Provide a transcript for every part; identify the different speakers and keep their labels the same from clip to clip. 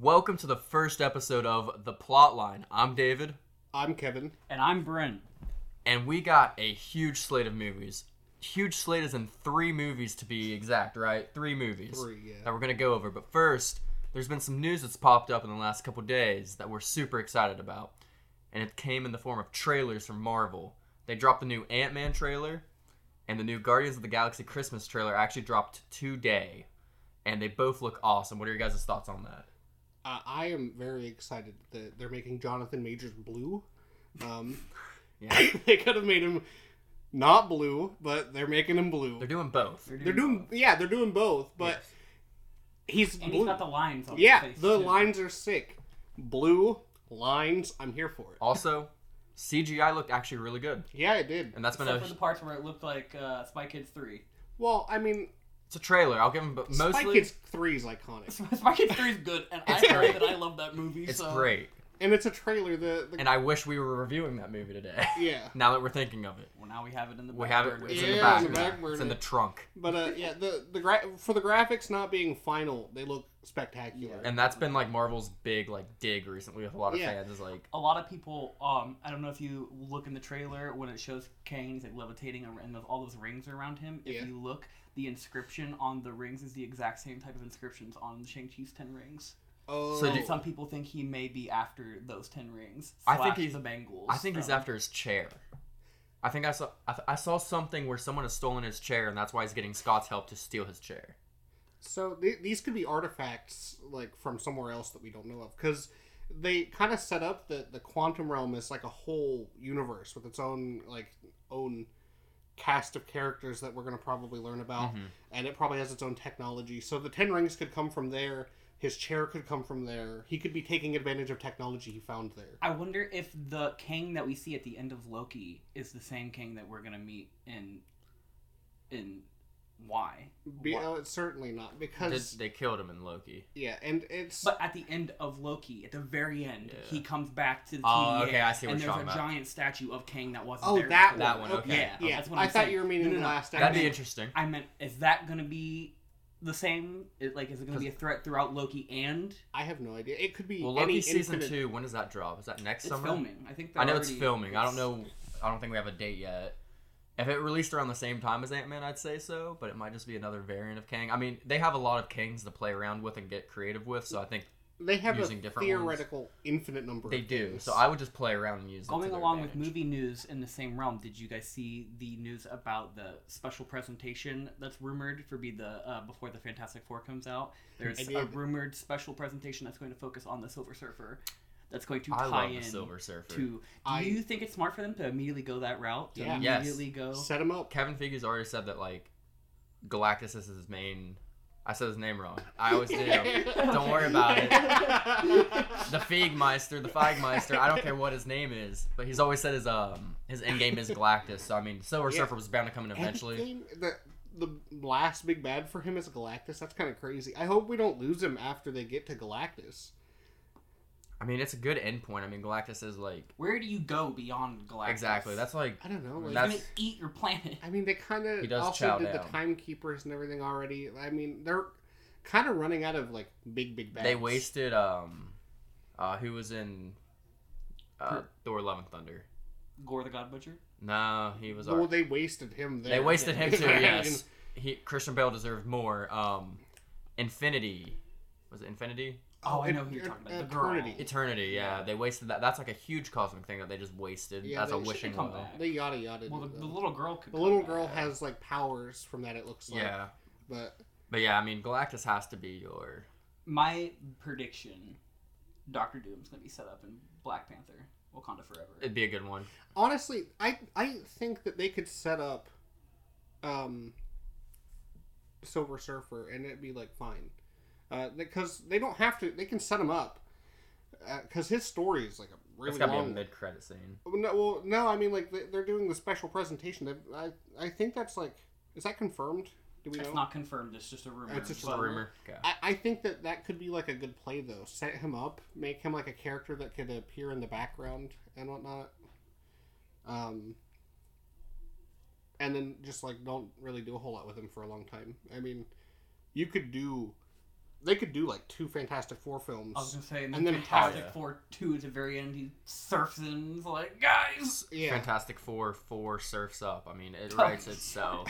Speaker 1: Welcome to the first episode of The Plotline. I'm David,
Speaker 2: I'm Kevin.
Speaker 3: And I'm Brent.
Speaker 1: and we got a huge slate of movies. Huge slate is in three movies to be exact, right? Three movies
Speaker 2: Three, yeah.
Speaker 1: that we're going to go over. But first, there's been some news that's popped up in the last couple days that we're super excited about. And it came in the form of trailers from Marvel. They dropped the new Ant Man trailer and the new Guardians of the Galaxy Christmas trailer actually dropped today. And they both look awesome. What are your guys' thoughts on that?
Speaker 2: Uh, I am very excited that they're making Jonathan Majors blue. Um,
Speaker 1: Yeah.
Speaker 2: they could have made him not blue, but they're making him blue.
Speaker 1: They're
Speaker 2: They're,
Speaker 1: doing both.
Speaker 2: doing, yeah, they're doing both, but he's
Speaker 3: And
Speaker 2: blue.
Speaker 3: he's got the lines on
Speaker 2: yeah,
Speaker 3: his face.
Speaker 2: the
Speaker 3: too.
Speaker 2: lines are sick. Blue lines. I'm here for it.
Speaker 1: Also, CGI looked actually really good,
Speaker 2: Yeah, it did.
Speaker 1: and that's been
Speaker 3: Except
Speaker 1: a
Speaker 3: for the parts where it looked like uh, Spy Kids 3.
Speaker 2: Well, I mean,
Speaker 1: it's a trailer. I'll give them, but
Speaker 2: Spy
Speaker 1: mostly
Speaker 2: Kids Three is iconic,
Speaker 3: Spy Kids 3 is good, and I
Speaker 1: It's
Speaker 3: know
Speaker 1: great.
Speaker 3: that I love that movie.
Speaker 1: it's
Speaker 3: so.
Speaker 1: great,
Speaker 2: and it's a trailer. The, the
Speaker 1: and I wish we were reviewing that movie today.
Speaker 2: yeah,
Speaker 1: now that we're thinking of it,
Speaker 3: Well, now we have it in the
Speaker 1: we have it.
Speaker 3: background.
Speaker 1: It's in
Speaker 2: Yeah, in
Speaker 1: the
Speaker 2: the
Speaker 1: back.
Speaker 2: back burner.
Speaker 1: it's in the trunk,
Speaker 2: but uh, yeah, the the gra- for the graphics not being final, they look spectacular.
Speaker 1: and that's been like Marvel's big like dig recently with a lot of
Speaker 2: Yeah.
Speaker 1: fans. Is like
Speaker 3: A lot of people, um, I don't know if you look in the trailer when it shows Kang he's like levitating ar- and those, all those rings are around him. If
Speaker 2: Yeah.
Speaker 3: you look, the inscription on the rings is the exact same type of inscriptions on Shang-Chi's 10 rings.
Speaker 2: Oh,
Speaker 1: So
Speaker 3: And some people think he may be after those 10 rings.
Speaker 1: I think
Speaker 3: slash
Speaker 1: he's-
Speaker 3: the Bengals.
Speaker 1: I think he's
Speaker 3: Um,
Speaker 1: after his chair. I think I saw I, th- I saw something where someone has stolen his chair, and that's why he's getting Scott's help to steal his chair.
Speaker 2: So th- these could be artifacts like from somewhere else that we don't know of because they kind of set up that the quantum realm is like a whole universe with its own like own cast of characters that we're going to probably learn about
Speaker 1: Mhm.
Speaker 2: and it probably has its own technology. So the 10 rings could come from there, his chair could come from there. He could be taking advantage of technology he found there.
Speaker 3: I wonder if the king that we see at the end of Loki is the same king that we're gonna meet in in why.
Speaker 2: Be-
Speaker 3: Why?
Speaker 2: uh, it's certainly not
Speaker 1: Did,
Speaker 2: because
Speaker 1: they killed him in Loki.
Speaker 2: yeah, and it's
Speaker 3: But at the end of Loki, at the very end,
Speaker 1: Yeah.
Speaker 3: he comes back to the
Speaker 1: Oh,
Speaker 3: TVA,
Speaker 1: okay, I see what
Speaker 3: and
Speaker 1: you're
Speaker 3: there's
Speaker 1: talking
Speaker 3: a
Speaker 1: about.
Speaker 3: giant statue of King that wasn't
Speaker 2: oh
Speaker 3: there.
Speaker 2: that,
Speaker 3: before.
Speaker 1: That
Speaker 2: one
Speaker 1: one, okay.
Speaker 2: okay.
Speaker 3: Yeah,
Speaker 2: Yeah,
Speaker 3: that's what
Speaker 2: I
Speaker 3: I'm
Speaker 2: thought
Speaker 3: saying.
Speaker 2: you were meaning
Speaker 3: No, no,
Speaker 2: the
Speaker 3: no.
Speaker 2: last
Speaker 1: That'd be
Speaker 2: episode.
Speaker 1: interesting.
Speaker 3: I meant, is that gonna be the same? Is- Like, is it gonna be a threat throughout Loki and
Speaker 2: I have no idea. It could be
Speaker 1: Well,
Speaker 2: any
Speaker 1: Loki season
Speaker 2: infinite-
Speaker 1: two. When does that drop? Is that next
Speaker 3: it's
Speaker 1: summer?
Speaker 3: filming? I think
Speaker 1: I know
Speaker 3: they're
Speaker 1: it's
Speaker 3: already-
Speaker 1: filming. I don't
Speaker 3: it's-
Speaker 1: know. I don't think we have a date yet. If it released around the same time as Ant Man, I'd say so, but it might just be another variant of Kang. I mean, they have a lot of Kangs to play around with and get creative with, so I think
Speaker 2: They have
Speaker 1: using
Speaker 2: a
Speaker 1: different ones.
Speaker 2: theoretical infinite number.
Speaker 1: they
Speaker 2: of
Speaker 1: do.
Speaker 2: things.
Speaker 1: So I would just play around and use. it to
Speaker 3: Going
Speaker 1: their
Speaker 3: along with
Speaker 1: advantage.
Speaker 3: movie news in the same realm, did you guys see the news about the special presentation that's rumored for be the uh, before the Fantastic Four comes out? There's a
Speaker 2: did.
Speaker 3: rumored special presentation that's going to focus on the Silver Surfer. That's going to
Speaker 1: I
Speaker 3: tie
Speaker 1: love
Speaker 3: in
Speaker 1: the Silver Surfer.
Speaker 3: to. Do
Speaker 2: I-
Speaker 3: you think it's smart for them to immediately go that route? To
Speaker 2: Yeah.
Speaker 1: Yes.
Speaker 3: immediately go.
Speaker 2: set them up.
Speaker 1: Kevin Feige's already said that like Galactus is his main. I said his name wrong. I always do. Don't worry about it. the Feigmeister, the Feigmeister. I don't care what his name is, but he's always said his um his end game is Galactus. So I mean, Silver
Speaker 2: Yeah.
Speaker 1: Surfer was bound to come in eventually.
Speaker 2: Anything- the the last big bad for him is Galactus. That's kind of crazy. I hope we don't lose him after they get to Galactus.
Speaker 1: I mean, it's a good endpoint. I mean, Galactus is like
Speaker 3: Where do you go beyond Galactus?
Speaker 1: exactly. That's like
Speaker 2: I don't know. Like,
Speaker 3: You're
Speaker 1: That's-
Speaker 3: gonna eat your planet.
Speaker 2: I mean, they kind
Speaker 1: He
Speaker 2: of
Speaker 1: does
Speaker 2: also
Speaker 1: chow
Speaker 2: did
Speaker 1: down.
Speaker 2: the timekeepers and everything already. I mean, they're kind of running out of like big big bads.
Speaker 1: they wasted um, uh, who was in uh, Thor: Love and Thunder?
Speaker 3: Gore the God Butcher.
Speaker 1: No, he was.
Speaker 2: Well,
Speaker 1: alright.
Speaker 2: they wasted him.
Speaker 1: They,
Speaker 2: There.
Speaker 1: wasted him too.
Speaker 2: I mean,
Speaker 1: Yes, he Christian Bale deserved more. Um, Infinity, was it Infinity?
Speaker 3: Oh, I
Speaker 2: it-
Speaker 3: know who you're
Speaker 2: it-
Speaker 3: talking about. The
Speaker 2: Eternity.
Speaker 3: girl.
Speaker 1: Eternity. Yeah, they wasted that. That's like a huge cosmic thing that they just wasted.
Speaker 2: Yeah,
Speaker 1: That's
Speaker 2: they
Speaker 1: a
Speaker 2: should
Speaker 1: wishing
Speaker 3: come
Speaker 1: well.
Speaker 3: back.
Speaker 2: They yada yada.
Speaker 3: Well, the, the little girl could.
Speaker 2: the
Speaker 3: come
Speaker 2: little
Speaker 3: back.
Speaker 2: girl has like powers from that. It looks like.
Speaker 1: Yeah.
Speaker 2: But
Speaker 1: But yeah, I mean, Galactus has to be your.
Speaker 3: My prediction: Doctor Doom's gonna be set up in Black Panther, Wakanda Forever.
Speaker 1: It'd be a good one.
Speaker 2: honestly, I I think that they could set up, um, Silver Surfer, and it'd be like fine, uh, because they don't have to. They can set him up, because his story is like a
Speaker 1: It's
Speaker 2: really
Speaker 1: gotta
Speaker 2: long. Oh,
Speaker 1: be a mid-credit scene.
Speaker 2: no, well, no, I mean like they- they're doing the special presentation. They- I I think that's like is that confirmed? Do we
Speaker 3: It's
Speaker 2: know?
Speaker 3: not confirmed. It's just a rumor.
Speaker 2: It's just a
Speaker 1: It's
Speaker 3: but
Speaker 1: a rumor. Okay.
Speaker 2: I, I think that that could be like a good play though. Set him up, make him like a character that could appear in the background and whatnot. Um, and then just like don't really do a whole lot with him for a long time. I mean, you could do they could do like two Fantastic Four films.
Speaker 3: I was gonna say, and then,
Speaker 2: And then
Speaker 3: Fantastic
Speaker 1: Howard.
Speaker 3: Four two at the very end, he surfs in, he's like, guys,
Speaker 2: yeah,
Speaker 1: Fantastic Four four surfs up. I mean, it
Speaker 3: Oh.
Speaker 1: writes itself.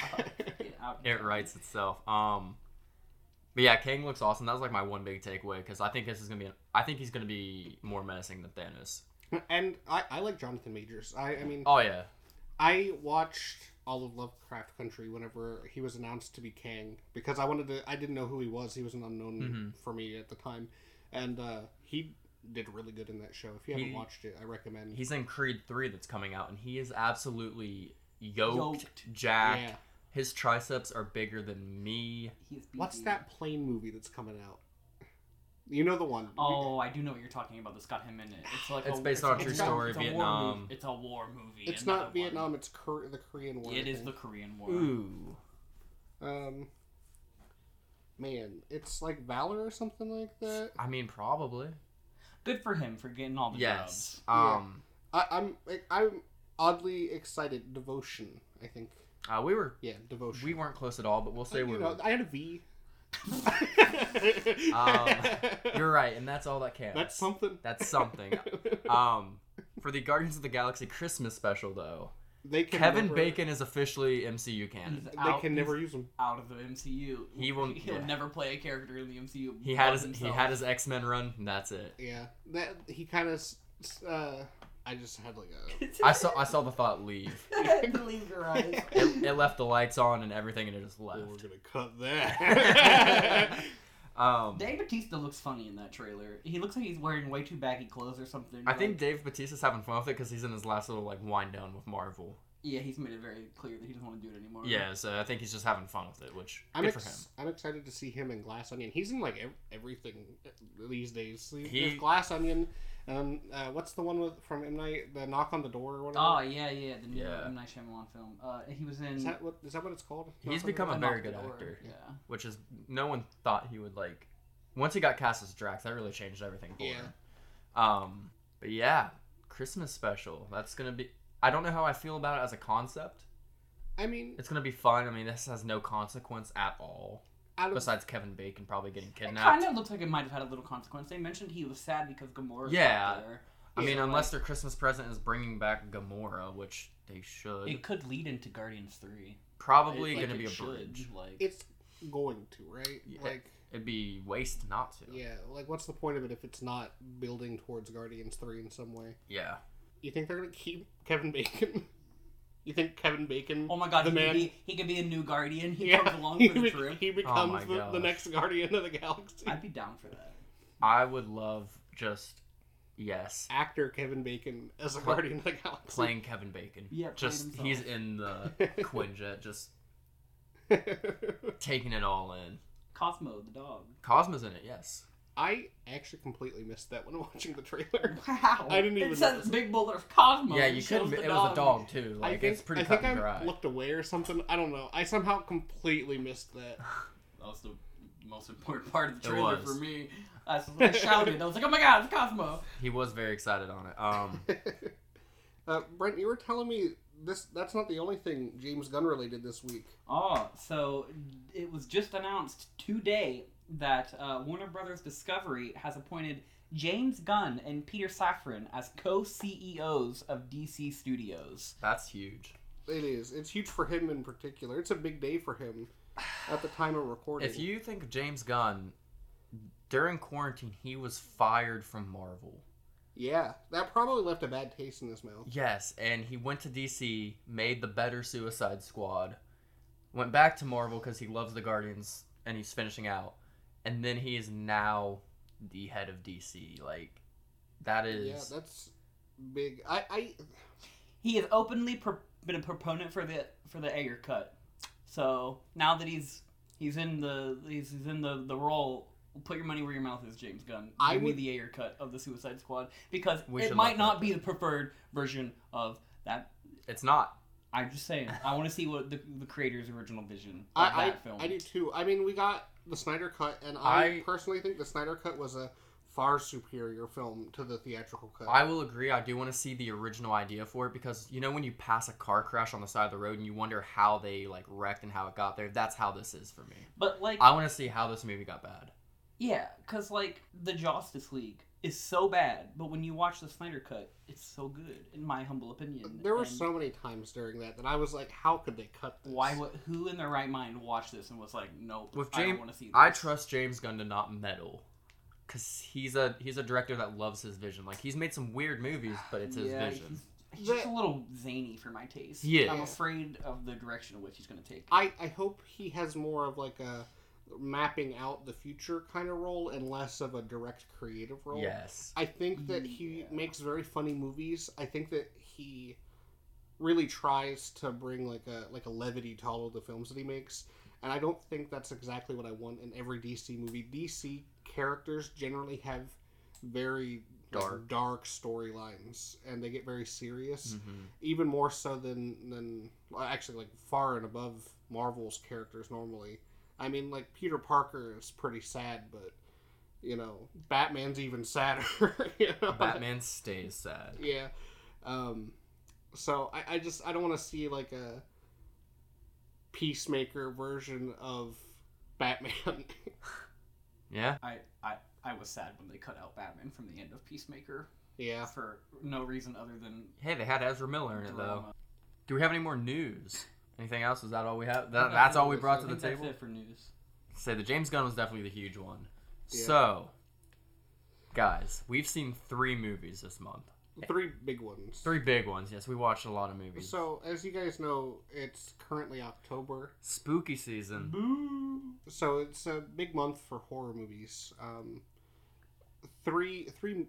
Speaker 3: get out.
Speaker 1: it writes itself. Um, but yeah, Kang looks awesome. That was like my one big takeaway because I think this is gonna be. An, I think he's gonna be more menacing than Thanos.
Speaker 2: and I, I like Jonathan Majors. I, I mean,
Speaker 1: Oh yeah,
Speaker 2: I watched all of Lovecraft Country whenever he was announced to be Kang because I wanted to. I didn't know who he was. He was an unknown
Speaker 1: Mhm.
Speaker 2: for me at the time, and uh, he did really good in that show. If you haven't
Speaker 1: He-
Speaker 2: watched it, I recommend.
Speaker 1: he's in Creed three that's coming out, and he is absolutely yoked,
Speaker 3: Yoked.
Speaker 1: jacked.
Speaker 2: Yeah.
Speaker 1: His triceps are bigger than me.
Speaker 3: He's
Speaker 2: What's
Speaker 3: beefy.
Speaker 2: that plane movie that's coming out? You know the one.
Speaker 3: Oh, I do know what you're talking about. That's got him in it. It's like
Speaker 1: It's
Speaker 3: a,
Speaker 1: based on a
Speaker 2: true
Speaker 3: it's
Speaker 2: story,
Speaker 3: it's a war
Speaker 1: Vietnam.
Speaker 3: movie. It's a war movie.
Speaker 2: it's
Speaker 3: and
Speaker 2: not
Speaker 3: a war
Speaker 2: Vietnam.
Speaker 3: movie.
Speaker 2: It's Cor- the Korean War.
Speaker 3: It
Speaker 2: I
Speaker 3: is the
Speaker 2: think.
Speaker 3: Korean War.
Speaker 1: Ooh,
Speaker 2: Um, man, it's like Valor or something like that.
Speaker 1: I mean probably.
Speaker 3: Good for him for getting all the
Speaker 1: Yes.
Speaker 3: jobs.
Speaker 2: Yeah.
Speaker 1: Um.
Speaker 2: I, I'm like, I'm oddly excited. Devotion, I think.
Speaker 1: Uh, we were
Speaker 2: Yeah, devotion.
Speaker 1: we weren't close at all, but we'll say
Speaker 2: Oh, You
Speaker 1: we're.
Speaker 2: know, I had a V.
Speaker 1: Um, You're right, and that's all that counts.
Speaker 2: That's something.
Speaker 1: That's something. um, for the Guardians of the Galaxy Christmas special, though,
Speaker 2: they can
Speaker 1: Kevin
Speaker 2: never-
Speaker 1: Bacon is officially MCU canon.
Speaker 3: He's
Speaker 2: They
Speaker 3: out,
Speaker 2: can never
Speaker 3: he's
Speaker 2: use them.
Speaker 3: out of the MCU.
Speaker 1: He will-
Speaker 3: He'll
Speaker 1: yeah.
Speaker 3: never play a character in the MCU.
Speaker 1: He had
Speaker 3: but
Speaker 1: his he
Speaker 3: himself.
Speaker 1: had his X Men run, and that's it.
Speaker 2: Yeah, that he kind of. Uh, I just had like a.
Speaker 1: I saw I saw the thought leave.
Speaker 3: The linger eyes.
Speaker 1: It, it left the lights on and everything, and it just
Speaker 2: "Oh, we're
Speaker 1: left.
Speaker 2: gonna cut that.
Speaker 1: Um,
Speaker 3: Dave Batista looks funny in that trailer. He looks like he's wearing way too baggy clothes or something.
Speaker 1: I think
Speaker 3: like-
Speaker 1: Dave Batista's having fun with it because he's in his last little like wind down with Marvel.
Speaker 3: yeah, he's made it very clear that he doesn't want to do it anymore.
Speaker 1: Yeah, so I think he's just having fun with it, which
Speaker 2: I'm,
Speaker 1: good for him.
Speaker 2: ex- I'm excited to see him in Glass Onion. He's in like ev- everything uh, these days. He,
Speaker 1: He-
Speaker 2: There's Glass Onion. Um, uh, what's the one with from M Night? The Knock on the Door or whatever.
Speaker 3: Oh yeah, yeah, the new
Speaker 1: Yeah.
Speaker 3: M Night Shyamalan film. Uh, he was in.
Speaker 2: Is that what is that what it's called?
Speaker 1: He's
Speaker 2: Knock on
Speaker 1: become
Speaker 2: the
Speaker 1: a
Speaker 2: Door?
Speaker 1: very
Speaker 3: Knock the
Speaker 1: good
Speaker 3: Door,
Speaker 1: actor.
Speaker 3: Yeah.
Speaker 1: Which is no one thought he would like. Once he got cast as Drax, that really changed everything for
Speaker 2: Yeah.
Speaker 1: him. Um, but yeah, Christmas special. That's gonna be. I don't know how I feel about it as a concept.
Speaker 2: I mean,
Speaker 1: It's gonna be fun. I mean, this has no consequence at all,
Speaker 2: out of,
Speaker 1: besides Kevin Bacon probably getting
Speaker 3: It
Speaker 1: kidnapped.
Speaker 3: kind of looks like it might have had a little consequence. They mentioned he was sad because Gamora's
Speaker 1: Yeah.
Speaker 3: not there.
Speaker 1: I mean,
Speaker 3: Yeah,
Speaker 1: unless their Christmas present is bringing back Gamora, which they should.
Speaker 3: It could lead into Guardians Three.
Speaker 1: probably
Speaker 3: It- like,
Speaker 1: gonna
Speaker 3: it
Speaker 1: be a
Speaker 3: should,
Speaker 1: bridge.
Speaker 3: Like
Speaker 2: it's going to right.
Speaker 1: Yeah.
Speaker 2: Like
Speaker 1: It'd be waste not to.
Speaker 2: yeah, like what's the point of it if it's not building towards Guardians Three in some way?
Speaker 1: Yeah.
Speaker 2: You think they're gonna keep Kevin Bacon? You think Kevin Bacon?
Speaker 3: Oh my god,
Speaker 2: the
Speaker 3: he,
Speaker 2: man.
Speaker 3: could be, he could be a new guardian. He
Speaker 2: yeah,
Speaker 3: comes along
Speaker 2: he,
Speaker 3: for the Oh
Speaker 2: be-
Speaker 3: trip.
Speaker 2: he becomes
Speaker 1: my
Speaker 2: the, the
Speaker 1: gosh.
Speaker 2: next Guardian of the Galaxy.
Speaker 3: I'd be down for that.
Speaker 1: I would love just yes
Speaker 2: actor Kevin Bacon as a Guardian of the Galaxy.
Speaker 1: playing Kevin Bacon.
Speaker 3: Yeah, playing
Speaker 1: just
Speaker 3: himself.
Speaker 1: he's in the Quinjet, just taking it all in.
Speaker 3: Cosmo the dog.
Speaker 1: Cosmo's in it, yes.
Speaker 2: I actually completely missed that when watching the trailer.
Speaker 3: Wow.
Speaker 2: I didn't even
Speaker 3: It says
Speaker 2: notice.
Speaker 3: big bullet of Cosmo.
Speaker 1: yeah,
Speaker 3: and
Speaker 1: you
Speaker 3: shows
Speaker 1: could.
Speaker 3: the
Speaker 1: It was a dog too. Like
Speaker 2: I think,
Speaker 1: it's pretty
Speaker 2: I,
Speaker 1: cut
Speaker 2: think
Speaker 1: and
Speaker 2: I
Speaker 1: dry.
Speaker 2: looked away or something. I don't know. I somehow completely missed that.
Speaker 3: That was the most important part of the
Speaker 1: It
Speaker 3: trailer
Speaker 1: was.
Speaker 3: for me. I, s- I shouted. I was like, "Oh my god, it's Cosmo!"
Speaker 1: He was very excited on it. Um,
Speaker 2: Uh, Brent, you were telling me this. That's not the only thing James Gunn related this week.
Speaker 3: Oh, so it was just announced today that uh, Warner Brothers Discovery has appointed James Gunn and Peter Safran as co-CEOs of DC Studios.
Speaker 1: that's huge.
Speaker 2: It is. It's huge for him in particular. It's a big day for him at the time of recording.
Speaker 1: If you think of James Gunn, during quarantine he was fired from Marvel.
Speaker 2: yeah, that probably left a bad taste in his mouth.
Speaker 1: Yes, and he went to DC, made the better Suicide Squad, went back to Marvel because he loves the Guardians and he's finishing out, and then he is now the head of DC. Like that is
Speaker 2: Yeah, that's big. I, I
Speaker 3: He has openly pro- been a proponent for the for the Ayer cut. So now that he's he's in the he's, he's in the the role. Put your money where your mouth is, James Gunn. Give
Speaker 2: I
Speaker 3: me
Speaker 2: would-
Speaker 3: the Ayer cut of the Suicide Squad because
Speaker 1: We
Speaker 3: it
Speaker 1: should
Speaker 3: might
Speaker 1: let
Speaker 3: not
Speaker 1: that
Speaker 3: be the preferred version of that
Speaker 1: it's not.
Speaker 3: I'm just saying. I want to see what the, the creator's original vision of
Speaker 2: I,
Speaker 3: that
Speaker 2: I,
Speaker 3: film.
Speaker 2: I do too. I mean, we got the Snyder Cut, and I,
Speaker 1: I-
Speaker 2: personally think the Snyder Cut was a far superior film to the theatrical cut.
Speaker 1: I will agree. I do want to see the original idea for it because you know when you pass a car crash on the side of the road and you wonder how they like wrecked and how it got there. That's how this is for me.
Speaker 3: But like,
Speaker 1: I want to see how this movie got bad.
Speaker 3: Yeah, because like the Justice League is so bad, but when you watch the Snyder Cut, it's so good, in my humble opinion.
Speaker 2: There were
Speaker 3: And
Speaker 2: so many times during that that I was like, how could they cut this?
Speaker 3: why would who in their right mind watched this and was like, nope,
Speaker 1: With
Speaker 3: I
Speaker 1: James-
Speaker 3: don't want to see. This.
Speaker 1: I trust James Gunn to not meddle, cause he's a he's a director that loves his vision. Like he's made some weird movies, but it's his
Speaker 3: Yeah,
Speaker 1: vision.
Speaker 3: He's, he's just
Speaker 2: The-
Speaker 3: a little zany for my taste.
Speaker 1: He is.
Speaker 3: I'm afraid of the direction in which he's going to take.
Speaker 2: I, I hope he has more of like a mapping out the future kind of role and less of a direct creative role.
Speaker 1: Yes.
Speaker 2: I think that he
Speaker 3: Yeah.
Speaker 2: makes very funny movies. I think that he really tries to bring like a like a levity to all of the films that he makes. And I don't think that's exactly what I want in every DC movie. DC characters generally have very like,
Speaker 1: Dark.
Speaker 2: dark storylines and they get very serious
Speaker 1: Mhm.
Speaker 2: even more so than than well, actually like far and above Marvel's characters normally. I mean, like Peter Parker is pretty sad, but you know, Batman's even sadder. you know?
Speaker 1: Batman stays sad.
Speaker 2: Yeah. Um, so I, I just I don't want to see like a peacemaker version of Batman.
Speaker 1: Yeah.
Speaker 3: I, I I was sad when they cut out Batman from the end of Peacemaker
Speaker 2: yeah.
Speaker 3: for no reason other than
Speaker 1: Hey, they had Ezra Miller in it though.
Speaker 3: drama.
Speaker 1: Do we have any more news? Anything else? Is that all we have? That,
Speaker 3: Okay,
Speaker 1: that's all we brought
Speaker 3: I
Speaker 1: to the
Speaker 3: think that's
Speaker 1: table.
Speaker 3: it for news.
Speaker 1: Say the James Gunn was definitely the huge one.
Speaker 2: Yeah.
Speaker 1: So, guys, we've seen three movies this month.
Speaker 2: Three big ones.
Speaker 1: Three big ones. Yes, we watched a lot of movies.
Speaker 2: So as you guys know, it's currently October.
Speaker 1: Spooky season.
Speaker 3: Boo.
Speaker 2: so it's a big month for horror movies. Um, three, three,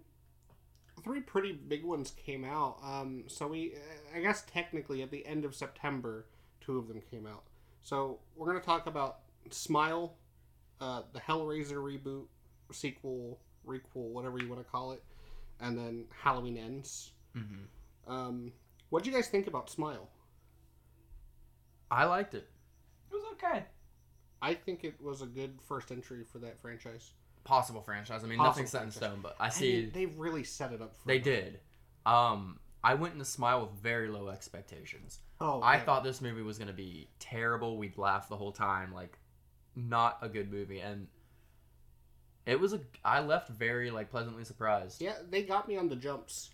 Speaker 2: three pretty big ones came out. Um, so we, I guess technically at the end of September, two of them came out. So we're gonna talk about Smile, uh, the Hellraiser reboot, sequel, requel, whatever you want to call it, and then Halloween Ends.
Speaker 1: hmm
Speaker 2: Um, what do you guys think about Smile?
Speaker 1: I liked it.
Speaker 3: It was okay.
Speaker 2: I think it was a good first entry for that franchise.
Speaker 1: Possible franchise. I mean,
Speaker 2: Possible
Speaker 1: nothing's set in
Speaker 2: franchise.
Speaker 1: stone, but I
Speaker 2: I
Speaker 1: see
Speaker 2: mean, they really set it up. for
Speaker 1: they
Speaker 2: them.
Speaker 1: did. Um, I went into Smile with very low expectations.
Speaker 2: Oh,
Speaker 1: I
Speaker 2: yeah.
Speaker 1: thought this movie was gonna be terrible. We'd laugh the whole time, like not a good movie, and it was a. I left very like pleasantly surprised.
Speaker 2: Yeah, they got me on the jumps.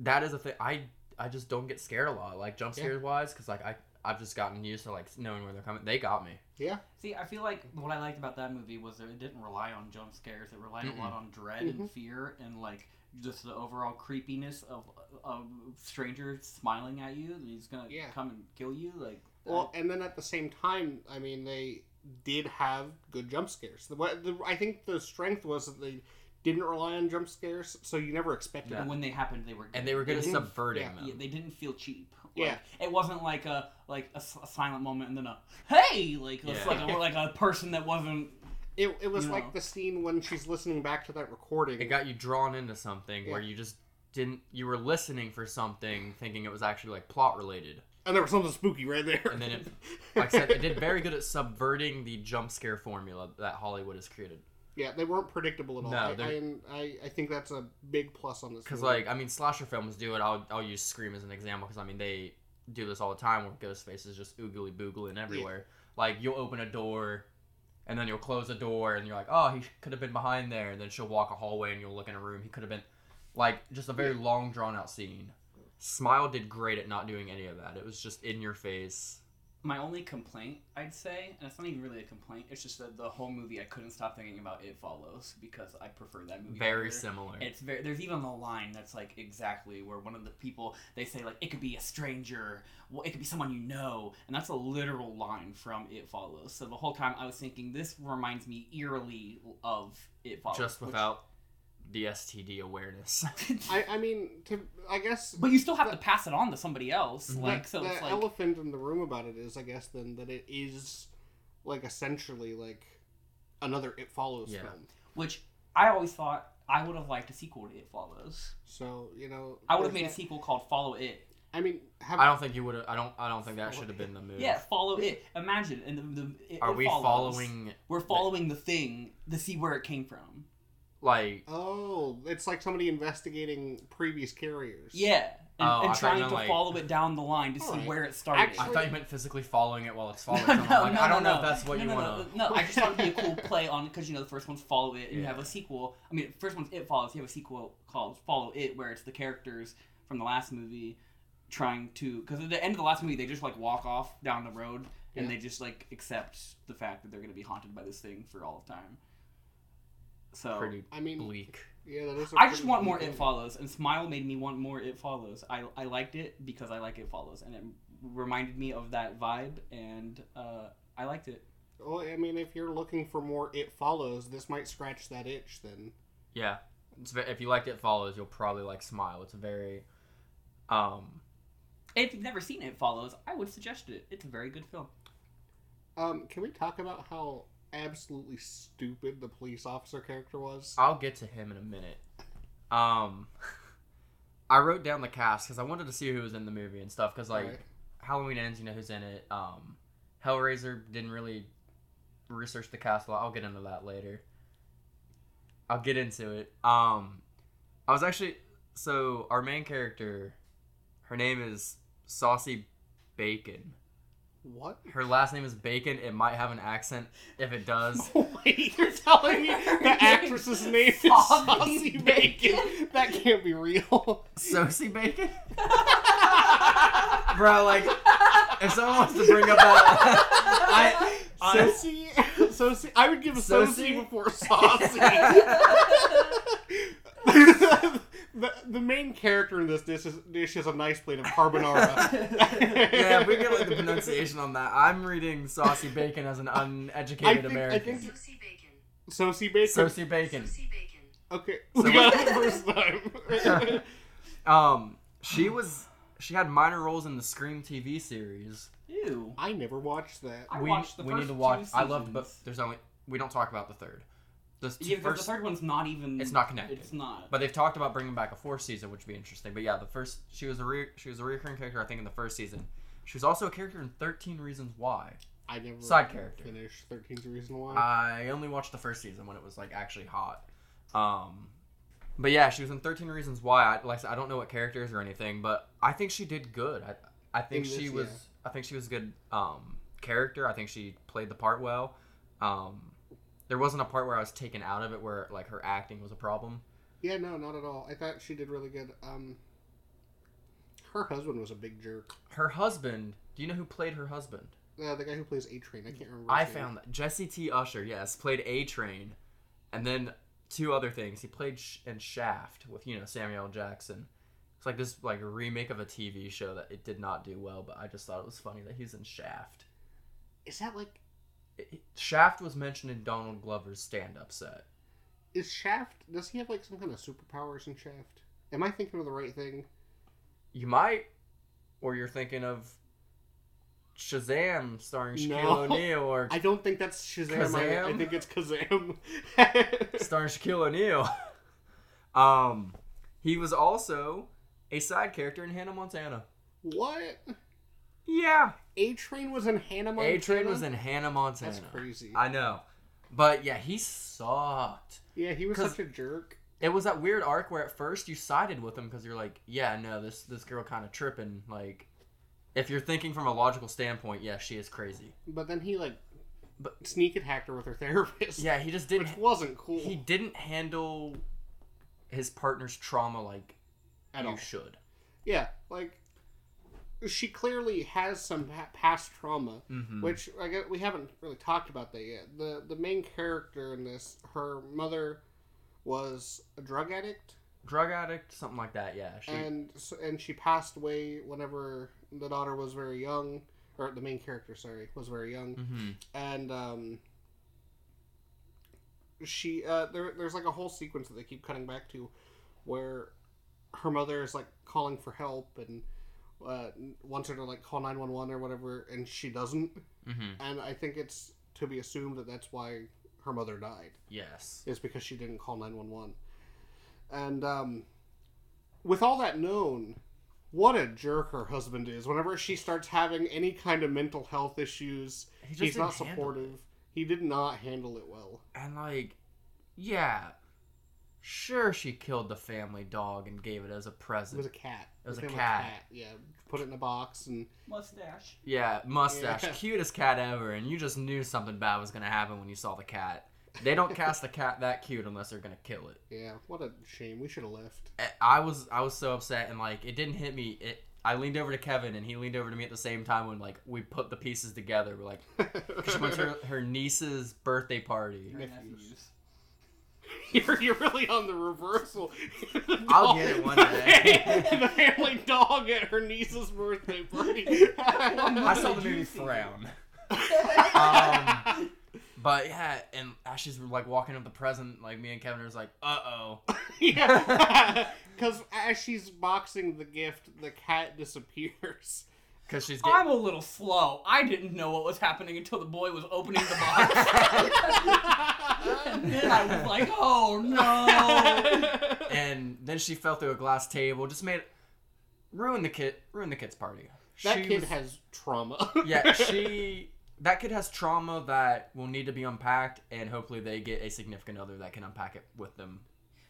Speaker 1: That is a thing. I I just don't get scared a lot, like jump
Speaker 2: Yeah.
Speaker 1: scares wise, because like I I've just gotten used to like knowing where they're coming. They got me.
Speaker 2: Yeah,
Speaker 3: See, I feel like what I liked about that movie was that it didn't rely on jump scares. It relied
Speaker 1: Mm-mm.
Speaker 3: a lot on dread and fear and like just the overall creepiness of of strangers smiling at you. that He's gonna
Speaker 2: Yeah.
Speaker 3: come and kill you. Like,
Speaker 2: well, and then at the same time, I mean, they did have good jump scares. The, what- the, I think the strength was that they didn't rely on jump scares, so you never expected.
Speaker 1: Yeah.
Speaker 3: and when they happened, they were good.
Speaker 1: And they were good at
Speaker 2: didn't-
Speaker 1: subverting
Speaker 2: yeah,
Speaker 1: them.
Speaker 3: Yeah, they didn't feel cheap. Like,
Speaker 2: Yeah.
Speaker 3: it wasn't like a like a, s- a silent moment and then a hey, like it's
Speaker 1: Yeah.
Speaker 3: like a, like a person that wasn't.
Speaker 2: It, it was
Speaker 3: You
Speaker 2: like
Speaker 3: know.
Speaker 2: the scene when she's listening back to that recording.
Speaker 1: it got you drawn into something where
Speaker 2: Yeah.
Speaker 1: you just didn't you were listening for something thinking it was actually like plot related
Speaker 2: and there was something spooky right there.
Speaker 1: and then it like i said it did very good at subverting the jump scare formula that hollywood has created
Speaker 2: Yeah, they weren't predictable at all.
Speaker 1: No,
Speaker 2: I,
Speaker 1: they're-
Speaker 2: I, I, I think that's a big plus on this.
Speaker 1: because
Speaker 2: movie.
Speaker 1: like i mean slasher films do it i'll, I'll use scream as an example because i mean they do this all the time where ghostface is just oogly boogling everywhere like you'll open a door and then you'll close a door and you're like oh he could have been behind there and then she'll walk a hallway and you'll look in a room he could have been like just a very long drawn out scene smile did great at not doing any of that it was just in your face
Speaker 3: My only complaint, I'd say, and it's not even really a complaint. It's just that the whole movie, I couldn't stop thinking about It Follows because I prefer that movie.
Speaker 1: very
Speaker 3: better.
Speaker 1: similar
Speaker 3: It's very. There's even a line that's like exactly where one of the people they say like it could be a stranger, well, it could be someone you know, and that's a literal line from It Follows. So the whole time I was thinking this reminds me eerily of It Follows.
Speaker 1: just
Speaker 3: which-
Speaker 1: without the std awareness
Speaker 2: I, I mean, to, I guess
Speaker 3: but you still have to pass it on to somebody else,
Speaker 1: Mhm.
Speaker 3: like
Speaker 2: the,
Speaker 3: so.
Speaker 2: the
Speaker 3: It's like
Speaker 2: elephant in the room about it is, I guess, then that it is like essentially like another It Follows
Speaker 1: Yeah.
Speaker 2: film.
Speaker 3: which I always thought I would have liked a sequel to It Follows.
Speaker 2: So you know,
Speaker 3: I would have
Speaker 2: there's
Speaker 3: made a
Speaker 2: that-
Speaker 3: sequel called Follow It.
Speaker 2: I mean, have,
Speaker 1: i don't think you would have i don't i don't think that should have been the move
Speaker 3: Yeah, Follow It. Imagine and the, the it,
Speaker 1: are
Speaker 3: It
Speaker 1: we
Speaker 3: Follows.
Speaker 1: following
Speaker 3: We're following the thing to see where it came from.
Speaker 1: Like,
Speaker 2: Oh, it's like somebody investigating previous carriers.
Speaker 3: Yeah, and,
Speaker 1: Oh,
Speaker 3: and
Speaker 1: I thought you
Speaker 3: trying
Speaker 1: meant,
Speaker 3: to
Speaker 1: like-
Speaker 3: follow it down the line to see
Speaker 2: Alright.
Speaker 3: where it started.
Speaker 1: I
Speaker 2: Actually-
Speaker 1: thought you meant physically following it while it's following
Speaker 3: no,
Speaker 1: someone. Like, I don't
Speaker 3: no,
Speaker 1: know
Speaker 3: no.
Speaker 1: if that's what
Speaker 3: no,
Speaker 1: you
Speaker 3: no,
Speaker 1: want to.
Speaker 3: No, no, I just thought it'd be a cool play on because you know the first one's follow it, and you
Speaker 1: Yeah.
Speaker 3: have a sequel. I mean, first one's it follows. You have a sequel called Follow It, where it's the characters from the last movie trying to because at the end of the last movie they just like walk off down the road and
Speaker 2: Yeah.
Speaker 3: they just like accept the fact that they're gonna be haunted by this thing for all of time. So
Speaker 1: Pretty
Speaker 2: I mean,
Speaker 1: bleak.
Speaker 2: yeah, that is. a
Speaker 3: I just
Speaker 2: pretty
Speaker 3: want
Speaker 2: cool
Speaker 3: more
Speaker 2: thing.
Speaker 3: It Follows, and Smile made me want more It Follows. I, I liked it because I like It Follows, and it reminded me of that vibe, and uh, I liked it.
Speaker 2: Well, I mean, if you're looking for more It Follows, this might scratch that itch then.
Speaker 1: Yeah, it's ve- if you liked it follows, you'll probably like smile. It's a very, um,
Speaker 3: If you've never seen It Follows, I would suggest it. It's a very good film.
Speaker 2: Um, can we talk about how absolutely stupid the police officer character was?
Speaker 1: I'll get to him in a minute. Um, I wrote down the cast because I wanted to see who was in the movie and stuff. Because like
Speaker 2: Right.
Speaker 1: Halloween ends, you know who's in it. Um, Hellraiser didn't really research the cast a lot. I'll get into that later. I'll get into it. Um, I was actually so our main character, her name is Saucy Bacon.
Speaker 2: What?
Speaker 1: Her last name is Bacon. It might have an accent. If it does,
Speaker 2: Wait, you're telling me the actress's name is
Speaker 3: Saucy
Speaker 2: Saucy Bacon? That can't be real.
Speaker 1: Sosie Bacon. Bro, like, if someone wants to bring up that, I, I
Speaker 2: Sosie, Sosie, I would give a Sosie
Speaker 1: Sosie?
Speaker 2: before Saucy. the, the main character in this dish is, dish is a nice plate of carbonara.
Speaker 1: yeah, we get like the pronunciation on that. I'm reading Saucy Bacon as an uneducated
Speaker 2: I think- I
Speaker 1: American.
Speaker 2: think-
Speaker 4: Sosie Bacon.
Speaker 2: Sosie Bacon.
Speaker 1: Sosie Bacon.
Speaker 4: Sosie Bacon.
Speaker 2: Okay,
Speaker 1: So-
Speaker 2: we got it the first time.
Speaker 1: Um, she was she had minor roles in the Scream TV series.
Speaker 3: Ew.
Speaker 2: I never watched that.
Speaker 3: I
Speaker 1: we
Speaker 3: watched the
Speaker 1: we
Speaker 3: first
Speaker 1: need to watch.
Speaker 3: two
Speaker 1: I loved, but
Speaker 3: seasons.
Speaker 1: there's only we don't talk about the third. This
Speaker 3: Yeah, because
Speaker 1: first-
Speaker 3: the third one's not even.
Speaker 1: It's not connected.
Speaker 3: It's not.
Speaker 1: But they've talked about bringing back a fourth season, which would be interesting. But yeah, the first she was a re- she was a recurring character, I think, in the first season. She was also a character in Thirteen Reasons Why.
Speaker 2: I never
Speaker 1: Side character.
Speaker 2: finished 13th Reason Why.
Speaker 1: I only watched the first season when it was like actually hot. Um, but yeah, she was in Thirteen Reasons Why. I, like I said, I don't know what characters or anything, but I think she did good. I I think
Speaker 2: In
Speaker 1: she
Speaker 2: this,
Speaker 1: was I think she was a good um, character. I think she played the part well. Um, there wasn't a part where I was taken out of it where like her acting was a problem.
Speaker 2: yeah, no, not at all. I thought she did really good. Um, her husband was a big jerk.
Speaker 1: Her husband. Do you know who played her husband?
Speaker 2: Uh, the guy who plays A Train. I can't remember.
Speaker 1: I
Speaker 2: his name.
Speaker 1: found that Jesse T. Usher, yes, played A Train, and then two other things. He played Sh- in Shaft with you know Samuel L. Jackson. It's like this like remake of a TV show that it did not do well, but I just thought it was funny that he's in Shaft.
Speaker 2: Is that like?
Speaker 1: It- it- Shaft was mentioned in Donald Glover's stand-up set.
Speaker 2: Is Shaft? Does he have like some kind of superpowers in Shaft? Am I thinking of the right thing?
Speaker 1: You might, or you're thinking of Shazam starring Shaquille
Speaker 2: No.
Speaker 1: O'Neal or
Speaker 2: I don't think that's Shazam. I, I
Speaker 1: Kazam?
Speaker 2: think it's Kazam.
Speaker 1: starring Shaquille O'Neal. um, he was also a side character in Hannah Montana.
Speaker 2: what?
Speaker 1: Yeah.
Speaker 2: A Train was in Hannah Montana.
Speaker 1: A Train was in Hannah Montana.
Speaker 2: That's crazy.
Speaker 1: I know. But yeah, he sucked.
Speaker 2: yeah, he was
Speaker 1: 'Cause-
Speaker 2: such a jerk.
Speaker 1: It was that weird arc where at first you sided with him because you're like, yeah, no, this this girl kind of tripping. Like, if you're thinking from a logical standpoint, yeah, she is crazy.
Speaker 2: But then he like,
Speaker 1: But-
Speaker 2: sneak attacked her with her therapist.
Speaker 1: Yeah, he just didn't.
Speaker 2: which wasn't cool
Speaker 1: He didn't handle his partner's trauma like
Speaker 2: at
Speaker 1: you
Speaker 2: all.
Speaker 1: should.
Speaker 2: Yeah, like she clearly has some pa- past trauma,
Speaker 1: Mhm.
Speaker 2: which I guess we haven't really talked about that yet. the The main character in this, her mother was a drug addict,
Speaker 1: Drug addict, something like that. Yeah, she.
Speaker 2: and s- and she passed away whenever the daughter was very young, or the main character, sorry, was very young,
Speaker 1: hmm
Speaker 2: and um. She uh, there, there's like a whole sequence that they keep cutting back to, where her mother is like calling for help and uh, wants her to like call 911 or whatever and she doesn't
Speaker 1: hmm
Speaker 2: and i think it's to be assumed that that's why her mother died
Speaker 1: Yes.
Speaker 2: is because she didn't call 911 and um with all that known what a jerk her husband is whenever she starts having any kind of mental health issues
Speaker 1: He just
Speaker 2: he's not
Speaker 1: didn't handle it.
Speaker 2: supportive he did not handle it well
Speaker 1: and like yeah Sure, she killed the family dog and gave it as a
Speaker 2: It
Speaker 1: present.
Speaker 2: was a cat.
Speaker 1: It was a
Speaker 2: Became
Speaker 1: cat.
Speaker 2: Yeah, put it in a box and
Speaker 3: Mustache.
Speaker 1: Yeah, mustache,
Speaker 2: Yeah.
Speaker 1: cutest cat ever, and you just knew something bad was gonna happen when you saw the cat. They don't cast a cat that cute unless they're gonna kill it.
Speaker 2: yeah. What a shame. We should have left.
Speaker 1: I- I was I was so upset and like it didn't hit me. It I leaned over to Kevin and he leaned over to me at the same time when like we put the pieces together. We're like, 'cause she went to her, her niece's birthday party.
Speaker 3: Your
Speaker 2: Nephews.
Speaker 3: nephews.
Speaker 2: you're, you're really on the reversal. The
Speaker 1: I'll
Speaker 2: dog-
Speaker 1: get it one day.
Speaker 2: the family dog at her niece's birthday party.
Speaker 1: I saw the
Speaker 3: Did you
Speaker 1: movie
Speaker 3: see
Speaker 1: Frown. um, but yeah, and as she's like walking up the present, like me and Kevin was like, uh oh.
Speaker 2: yeah. Because as she's boxing the gift, the cat disappears.
Speaker 1: Because she's
Speaker 2: Oh,
Speaker 1: getting.
Speaker 3: I'm a little slow. I didn't know what was happening until the boy was opening the box. and then I was like, oh no.
Speaker 1: and then she fell through a glass table. Just made ruined the kid, ruined the kid's party.
Speaker 2: that
Speaker 1: She
Speaker 2: kid
Speaker 1: was-
Speaker 2: has trauma.
Speaker 1: yeah, she that kid has trauma that will need to be unpacked, and hopefully they get a significant other that can unpack it with them.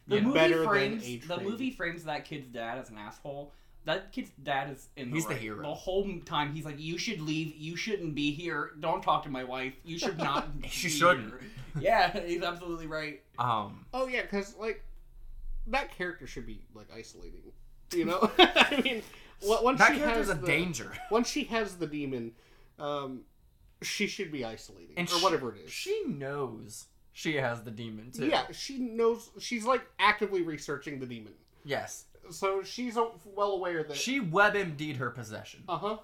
Speaker 3: The
Speaker 1: You know,
Speaker 3: movie
Speaker 2: Better than
Speaker 3: frames
Speaker 2: age
Speaker 3: the
Speaker 2: rated.
Speaker 3: movie frames that kid's dad as an asshole. That kid's dad is in.
Speaker 1: He's the
Speaker 3: right.
Speaker 1: hero.
Speaker 3: The whole time he's like, "You should leave. You shouldn't be here. Don't talk to my wife. You should not."
Speaker 1: She
Speaker 3: be
Speaker 1: shouldn't.
Speaker 3: here." Yeah, he's absolutely right.
Speaker 1: Um,
Speaker 2: oh yeah, because like that character should be like isolating. You know, I mean, wh- once
Speaker 1: that
Speaker 2: she
Speaker 1: character's
Speaker 2: has
Speaker 1: a
Speaker 2: the,
Speaker 1: danger.
Speaker 2: Once she has the demon, um, she should be isolating
Speaker 1: And
Speaker 2: or
Speaker 1: she-
Speaker 2: whatever it is.
Speaker 1: She knows she has the demon too.
Speaker 2: yeah, she knows. She's like actively researching the demon,
Speaker 1: Yes.
Speaker 2: so she's uh, well aware that
Speaker 1: She WebMD'd her possession.
Speaker 2: Uh huh.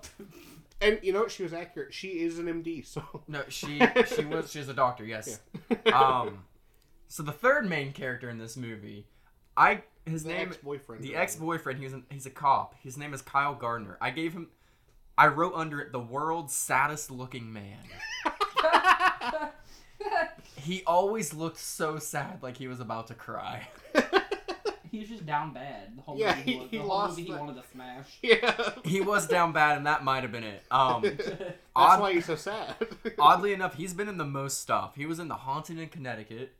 Speaker 2: And you know what? She was accurate. She is an MD, so.
Speaker 1: No, she she was she's a doctor. Yes. Um, so the third main character in this movie, I his
Speaker 2: the
Speaker 1: name
Speaker 2: ex boyfriend.
Speaker 1: The ex-boyfriend, he's an, he's a cop. His name is Kyle Gardner. I gave him I wrote under it the world's saddest looking man. he always looked so sad like he was about to cry.
Speaker 3: He was just down bad. The whole
Speaker 2: Yeah,
Speaker 3: movie,
Speaker 2: he-
Speaker 3: was-
Speaker 2: he
Speaker 3: the whole
Speaker 2: lost
Speaker 3: movie he
Speaker 2: the-
Speaker 3: wanted to smash.
Speaker 2: Yeah. That's
Speaker 1: He was down bad and that might have been it. Um odd-
Speaker 2: why he's so sad.
Speaker 1: oddly enough, he's been in the most stuff. He was in The Haunted in Connecticut.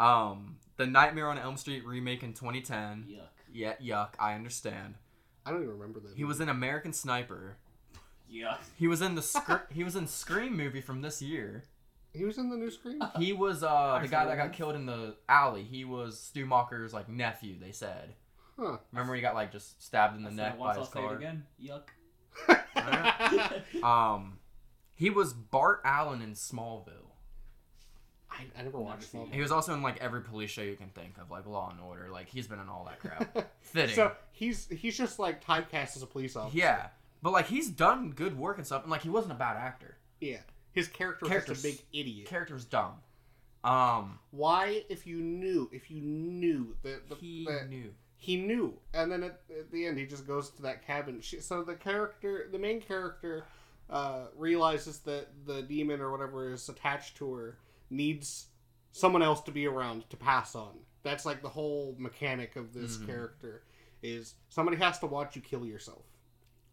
Speaker 1: Um The Nightmare on Elm Street remake in 2010.
Speaker 3: Yuck.
Speaker 1: Yeah, yuck, I understand.
Speaker 2: I don't even remember that.
Speaker 1: He was in American Sniper.
Speaker 3: Yuck.
Speaker 1: He was in the Scr- he was in Scream movie from this year.
Speaker 2: He was in the new screen.
Speaker 1: He was uh, the
Speaker 3: Arthur
Speaker 1: guy that got
Speaker 3: Evans?
Speaker 1: killed in the alley. He was Stu Mocker's like nephew. They said.
Speaker 2: Huh.
Speaker 1: Remember, he got like just stabbed in the
Speaker 3: That's
Speaker 1: neck
Speaker 3: not
Speaker 1: by
Speaker 3: once
Speaker 1: his
Speaker 3: I'll say it
Speaker 1: car.
Speaker 3: again. Yuck.
Speaker 2: I,
Speaker 1: Um, he was Bart Allen in Smallville.
Speaker 2: I never watched
Speaker 3: seen
Speaker 2: that.
Speaker 1: He was also in like every police show you can think of, like Law and Order. Like he's been in all that crap. Fitting.
Speaker 2: So he's he's just like typecast as a police officer.
Speaker 1: yeah, but like he's done good work and stuff, and like he wasn't a bad actor.
Speaker 2: Yeah. His character was
Speaker 1: Characters.
Speaker 2: just a big idiot.
Speaker 1: Character was dumb. Um,
Speaker 2: Why, if you knew, if you knew that the,
Speaker 1: he
Speaker 2: that-
Speaker 1: knew.
Speaker 2: he knew and then at, at the end he just goes to that cabin she, so the character the main character uh, realizes that the demon or whatever is attached to her needs someone else to be around to pass on that's like the whole mechanic of this
Speaker 1: Mhm.
Speaker 2: character is somebody has to watch you kill yourself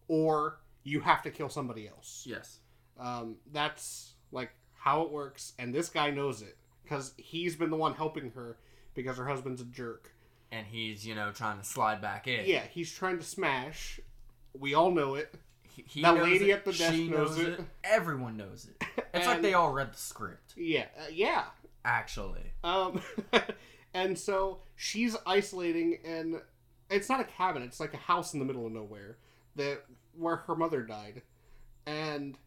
Speaker 2: or you have to kill somebody else
Speaker 1: Yes.
Speaker 2: um, that's like how it works and this guy knows it because he's been the one helping her because her husband's a jerk
Speaker 1: And he's you know trying to slide back in.
Speaker 2: yeah, he's trying to smash. We all know it.
Speaker 1: He, he
Speaker 2: That
Speaker 1: knows
Speaker 2: lady
Speaker 1: it,
Speaker 2: at the desk
Speaker 1: she
Speaker 2: knows it.
Speaker 1: Everyone knows it. It's like
Speaker 2: And-
Speaker 1: they all read the script,
Speaker 2: Yeah, uh, yeah.
Speaker 1: actually.
Speaker 2: Um, and so she's isolating, and it's not a cabin; it's like a house in the middle of nowhere that where her mother died, and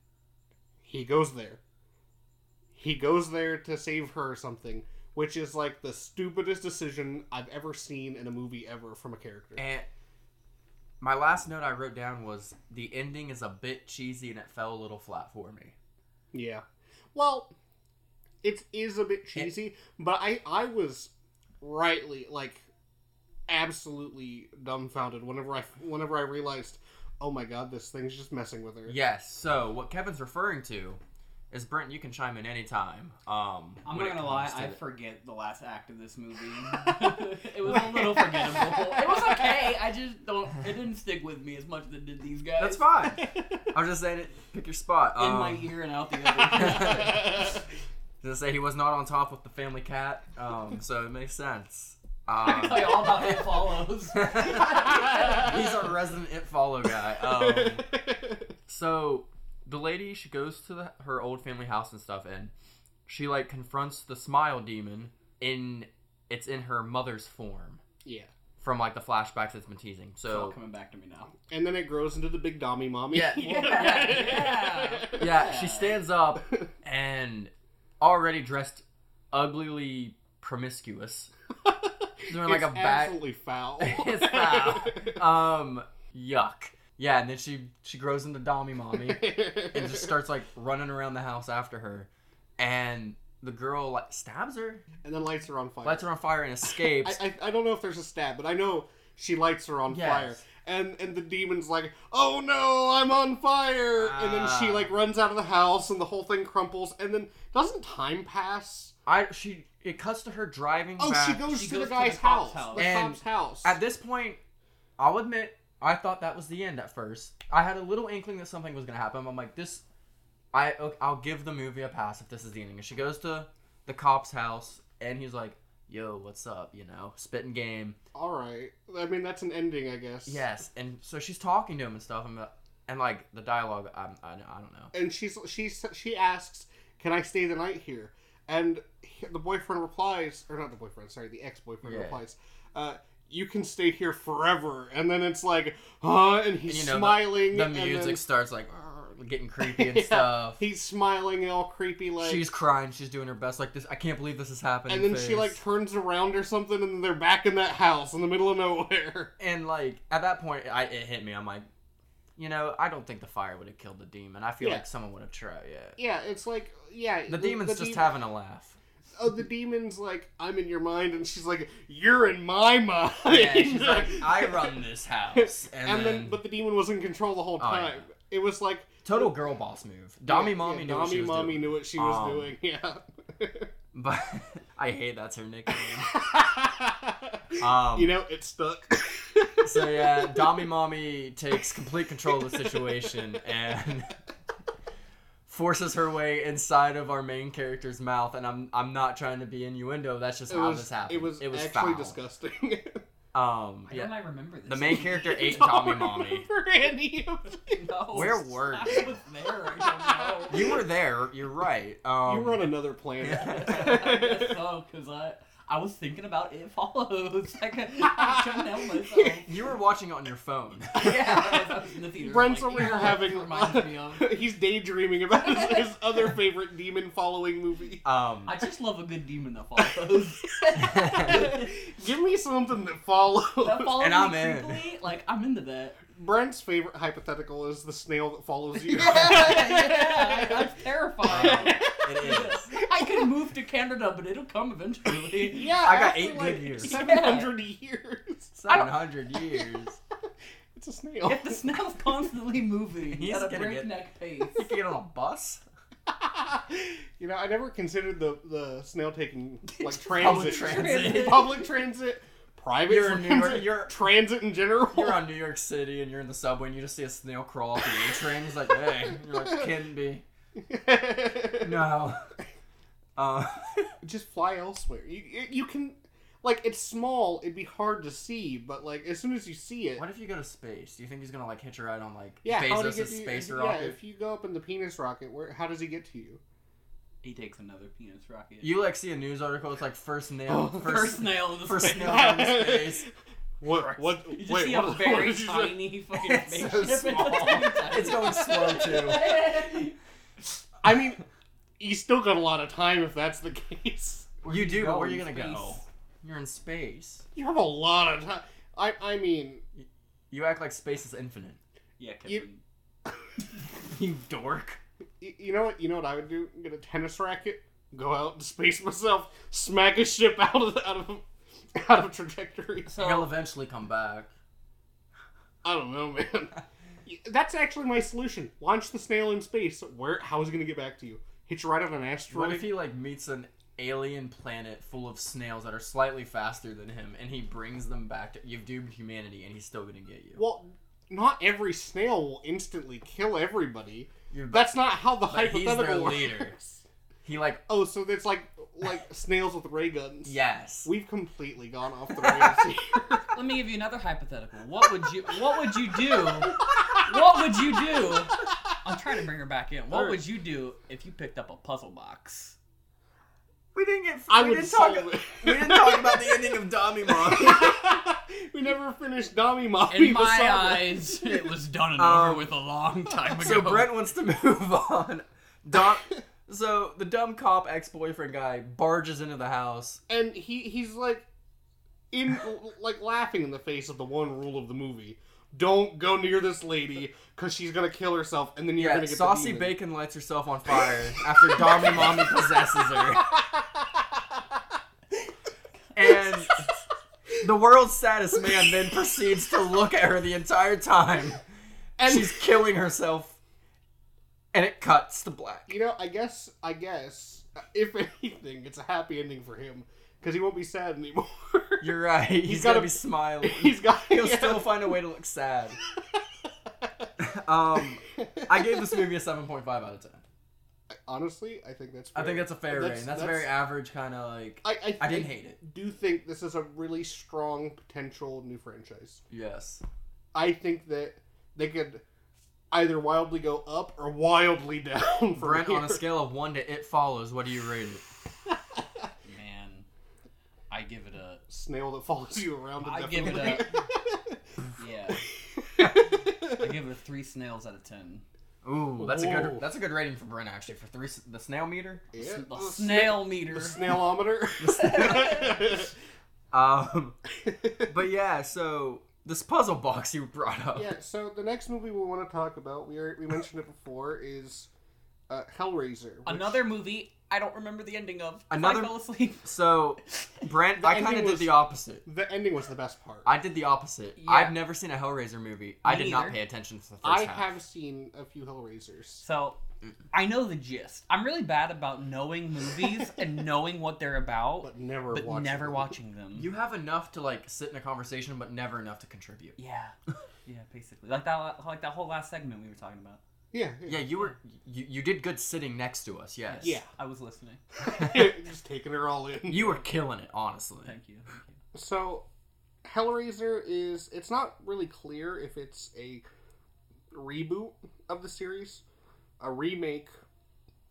Speaker 2: he goes there. He goes there to save her or something, which is like the stupidest decision I've ever seen in a movie ever from a character.
Speaker 1: And my last note I wrote down was the ending is a bit cheesy and it fell a little flat for me.
Speaker 2: Yeah. Well, it is a
Speaker 1: Eh.
Speaker 2: bit cheesy, but I I was rightly like absolutely dumbfounded whenever I whenever I realized, oh my god, this thing's just messing with her.
Speaker 1: Yes, so what Kevin's referring to is Brent, you can chime in anytime. Um
Speaker 3: I'm
Speaker 1: when
Speaker 3: not
Speaker 1: it
Speaker 3: gonna lie,
Speaker 1: comes
Speaker 3: I
Speaker 1: to the-
Speaker 3: forget the last act of this movie. it was a little forgettable. It was okay. I just don't. It didn't stick with me as much as it did these guys.
Speaker 1: That's fine. I'm just saying it pick your spot.
Speaker 3: In
Speaker 1: Um,
Speaker 3: my ear and out the other.
Speaker 1: Gonna say he was not on top with the family cat, um, so it makes sense.
Speaker 3: I can tell you all about it follows.
Speaker 1: He's a resident it follow guy. Um, so the lady she goes to the, her old family house and stuff, and she like confronts the smile demon in it's in her mother's form
Speaker 2: yeah.
Speaker 1: from like the flashbacks that's been teasing.
Speaker 3: It's all
Speaker 1: So
Speaker 3: coming back to me now.
Speaker 2: And then it grows into the big dommy mommy.
Speaker 1: Yeah.
Speaker 3: Yeah. Yeah.
Speaker 1: yeah, she stands up and already dressed uglily promiscuous. She's wearing like a
Speaker 2: It's
Speaker 1: bag.
Speaker 2: Absolutely foul.
Speaker 1: It's foul. Um, yuck. Yeah, and then she she grows into Dommy Mommy. and just starts like running around the house after her, and the girl like stabs her,
Speaker 2: And then lights her on fire.
Speaker 1: lights her on fire, and escapes.
Speaker 2: I, I, I don't know if there's a stab, but I know she lights her on
Speaker 1: Yes.
Speaker 2: fire. And and the demon's like, oh no, I'm on fire! and then she
Speaker 1: Ah.
Speaker 2: like runs out of the house, and the whole thing crumples. And then doesn't time pass?
Speaker 1: I, she it cuts to her driving.
Speaker 2: Oh, she
Speaker 1: back.
Speaker 2: goes
Speaker 3: she
Speaker 2: to the
Speaker 3: goes to
Speaker 2: guy's
Speaker 3: the
Speaker 2: house,
Speaker 3: cop's house.
Speaker 2: the
Speaker 1: And
Speaker 2: cop's house.
Speaker 1: At this point, I'll admit I thought that was the end at first. I had a little inkling that something was gonna happen. I'm like this. I okay, I'll give the movie a pass if this is the ending. And she goes to the cop's house, and he's like, "Yo, what's up?" You know, spitting game.
Speaker 2: All right, I mean that's an ending, I guess.
Speaker 1: Yes, and so she's talking to him and stuff, and, the- and like the dialogue, I'm, I I don't know.
Speaker 2: and she's she s- she asks, "Can I stay the night here?" And he- the boyfriend replies, or not the boyfriend, sorry, the ex-boyfriend
Speaker 1: Yeah.
Speaker 2: replies, uh, "You can stay here forever." And then it's like, huh? And he's
Speaker 1: You know, the-
Speaker 2: smiling.
Speaker 1: the
Speaker 2: and then-
Speaker 1: music starts like "Arr," getting creepy and
Speaker 2: Yeah.
Speaker 1: stuff.
Speaker 2: He's smiling and all creepy, like.
Speaker 1: she's crying. She's doing her best. Like this, I can't believe this is happening.
Speaker 2: and then she
Speaker 1: face.
Speaker 2: like turns around or something, and then they're back in that house in the middle of nowhere.
Speaker 1: and like at that point, I it hit me. I'm like, you know, I don't think the fire would have killed the demon. I feel
Speaker 2: Yeah.
Speaker 1: like someone would have tried. Yeah,
Speaker 2: Yeah, it's like yeah.
Speaker 1: the, demon's
Speaker 2: the
Speaker 1: just
Speaker 2: demon-
Speaker 1: having a laugh.
Speaker 2: Oh, the demon's like, I'm in your mind, and she's like, you're in my mind.
Speaker 1: Yeah, she's like, I run this house, and,
Speaker 2: and, then, but the demon was in control the whole
Speaker 1: Oh, yeah.
Speaker 2: time. It was like
Speaker 1: total girl boss move. Dommy
Speaker 2: yeah,
Speaker 1: mommy
Speaker 2: yeah,
Speaker 1: knew
Speaker 2: Dommy
Speaker 1: what she was
Speaker 2: mommy
Speaker 1: doing.
Speaker 2: knew what she was
Speaker 1: Um,
Speaker 2: doing. Yeah.
Speaker 1: But I hate that's her nickname. Um,
Speaker 2: you know, it stuck.
Speaker 1: so yeah, Dommy Mommy takes complete control of the situation and forces her way inside of our main character's mouth. And I'm I'm not trying to be innuendo. That's just
Speaker 2: It
Speaker 1: how
Speaker 2: was,
Speaker 1: this happened.
Speaker 2: It was, actually
Speaker 1: foul.
Speaker 2: disgusting.
Speaker 1: Um,
Speaker 3: Why don't
Speaker 1: yeah.
Speaker 3: I remember this?
Speaker 1: The main character ate
Speaker 2: Don't
Speaker 1: Dommy Mommy.
Speaker 2: remember any of it.
Speaker 3: No,
Speaker 1: Where were
Speaker 3: I
Speaker 1: you?
Speaker 3: was there. I don't know.
Speaker 1: You were there. You're right. Um,
Speaker 2: you were on another planet.
Speaker 3: I guess so, because Oh, I, I was thinking about It Follows. I, could, I couldn't help myself.
Speaker 1: you were watching it on your phone.
Speaker 3: Yeah, I was in the theater.
Speaker 2: Brent's
Speaker 3: like,
Speaker 2: over here
Speaker 3: "Yeah,
Speaker 2: having-
Speaker 3: Reminds me of.
Speaker 2: He's daydreaming about his, his other favorite demon following movie.
Speaker 1: Um,
Speaker 3: I just love a good demon that follows.
Speaker 2: Give me something that follows.
Speaker 3: that follows
Speaker 1: And
Speaker 3: me
Speaker 1: I'm in.
Speaker 3: creepily, Like I'm into that.
Speaker 2: Brent's favorite hypothetical is the snail that follows you.
Speaker 3: yeah, I, I'm
Speaker 1: um,
Speaker 3: terrified.
Speaker 1: it is.
Speaker 3: I could move to Canada, but it'll come eventually.
Speaker 2: Yeah,
Speaker 1: I got
Speaker 2: after,
Speaker 1: eight good
Speaker 2: like,
Speaker 1: years.
Speaker 2: Seven hundred years.
Speaker 1: Seven hundred years.
Speaker 2: It's a snail.
Speaker 3: If the snail's constantly moving
Speaker 1: He's
Speaker 3: at a
Speaker 1: gonna get-
Speaker 3: breakneck pace,
Speaker 1: You can get on a bus.
Speaker 2: you know, I never considered the the snail taking like
Speaker 1: Public
Speaker 2: transit,
Speaker 1: transit.
Speaker 2: public transit, private
Speaker 1: You're in New
Speaker 2: transit,
Speaker 1: York- you're-
Speaker 2: transit in general.
Speaker 1: You're on New York City and you're in the subway and you just see a snail crawl off the A-train. It's like, hey, you're like, can be. No. Uh,
Speaker 2: Just fly elsewhere. You you- you can. Like it's small, it'd be hard to see, but like as soon as you see it,
Speaker 1: what if you go to space? Do you think he's gonna like hitch a ride on like
Speaker 2: yeah, how do you
Speaker 1: Bezos'
Speaker 2: get to you-
Speaker 1: space
Speaker 2: yeah,
Speaker 1: rocket?
Speaker 2: if you go up in the penis rocket, where how does he get to you?
Speaker 3: he takes another penis rocket.
Speaker 1: You like see a news article? It's like first nail,
Speaker 2: Oh,
Speaker 1: first,
Speaker 3: first nail in the
Speaker 1: first
Speaker 3: space.
Speaker 1: nail in space.
Speaker 2: What? What?
Speaker 3: You just
Speaker 2: wait,
Speaker 3: see
Speaker 2: what,
Speaker 3: a
Speaker 2: what
Speaker 3: very
Speaker 2: did you say?
Speaker 3: tiny fucking
Speaker 1: It's so
Speaker 3: spaceship. in the
Speaker 1: small.
Speaker 3: tiny, tiny-
Speaker 1: It's going slow, too.
Speaker 2: I mean, you still got a lot of time if that's the case.
Speaker 1: You do, but where are you gonna
Speaker 3: in
Speaker 1: go?
Speaker 3: space?
Speaker 1: You're in space.
Speaker 2: You have a lot of time. I, I mean,
Speaker 1: You act like space is infinite.
Speaker 3: Yeah,
Speaker 2: You-
Speaker 3: Kevin.
Speaker 1: You dork.
Speaker 2: y- you know what? You know what I would do? Get a tennis racket, go out into space myself, smack a ship out of out of out of trajectory.
Speaker 1: He'll
Speaker 3: So
Speaker 1: eventually come back.
Speaker 2: I don't know, man. Y- That's actually my solution. Launch the snail in space. Where? How is it gonna get back to you? Hit you right on an
Speaker 1: What
Speaker 2: asteroid.
Speaker 1: if he like meets an alien planet full of snails that are slightly faster than him, and he brings them back to you've doomed humanity, and he's still gonna get you.
Speaker 2: well, not every snail will instantly kill everybody.
Speaker 1: You're
Speaker 2: That's not how the
Speaker 1: But he's their
Speaker 2: hypothetical
Speaker 1: leader.
Speaker 2: works.
Speaker 1: He like
Speaker 2: Oh, so it's like like snails with ray guns.
Speaker 1: yes.
Speaker 2: We've completely gone off the rails here.
Speaker 3: Let me give you another hypothetical. What would you What would you do? What would you do? I'm trying to bring her back in. What would you do if you picked up a puzzle box?
Speaker 1: we didn't get.
Speaker 2: I
Speaker 1: we
Speaker 2: would
Speaker 1: didn't talk.
Speaker 2: solve
Speaker 1: we didn't talk about the ending of Dami Mom.
Speaker 2: it. we never finished Dami Mommy.
Speaker 3: In
Speaker 2: the
Speaker 3: my
Speaker 2: saga.
Speaker 3: eyes, it was done and
Speaker 1: Um,
Speaker 3: over with a long time ago.
Speaker 1: so Brent wants to move on. Dom. so the dumb cop ex boyfriend guy barges into the house.
Speaker 2: and he he's like in like laughing in the face of the one rule of the movie don't go near this lady because she's gonna kill herself and then you're
Speaker 1: Yeah,
Speaker 2: gonna get
Speaker 1: saucy
Speaker 2: the demon.
Speaker 1: bacon lights herself on fire after Dommy Mommy possesses her. And the world's saddest man then proceeds to look at her the entire time. And she's killing herself. And it cuts to black.
Speaker 2: you know i guess i guess uh, if anything it's a happy ending for him because he won't be sad anymore
Speaker 1: You're right. He's,
Speaker 2: gotta-
Speaker 1: gotta be smiling.
Speaker 2: he's got
Speaker 1: He'll
Speaker 2: yeah.
Speaker 1: still find a way to look sad. um, I gave this movie a 7.5 out of 10.
Speaker 2: honestly i think that's
Speaker 1: I think
Speaker 2: fair.
Speaker 1: that's a fair
Speaker 2: That's-
Speaker 1: rating. That's,
Speaker 2: that's-
Speaker 1: very average, kind of like.
Speaker 2: i i,
Speaker 1: I didn't
Speaker 2: I
Speaker 1: hate it.
Speaker 2: do think this is a really strong potential new franchise
Speaker 1: Yes.
Speaker 2: I think that they could either wildly go up or wildly down. From
Speaker 1: Brent, on a
Speaker 2: here.
Speaker 1: scale of one to It Follows, what do you rate it?
Speaker 3: Man, I give it a
Speaker 2: snail that follows you around.
Speaker 3: I give it yeah. I
Speaker 2: a.
Speaker 3: give it a three snails out of ten.
Speaker 1: Ooh, that's a good
Speaker 2: Whoa.
Speaker 1: that's a good rating for Brent actually for three s- the snail meter.
Speaker 2: yeah,
Speaker 3: The
Speaker 2: the
Speaker 3: snail meter.
Speaker 2: The snailometer.
Speaker 1: Um, but yeah, so this puzzle box you brought up.
Speaker 2: yeah. So the next movie we want to talk about, we are, we mentioned it before, is uh, Hellraiser. which-
Speaker 3: Another movie I don't remember the ending of. 'cause
Speaker 1: Another-
Speaker 3: I fell asleep.
Speaker 1: So Brent,
Speaker 2: The
Speaker 1: I kind of
Speaker 2: ending
Speaker 1: did
Speaker 2: was-
Speaker 1: the opposite.
Speaker 2: The ending was the best part.
Speaker 1: I did the opposite.
Speaker 3: Yeah.
Speaker 1: I've never seen a Hellraiser movie. I did not
Speaker 3: neither.
Speaker 1: pay attention to the first
Speaker 2: I
Speaker 1: half.
Speaker 2: have seen a few Hellraisers.
Speaker 3: So I know the gist. I'm really bad about knowing movies and knowing what they're about,
Speaker 2: But never
Speaker 3: but
Speaker 2: watched
Speaker 3: never
Speaker 2: them.
Speaker 3: watching them.
Speaker 1: You have enough to like sit in a conversation, but never enough to contribute.
Speaker 3: Yeah. Yeah, basically. Like that la- like that whole last segment we were talking about.
Speaker 2: Yeah,
Speaker 1: Yeah, you were you, you did good sitting next to us. Yes.
Speaker 2: Yeah.
Speaker 3: I was listening.
Speaker 2: yeah. Just taking her all in.
Speaker 1: You were killing it, honestly.
Speaker 3: Thank you. Thank you.
Speaker 2: So, Hellraiser is. It's not really clear if it's a reboot of the series, a remake,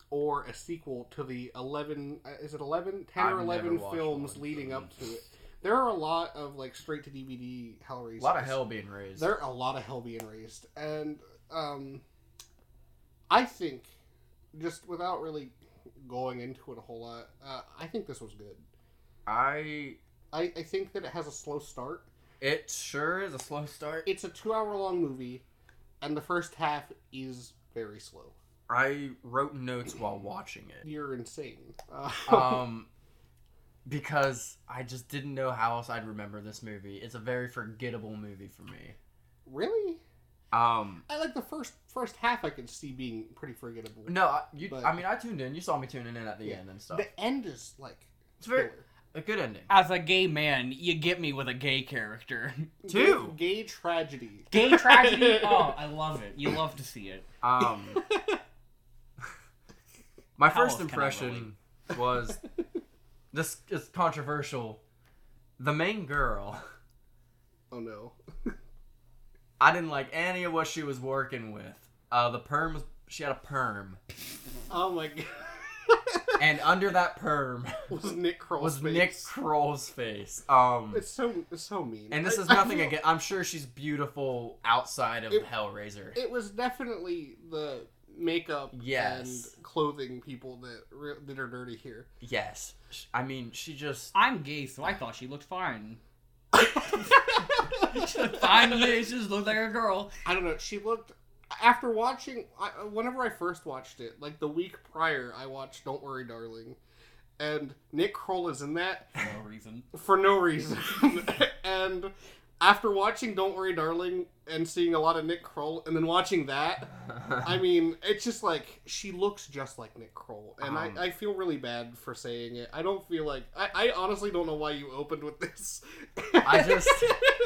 Speaker 2: or a sequel to the 11. uh, Is it 11? 10 or
Speaker 1: I've
Speaker 2: 11
Speaker 1: never watched
Speaker 2: films
Speaker 1: one.
Speaker 2: leading up to it. There are a lot of, like, straight to DVD Hellraisers.
Speaker 1: A lot of hell being raised.
Speaker 2: There are a lot of hell being raised. And, um, I think, just without really going into it a whole lot, uh, I think this was good.
Speaker 1: I
Speaker 2: I, I think that it has a slow start.
Speaker 1: it sure is a slow start.
Speaker 2: it's a two hour long movie and the first half is very slow
Speaker 1: I wrote notes while watching it.
Speaker 2: you're insane uh,
Speaker 1: Um because I just didn't know how else I'd remember this movie. It's a very forgettable movie for me.
Speaker 2: really
Speaker 1: Um
Speaker 2: i like the first first half i could see being pretty forgettable
Speaker 1: no, I- you
Speaker 2: But-
Speaker 1: I mean I tuned in. You saw me tuning in at the
Speaker 2: Yeah.
Speaker 1: end and stuff.
Speaker 2: the end is like
Speaker 1: It's very
Speaker 2: killer.
Speaker 1: a good ending.
Speaker 3: As a gay man, you get me with a gay character.
Speaker 1: Two.
Speaker 2: gay, gay tragedy
Speaker 3: gay tragedy. Oh, I love it. You love to see it.
Speaker 1: Um My
Speaker 3: How
Speaker 1: first
Speaker 3: else can I
Speaker 1: impression was this is controversial. The main girl
Speaker 2: oh no
Speaker 1: I didn't like any of what she was working with. Uh, the perm, she had a perm,
Speaker 2: oh my god
Speaker 1: and under that perm
Speaker 2: was nick Kroll's
Speaker 1: was
Speaker 2: face.
Speaker 1: Nick Kroll's face. Um,
Speaker 2: it's so it's so mean
Speaker 1: and this
Speaker 2: I-
Speaker 1: is
Speaker 2: I
Speaker 1: nothing
Speaker 2: feel-
Speaker 1: against. I'm sure she's beautiful outside of
Speaker 2: It-
Speaker 1: Hellraiser.
Speaker 2: it was definitely the makeup
Speaker 1: Yes.
Speaker 2: and clothing people that re- that are dirty here
Speaker 1: yes, Sh- I mean she just.
Speaker 3: I'm gay, so I thought she looked fine. She looked fine to me. She just looked like a girl.
Speaker 2: I don't know. She looked after watching. I, whenever I first watched it, like the week prior, I watched "Don't Worry, Darling," and Nick Kroll is in that
Speaker 3: For no reason.
Speaker 2: for no reason. and after watching "Don't Worry, Darling" and seeing a lot of Nick Kroll, and then watching that, I mean, it's just like she looks just like Nick Kroll, and
Speaker 1: Um.
Speaker 2: I, I feel really bad for saying it. I don't feel like I, I honestly don't know why you opened with this.
Speaker 1: I just.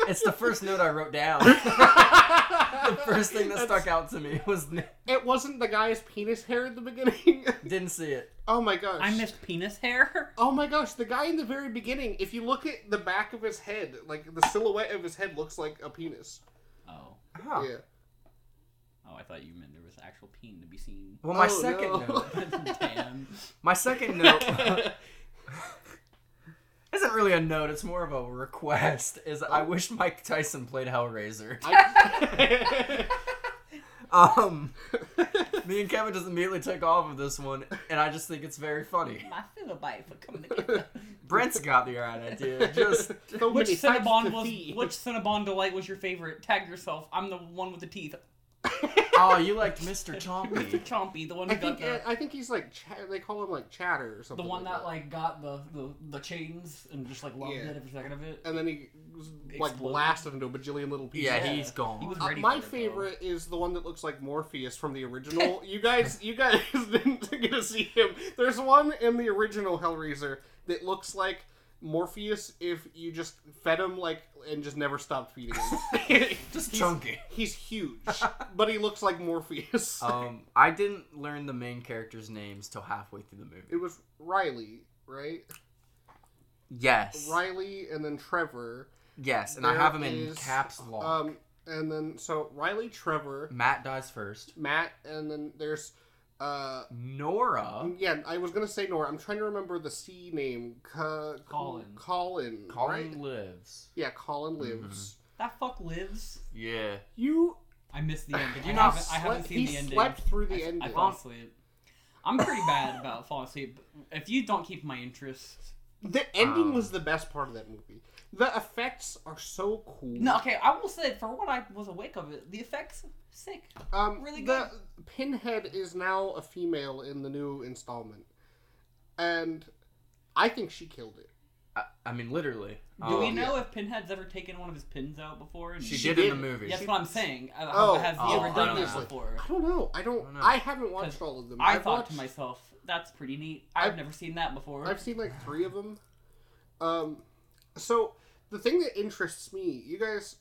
Speaker 1: It's the first note I wrote down. the first thing that
Speaker 2: That's-
Speaker 1: stuck out to me was n-
Speaker 2: It wasn't the guy's penis hair at the beginning.
Speaker 1: didn't see it.
Speaker 2: oh my gosh.
Speaker 3: I missed penis hair.
Speaker 2: Oh my gosh, the guy in the very beginning, if you look at the back of his head, like the silhouette of his head looks like a penis.
Speaker 3: Oh,
Speaker 1: Huh.
Speaker 2: Yeah.
Speaker 3: oh, I thought you meant there was actual peen to be seen.
Speaker 1: Well, my
Speaker 2: Oh,
Speaker 1: second
Speaker 2: no.
Speaker 1: note.
Speaker 3: Damn.
Speaker 1: My second note isn't really a note. It's more of a request. Is I wish Mike Tyson played Hellraiser.
Speaker 2: I-
Speaker 1: Um, me and Kevin just immediately took off of this one, and I just think it's very funny.
Speaker 3: My philobite for coming to get that.
Speaker 1: Brent's got the right idea. Just
Speaker 2: So
Speaker 3: Which
Speaker 2: many sides
Speaker 3: Cinnabon
Speaker 2: to
Speaker 3: was?
Speaker 2: see.
Speaker 3: Which Cinnabon delight was your favorite? Tag yourself. I'm the one with the teeth.
Speaker 1: oh, you liked Mr.
Speaker 3: Mr.
Speaker 1: Chompy.
Speaker 3: Chompy, the one
Speaker 2: I
Speaker 3: who got
Speaker 2: think
Speaker 3: the,
Speaker 2: I think he's like Cha- they call him like Chatter or
Speaker 3: the
Speaker 2: something.
Speaker 3: one
Speaker 2: like
Speaker 3: that like got the, the the chains and just like loved
Speaker 2: Yeah.
Speaker 3: it every second of it.
Speaker 2: and then he was like
Speaker 3: Exploded.
Speaker 2: blasted into a bajillion little pieces.
Speaker 1: Yeah,
Speaker 3: Yeah.
Speaker 1: he's gone.
Speaker 3: He was
Speaker 2: Uh,
Speaker 3: ready.
Speaker 2: my
Speaker 3: for it, though.
Speaker 2: favorite is the one that looks like Morpheus from the original. you guys, you guys didn't get to see him. There's one in the original Hellraiser that looks like Morpheus if you just fed him like and just never stopped feeding him.
Speaker 1: just
Speaker 2: he's-
Speaker 1: chunky.
Speaker 2: He's huge, but he looks like Morpheus.
Speaker 1: Um, I didn't learn the main characters' names till halfway through the
Speaker 2: it
Speaker 1: movie.
Speaker 2: was Riley, right?
Speaker 1: Yes,
Speaker 2: Riley and then Trevor.
Speaker 1: yes, and I
Speaker 2: There
Speaker 1: have them in
Speaker 2: is,
Speaker 1: caps lock.
Speaker 2: Um, and then so Riley, Trevor,
Speaker 1: Matt dies first.
Speaker 2: Matt, and then there's uh
Speaker 1: Nora,
Speaker 2: Um, Yeah, I was gonna say Nora. I'm trying to remember the C name. Ca-
Speaker 3: Colin.
Speaker 2: Colin.
Speaker 1: Colin Mm-hmm.
Speaker 2: right?
Speaker 1: lives.
Speaker 2: Yeah, Colin lives.
Speaker 3: That fuck lives.
Speaker 1: Yeah,
Speaker 2: You.
Speaker 3: I missed the ending.
Speaker 1: You
Speaker 3: I,
Speaker 1: not
Speaker 3: haven't, I
Speaker 2: slept,
Speaker 3: haven't seen
Speaker 2: he
Speaker 3: the ending.
Speaker 2: slept through the
Speaker 3: I,
Speaker 2: ending.
Speaker 3: I fall asleep. I'm pretty bad about falling asleep. If you don't keep my interest,
Speaker 2: the ending
Speaker 1: Um.
Speaker 2: was the best part of that movie. The effects are so cool.
Speaker 3: no. Okay, I will say for what I was awake of it, the effects sick.
Speaker 2: um,
Speaker 3: really
Speaker 2: the Pinhead is now a female in the new installment, and I think she killed it.
Speaker 1: I, I mean literally.
Speaker 3: Do
Speaker 1: Um,
Speaker 3: we know if Pinhead's ever taken one of his pins out before? And
Speaker 1: She,
Speaker 2: Oh, She
Speaker 1: did, in
Speaker 2: did.
Speaker 1: the movie.
Speaker 3: That's
Speaker 1: She-
Speaker 3: what I'm saying. Uh,
Speaker 2: Oh,
Speaker 3: has he
Speaker 1: oh,
Speaker 3: ever done that
Speaker 1: obviously.
Speaker 3: before?
Speaker 2: I don't know. I don't. I,
Speaker 1: don't know.
Speaker 2: haven't watched
Speaker 3: 'Cause
Speaker 2: all of them.
Speaker 3: I
Speaker 2: I've
Speaker 3: thought
Speaker 2: watched,
Speaker 3: to myself, that's pretty neat. I've,
Speaker 2: I've-
Speaker 3: never seen that before.
Speaker 2: I've seen like three of them. Um, so the thing that interests me, you guys,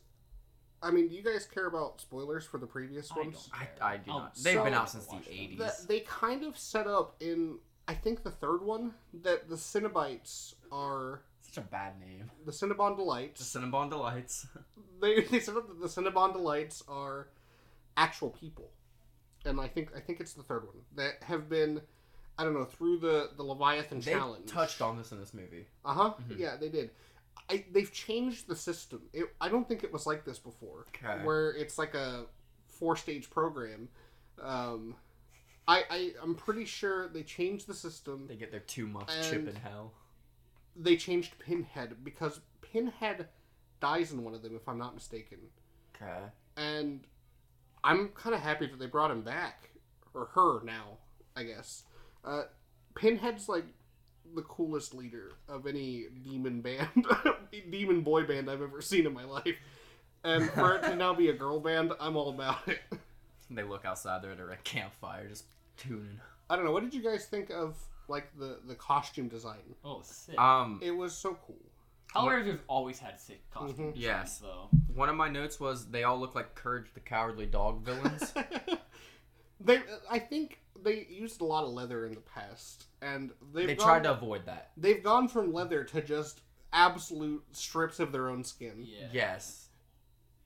Speaker 2: I mean, do you guys care about spoilers for the previous
Speaker 3: I
Speaker 2: ones?
Speaker 1: I,
Speaker 3: care.
Speaker 1: I do
Speaker 3: I'll-
Speaker 1: not. They've been
Speaker 2: so-
Speaker 1: out since the
Speaker 3: Watch them.
Speaker 1: 80s.
Speaker 2: That they kind of set up in, I think, the third one that the Cinnabites are
Speaker 1: Such a bad name.
Speaker 2: the Cinnabon delights.
Speaker 1: Cinnabon Delights.
Speaker 2: They they set up that the Cinnabon delights are actual people, and I think I think it's the third one that have been. I don't know through the the Leviathan
Speaker 1: They
Speaker 2: challenge.
Speaker 1: touched on this in this movie.
Speaker 2: Uh huh.
Speaker 1: Mhm.
Speaker 2: Yeah, they did. I, they've changed the system. It, I don't think it was like this before,
Speaker 1: Okay.
Speaker 2: where it's like a four stage program. Um, I, I I'm pretty sure they changed the system.
Speaker 1: They get their two muff chip
Speaker 2: And-
Speaker 1: in hell.
Speaker 2: They changed Pinhead because Pinhead dies in one of them, if I'm not mistaken.
Speaker 1: Okay.
Speaker 2: And I'm kind of happy that they brought him back or her now. I guess uh, Pinhead's like the coolest leader of any demon band, demon boy band I've ever seen in my life. And for it to now be a girl band, I'm all about it.
Speaker 1: They look outside. They're at a campfire, just tuning.
Speaker 2: I don't know. What did you guys think of like the the costume design?
Speaker 3: Oh, sick.
Speaker 2: Uh,
Speaker 1: Um,
Speaker 2: It was so cool.
Speaker 3: Hellraiser's always had sick costumes.
Speaker 2: Mhm.
Speaker 1: Yes.
Speaker 3: though.
Speaker 1: one of my notes was they all look like Courage the Cowardly Dog villains.
Speaker 2: they, I think they used a lot of leather in the past, and they've
Speaker 1: they
Speaker 2: gone-
Speaker 1: tried to avoid that.
Speaker 2: They've gone from leather to just absolute strips of their own skin.
Speaker 3: Yeah.
Speaker 1: Yes.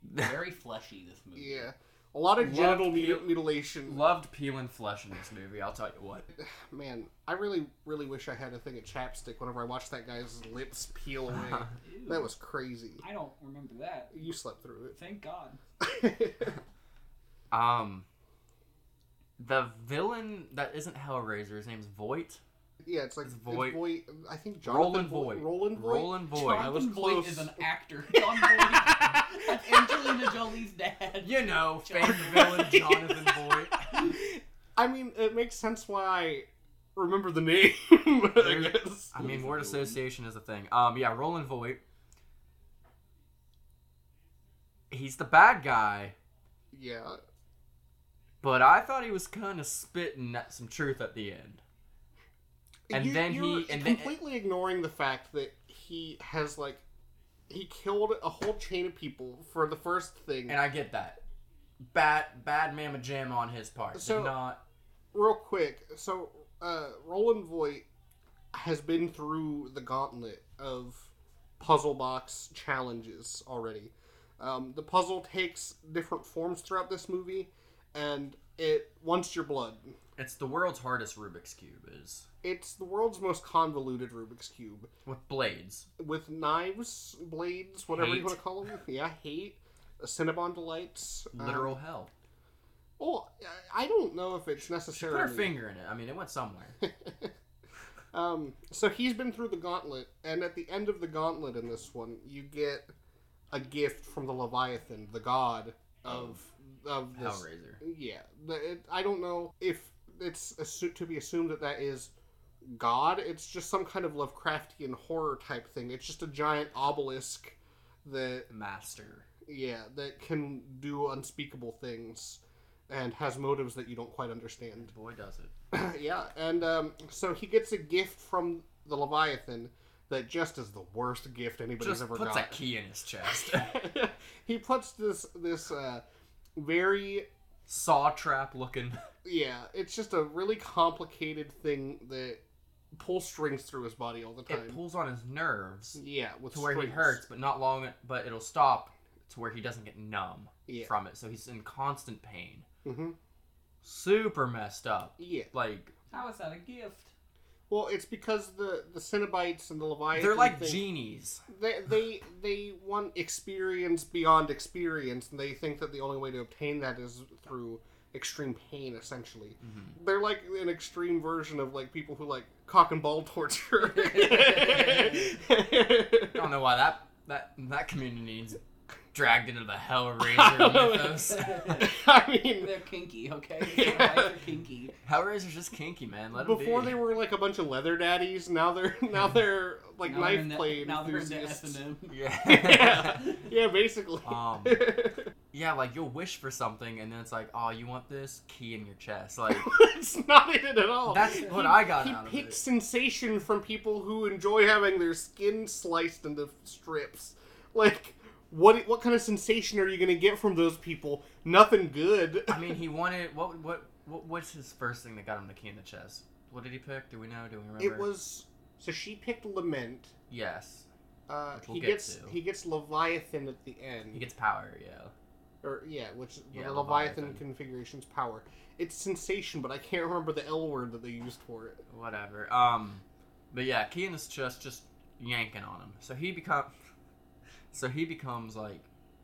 Speaker 3: Very fleshy this movie.
Speaker 2: Yeah. A lot of
Speaker 1: Love
Speaker 2: genital
Speaker 1: you.
Speaker 2: muti- mutilation.
Speaker 1: Loved peeling flesh in this movie. I'll tell you what.
Speaker 2: Man, I really, really wish I had a thing of chapstick whenever I watched that guy's lips peel away.
Speaker 3: Ew.
Speaker 2: that was crazy.
Speaker 3: I don't remember that.
Speaker 2: You slept through
Speaker 3: Thank God.
Speaker 2: it.
Speaker 1: Um, the villain that isn't Hellraiser. His name's Voight.
Speaker 2: yeah, it's like
Speaker 1: It's
Speaker 2: it's
Speaker 1: Voight.
Speaker 2: Voight- I think Jonathan
Speaker 1: Roland
Speaker 2: Voight.
Speaker 1: Voight.
Speaker 2: Roland Voight.
Speaker 1: Roland Voight.
Speaker 2: I was
Speaker 3: Jonathan Voight
Speaker 2: close.
Speaker 3: is an actor. John Voight. That's Angelina Jolie's dad.
Speaker 1: You know,
Speaker 3: John-
Speaker 1: famed villain Jonathan Voight.
Speaker 2: I mean, it makes sense why I remember the name. I guess.
Speaker 1: I mean,
Speaker 3: He's a
Speaker 1: word
Speaker 3: villain.
Speaker 1: association is a thing. Um, yeah, Roland Voight. He's the bad guy,
Speaker 2: Yeah.
Speaker 1: but I thought he was kind of spitting at some truth at the end. And then he-
Speaker 2: you're
Speaker 1: and then-
Speaker 2: completely ignoring the fact that he has like he killed a whole chain of people for the first thing,
Speaker 1: And I get that. bad bad mama jam on his part. Did
Speaker 2: So-
Speaker 1: not
Speaker 2: real quick. So, uh, Roland Voight has been through the gauntlet of puzzle box challenges already. Um, the puzzle takes different forms throughout this movie, and it wants your blood.
Speaker 1: it's the world's hardest Rubik's cube is
Speaker 2: It's the world's most convoluted Rubik's cube
Speaker 1: with blades.
Speaker 2: with knives, blades, whatever you
Speaker 1: Hate.
Speaker 2: want to call them. Yeah, hate, Cinnabon delights, um,
Speaker 1: Literal hell.
Speaker 2: Oh, I I don't know if it's
Speaker 1: She put her
Speaker 2: necessarily.
Speaker 1: finger in it. I mean, it went somewhere.
Speaker 2: Um, so he's been through the gauntlet, and at the end of the gauntlet in this one, you get a gift from the Leviathan, the god of of this.
Speaker 1: Oh. Hellraiser.
Speaker 2: Yeah, the, it, I don't know if it's assu- to be assumed that that is god. It's just some kind of Lovecraftian horror type thing. It's just a giant obelisk that
Speaker 1: Master.
Speaker 2: yeah that can do unspeakable things and has motives that you don't quite understand.
Speaker 1: Boy does it.
Speaker 2: yeah, and um, so he gets a gift from the Leviathan that just is the worst gift anybody's
Speaker 1: Just
Speaker 2: ever
Speaker 1: puts
Speaker 2: got.
Speaker 1: a key in his chest.
Speaker 2: he puts this this uh, very
Speaker 1: Saw trap looking.
Speaker 2: yeah, it's just a really complicated thing that pulls strings through his body all the time.
Speaker 1: It pulls on his nerves
Speaker 2: yeah, with
Speaker 1: to where he
Speaker 2: strings.
Speaker 1: hurts, but not long. But it'll stop to where he doesn't get numb
Speaker 2: Yeah.
Speaker 1: from it. So he's in constant pain.
Speaker 2: hmm
Speaker 1: Super messed up.
Speaker 2: Yeah.
Speaker 1: Like
Speaker 3: How is that a gift?
Speaker 2: Well, it's because the the Cenobites and the Leviathan
Speaker 1: they're like
Speaker 2: thing-
Speaker 1: genies.
Speaker 2: they they they want experience beyond experience, and they think that the only way to obtain that is through extreme pain. Essentially,
Speaker 3: Mm-hmm.
Speaker 2: they're like an extreme version of like people who like cock and ball torture.
Speaker 1: I don't know why that that that community needs dragged into the
Speaker 2: I don't
Speaker 1: Hellraiser
Speaker 2: know.
Speaker 1: mythos.
Speaker 2: I mean,
Speaker 3: They're kinky, okay?
Speaker 2: Yeah.
Speaker 3: They're kinky.
Speaker 1: Hellraiser's just kinky, man. Let 'em
Speaker 2: before
Speaker 1: be.
Speaker 2: they were like a bunch of leather daddies. Now they're now they're like
Speaker 3: Now they're
Speaker 2: knife
Speaker 3: in the-
Speaker 2: play
Speaker 3: Now they're in the
Speaker 2: enthusiasts.
Speaker 3: S&M.
Speaker 1: yeah.
Speaker 2: yeah, basically.
Speaker 1: Um, yeah, like you'll wish for something and then it's like, oh, you want this key in your chest, like.
Speaker 2: it's not in it at all.
Speaker 1: That's
Speaker 2: Oh, He-
Speaker 1: what I got
Speaker 2: He
Speaker 1: out of
Speaker 2: picked
Speaker 1: it.
Speaker 2: sensation from people who enjoy having their skin sliced into strips. Like, what what kind of sensation are you gonna get from those people? Nothing good.
Speaker 1: I mean, he wanted what? What? What? What's his first thing that got him the key in the chest? What did he pick? Do we know? Do we remember?
Speaker 2: It was so she picked lament.
Speaker 1: yes.
Speaker 2: Uh,
Speaker 1: Which we'll
Speaker 2: he
Speaker 1: get
Speaker 2: gets
Speaker 1: to.
Speaker 2: he gets Leviathan at the end.
Speaker 1: He gets power. Yeah.
Speaker 2: or yeah, which
Speaker 1: Yeah,
Speaker 2: the Leviathan,
Speaker 1: Leviathan.
Speaker 2: configuration's power. It's sensation, but I can't remember the L word that they used for it.
Speaker 1: Whatever. Um, but yeah, key in his chest, just yanking on him. So he become. So he becomes like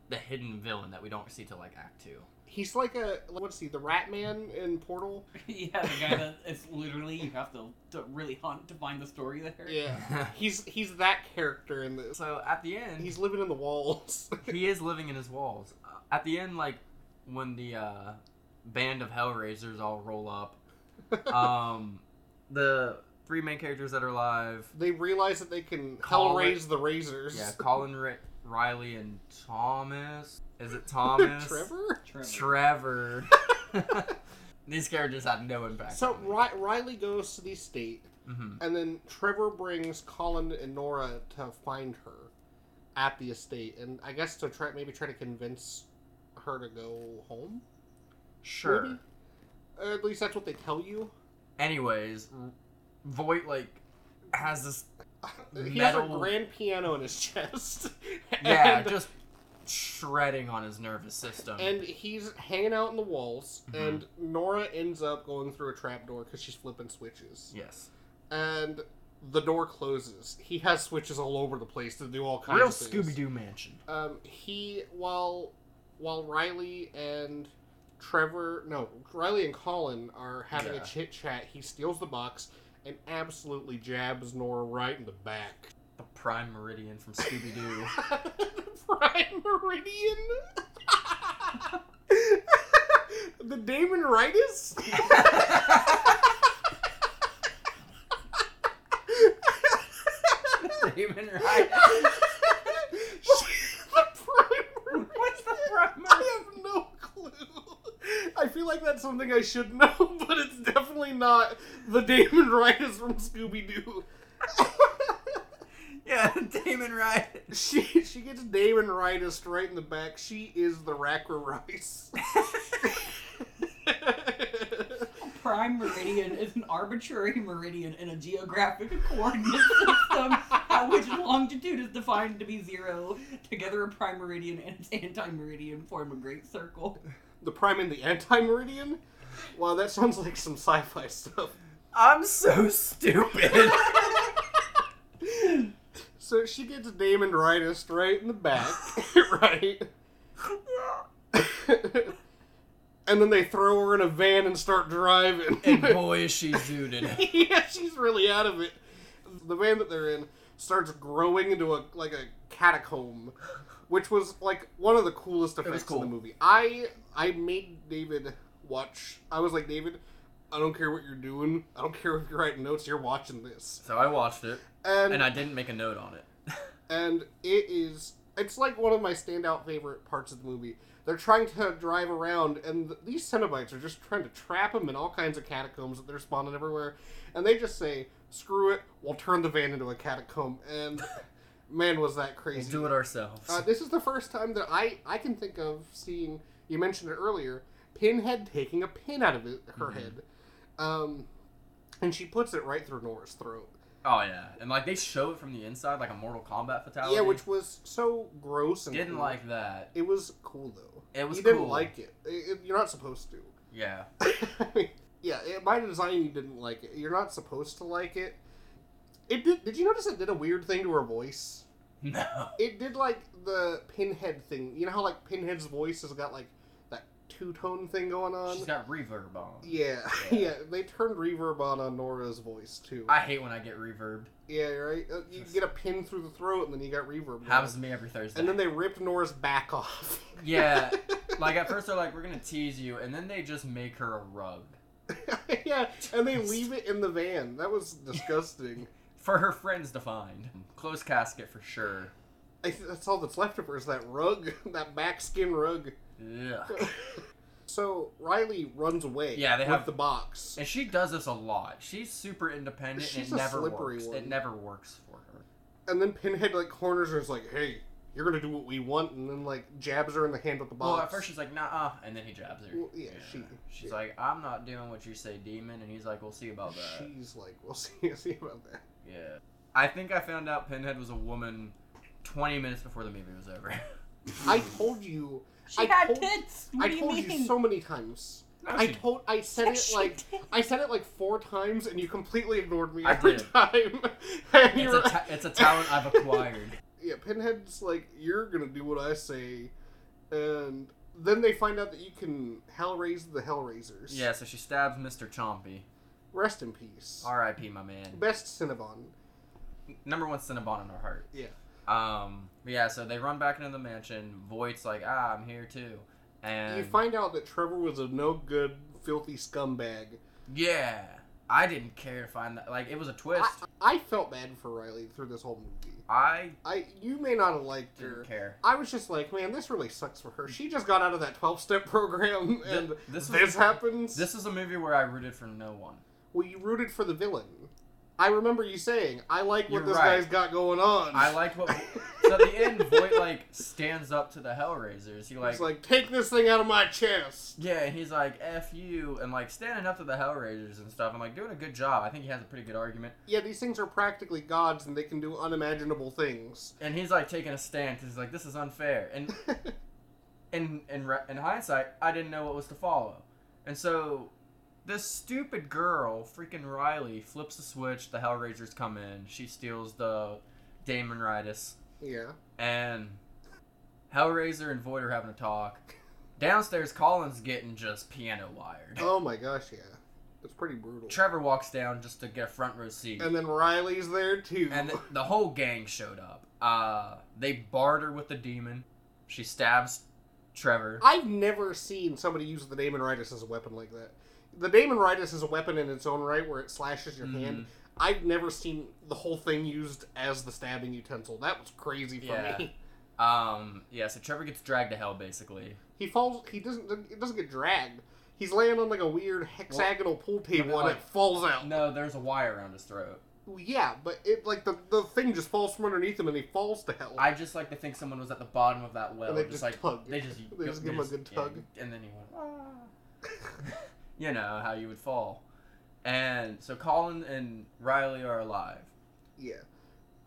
Speaker 1: the hidden villain that we don't see till like Act Two.
Speaker 2: He's like a let's see, the Rat Man in Portal.
Speaker 3: yeah, the guy that it's literally you have to, to really hunt to find the story there.
Speaker 2: Yeah. He's he's that character in this.
Speaker 1: so at the end,
Speaker 2: He's living in the walls.
Speaker 1: he is living in his walls. Uh, At the end, like when the uh, band of Hellraisers all roll up, um, the three main characters that are alive,
Speaker 2: they realize that they can hell
Speaker 1: Call it-
Speaker 2: raise the razors.
Speaker 1: yeah, Colin Ri Riley and Thomas. Is it Thomas?
Speaker 2: Trevor.
Speaker 1: Trevor.
Speaker 3: Trevor.
Speaker 1: These characters have no impact.
Speaker 2: So Ri- Riley goes to the estate,
Speaker 1: hmm
Speaker 2: and then Trevor brings Colin and Nora to find her at the estate, and I guess to try maybe try to convince her to go home.
Speaker 1: sure.
Speaker 2: maybe? Uh, at least that's what they tell you.
Speaker 1: Anyways, R- Voight like has this
Speaker 2: He has a
Speaker 1: Metal-
Speaker 2: grand piano in his chest.
Speaker 1: yeah,
Speaker 2: And-
Speaker 1: just shredding on his nervous system.
Speaker 2: and he's hanging out in the walls
Speaker 1: Mhm.
Speaker 2: and nora ends up going through a trapdoor because she's flipping switches
Speaker 1: yes.
Speaker 2: and the door closes he has switches all over the place to do all kinds
Speaker 1: Real
Speaker 2: of things
Speaker 1: Scooby Doo mansion.
Speaker 2: um, he while while riley and trevor no riley and colin are having
Speaker 1: Yeah.
Speaker 2: a chit chat he steals the box and absolutely jabs nora right in the back
Speaker 1: The Prime Meridian from Scooby Doo.
Speaker 2: Prime Meridian? the Damon Ritus?
Speaker 1: Damon Ryan.
Speaker 2: the Prime Meridian?
Speaker 1: What's the Prime Meridian?
Speaker 2: I have no clue. I feel like that's something I should know, but it's definitely not the Damon Ritus from Scooby Doo.
Speaker 1: Yeah, got Damon right.
Speaker 2: She she gets Damon Ritus right in the back. She is the Racker Rice.
Speaker 3: prime meridian is an arbitrary meridian in a geographic coordinate system at which longitude is defined to be zero. Together, a prime meridian and its anti-meridian form a great circle.
Speaker 2: the prime and the anti meridian? Wow, that sounds like some sci fi stuff.
Speaker 1: I'm so stupid.
Speaker 2: So she gets Damon Ritus right in the back, right? and then they throw her in a van and start driving.
Speaker 1: and boy, is she zooted.
Speaker 2: yeah, she's really out of it. The van that they're in starts growing into a like a catacomb, which was like one of the coolest effects
Speaker 1: cool.
Speaker 2: in the movie. I I made David watch. I was like, David, I don't care what you're doing. I don't care if you're writing notes. You're watching this,
Speaker 1: So I watched it,
Speaker 2: and
Speaker 1: and I didn't make a note on it.
Speaker 2: and it is it's like one of my standout favorite parts of the movie. They're trying to drive around, and th- these Cenobites are just trying to trap them in all kinds of catacombs that they're spawning everywhere. And they just say, "Screw it, we'll turn the van into a catacomb." And man, was that
Speaker 1: We'll
Speaker 2: crazy!
Speaker 1: do it ourselves.
Speaker 2: Uh, this is the first time that I I can think of seeing. You mentioned it earlier. Pinhead taking a pin out of it, her
Speaker 1: Mhm.
Speaker 2: head, um, and she puts it right through Nora's throat.
Speaker 1: oh yeah, and like they show it from the inside, like a Mortal Kombat fatality.
Speaker 2: Yeah, which was so gross and
Speaker 1: didn't
Speaker 2: cool.
Speaker 1: like that.
Speaker 2: It was cool though.
Speaker 1: It was
Speaker 2: you
Speaker 1: cool.
Speaker 2: didn't like it. It- it- You're not supposed to.
Speaker 1: Yeah,
Speaker 2: I mean, yeah, it, by design, you didn't like it. You're not supposed to like it. It did. Did you notice it did a weird thing to her voice?
Speaker 1: no.
Speaker 2: It did like the pinhead thing. You know how like Pinhead's voice has got like that two tone thing going on.
Speaker 1: She's got reverb on.
Speaker 2: Um, yeah,
Speaker 1: Yeah.
Speaker 2: yeah. They turned reverb on on Nora's voice too.
Speaker 1: I hate when I get reverb.
Speaker 2: yeah, right. Uh, You get a pin through the throat, and then you got reverb. going.
Speaker 1: Happens to me every Thursday.
Speaker 2: And then they ripped Nora's back off.
Speaker 1: yeah, like at first they're like, "We're gonna tease you," and then they just make her a rug
Speaker 2: yeah, and they leave it in the van. That was disgusting.
Speaker 1: for her friends to find. Closed casket for sure.
Speaker 2: I th- that's all that's left of her is that rug, that back skin rug.
Speaker 1: Ugh.
Speaker 2: so Riley runs away.
Speaker 1: Yeah, they
Speaker 2: with
Speaker 1: have-
Speaker 2: the box.
Speaker 1: And she does this a lot. She's super independent.
Speaker 2: She's
Speaker 1: it
Speaker 2: a
Speaker 1: never
Speaker 2: slippery
Speaker 1: works.
Speaker 2: one.
Speaker 1: It never works for her.
Speaker 2: And then Pinhead like corners her and is like, "Hey, you're gonna do what we want," and then like jabs her in the hand with the box.
Speaker 1: Well, at first she's like, "Nah," and then he jabs her.
Speaker 2: Well, yeah, she-
Speaker 1: she's
Speaker 2: yeah.
Speaker 1: like, "I'm not doing what you say, demon," and he's like, "Oh, "We'll see about that."
Speaker 2: she's like, "We'll see, see about that."
Speaker 1: Yeah. I think I found out Pinhead was a woman 20 minutes before the movie was over.
Speaker 2: I told you.
Speaker 3: She
Speaker 2: I
Speaker 3: had
Speaker 2: told-
Speaker 3: tits. What
Speaker 2: I
Speaker 3: do you
Speaker 2: told
Speaker 3: mean?
Speaker 2: you so many times. I
Speaker 1: She-
Speaker 2: told. I said it
Speaker 3: She
Speaker 2: like.
Speaker 3: did.
Speaker 2: I said it like four times, and you completely ignored me
Speaker 1: I
Speaker 2: every
Speaker 1: did.
Speaker 2: time. And you
Speaker 1: it's,
Speaker 2: were-
Speaker 1: a ta- it's a talent I've acquired.
Speaker 2: yeah, Pinhead's like, you're gonna do what I say, and then they find out that you can Hellraise the Hellraisers.
Speaker 1: Yeah, so she stabs Mr. Chompy.
Speaker 2: Rest in peace.
Speaker 1: R.I.P. my man.
Speaker 2: Best Cinnabon.
Speaker 1: Number one Cinnabon in her heart.
Speaker 2: Yeah.
Speaker 1: Um, but yeah, so they run back into the mansion. Voight's like, ah, I'm here too. And
Speaker 2: You find out that Trevor was a no good, filthy scumbag.
Speaker 1: yeah, I didn't care to find that. Like, it was a twist.
Speaker 2: I felt bad for Riley through this whole movie.
Speaker 1: I,
Speaker 2: I you may not have liked her.
Speaker 1: didn't care.
Speaker 2: I was just like, man, this really sucks for her. She just got out of that twelve step program,
Speaker 1: Th-
Speaker 2: and
Speaker 1: this
Speaker 2: this,
Speaker 1: was-
Speaker 2: happens.
Speaker 1: This is a movie where I rooted for no one.
Speaker 2: Well, you rooted for the villain. I remember you saying, "I like what
Speaker 1: You're
Speaker 2: this
Speaker 1: right.
Speaker 2: guy's got going on."
Speaker 1: I liked what. so at the end, Voight, like, stands up to the Hellraisers. He,
Speaker 2: He's like, take this thing out of my chest.
Speaker 1: Yeah, and he's like, F you, and like standing up to the Hellraisers and stuff. I'm like, doing a good job. I think he has a pretty good argument.
Speaker 2: Yeah, these things are practically gods, and they can do unimaginable things.
Speaker 1: And he's like taking a stand because he's like, this is unfair. And in, in, re- in hindsight, I didn't know what was to follow. And so this stupid girl, freaking Riley, flips the switch. The Hellraisers come in. She steals the Damon Ritus.
Speaker 2: yeah,
Speaker 1: And Hellraiser and Void are having a talk. Downstairs, Colin's getting just piano wired.
Speaker 2: oh my gosh, yeah, it's pretty brutal.
Speaker 1: Trevor walks down just to get a front row seat.
Speaker 2: and then Riley's there too.
Speaker 1: and th- the whole gang showed up. Uh, they barter with the demon. She stabs Trevor.
Speaker 2: I've never seen somebody use the Damon Ritus as a weapon like that. The Damon Ritus is a weapon in its own right, where it slashes your
Speaker 1: Mhm.
Speaker 2: hand. I've never seen the whole thing used as the stabbing utensil. That was crazy for
Speaker 1: Yeah.
Speaker 2: me.
Speaker 1: Um, yeah, so Trevor gets dragged to hell basically.
Speaker 2: He falls. He doesn't. It doesn't get dragged. He's laying on like a weird hexagonal pool table,
Speaker 1: but,
Speaker 2: and
Speaker 1: like-
Speaker 2: it falls out.
Speaker 1: No, there's a wire around his throat.
Speaker 2: yeah, but it like the the thing just falls from underneath him and he falls to hell.
Speaker 1: I just like to think someone was at the bottom of that well,
Speaker 2: And they
Speaker 1: just
Speaker 2: just
Speaker 1: like
Speaker 2: tugged.
Speaker 1: they just
Speaker 2: They just give him a good
Speaker 1: yeah,
Speaker 2: tug.
Speaker 1: and then he went. "Ah." you know how you would fall, and so Colin and Riley are alive
Speaker 2: yeah,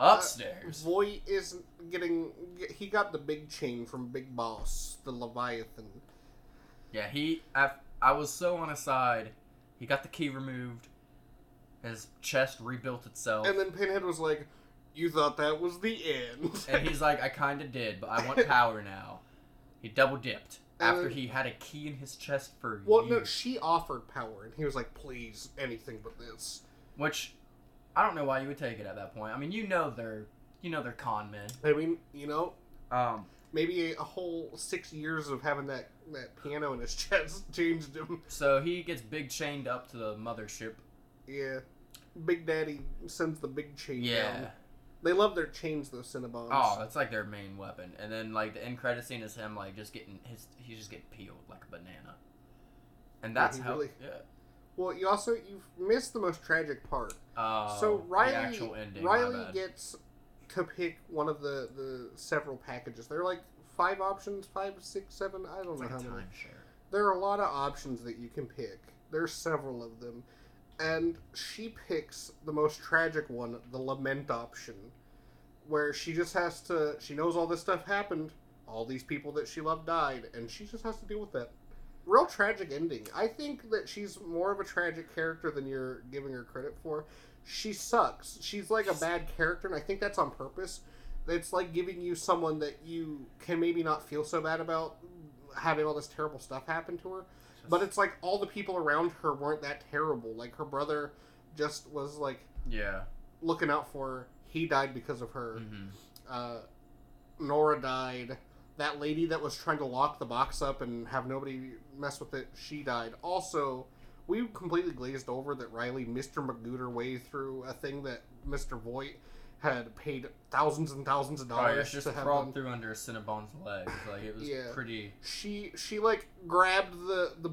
Speaker 1: upstairs.
Speaker 2: Voight is getting he got the big chain from Big Boss, the Leviathan.
Speaker 1: yeah, he. I, I was so on his side. He got the key removed. His chest rebuilt itself.
Speaker 2: And then Pinhead was like, "You thought that was the end."
Speaker 1: And he's like, I kind of did, but I want power now. He double dipped after
Speaker 2: Um,
Speaker 1: he had a key in his chest for
Speaker 2: well, no,
Speaker 1: years.
Speaker 2: she offered power, and he was like, "Please, anything but this."
Speaker 1: which I don't know why you would take it at that point. I mean, you know they're you know they're con men.
Speaker 2: I mean, you know,
Speaker 1: Um,
Speaker 2: maybe a, a whole six years of having that that piano in his chest changed him.
Speaker 1: so he gets big chained up to the mothership.
Speaker 2: Yeah, Big Daddy sends the big chain.
Speaker 1: Yeah.
Speaker 2: Down. They love their chains, though Cinnabons.
Speaker 1: Oh, that's like their main weapon. And then like the end credit scene is him like just getting his he's just getting peeled like a banana. And
Speaker 2: Yeah,
Speaker 1: that's
Speaker 2: he
Speaker 1: how
Speaker 2: really-
Speaker 1: yeah.
Speaker 2: Well, you also you've missed the most tragic part.
Speaker 1: Uh,
Speaker 2: so Riley,
Speaker 1: the actual ending. my
Speaker 2: Riley
Speaker 1: bad.
Speaker 2: gets to pick one of the the several packages. There are like five options, five, six, seven. I don't
Speaker 1: it's
Speaker 2: know
Speaker 1: like a
Speaker 2: how many.
Speaker 1: timeshare.
Speaker 2: There are a lot of options that you can pick. There's several of them, and she picks the most tragic one, the lament option, where she just has to. She knows all this stuff happened. All these people that she loved died, and she just has to deal with that. Real tragic ending. I think that she's more of a tragic character than you're giving her credit for. She sucks. She's like a bad character, and I think that's on purpose. It's like giving you someone that you can maybe not feel so bad about having all this terrible stuff happen to her. But it's like all the people around her weren't that terrible. Like her brother just was like
Speaker 1: yeah.
Speaker 2: looking out for her. He died because of her.
Speaker 1: hmm
Speaker 2: Uh, Nora died. That lady that was trying to lock the box up and have nobody mess with it, she died. Also, we completely glazed over that Riley Mr. McGooter way through a thing that Mr. Voight had paid thousands and thousands of
Speaker 1: Oh,
Speaker 2: dollars
Speaker 1: it's just
Speaker 2: to have
Speaker 1: crawled
Speaker 2: done.
Speaker 1: through under Cinnabon's legs. Like it was
Speaker 2: Yeah.
Speaker 1: pretty.
Speaker 2: she she like grabbed the the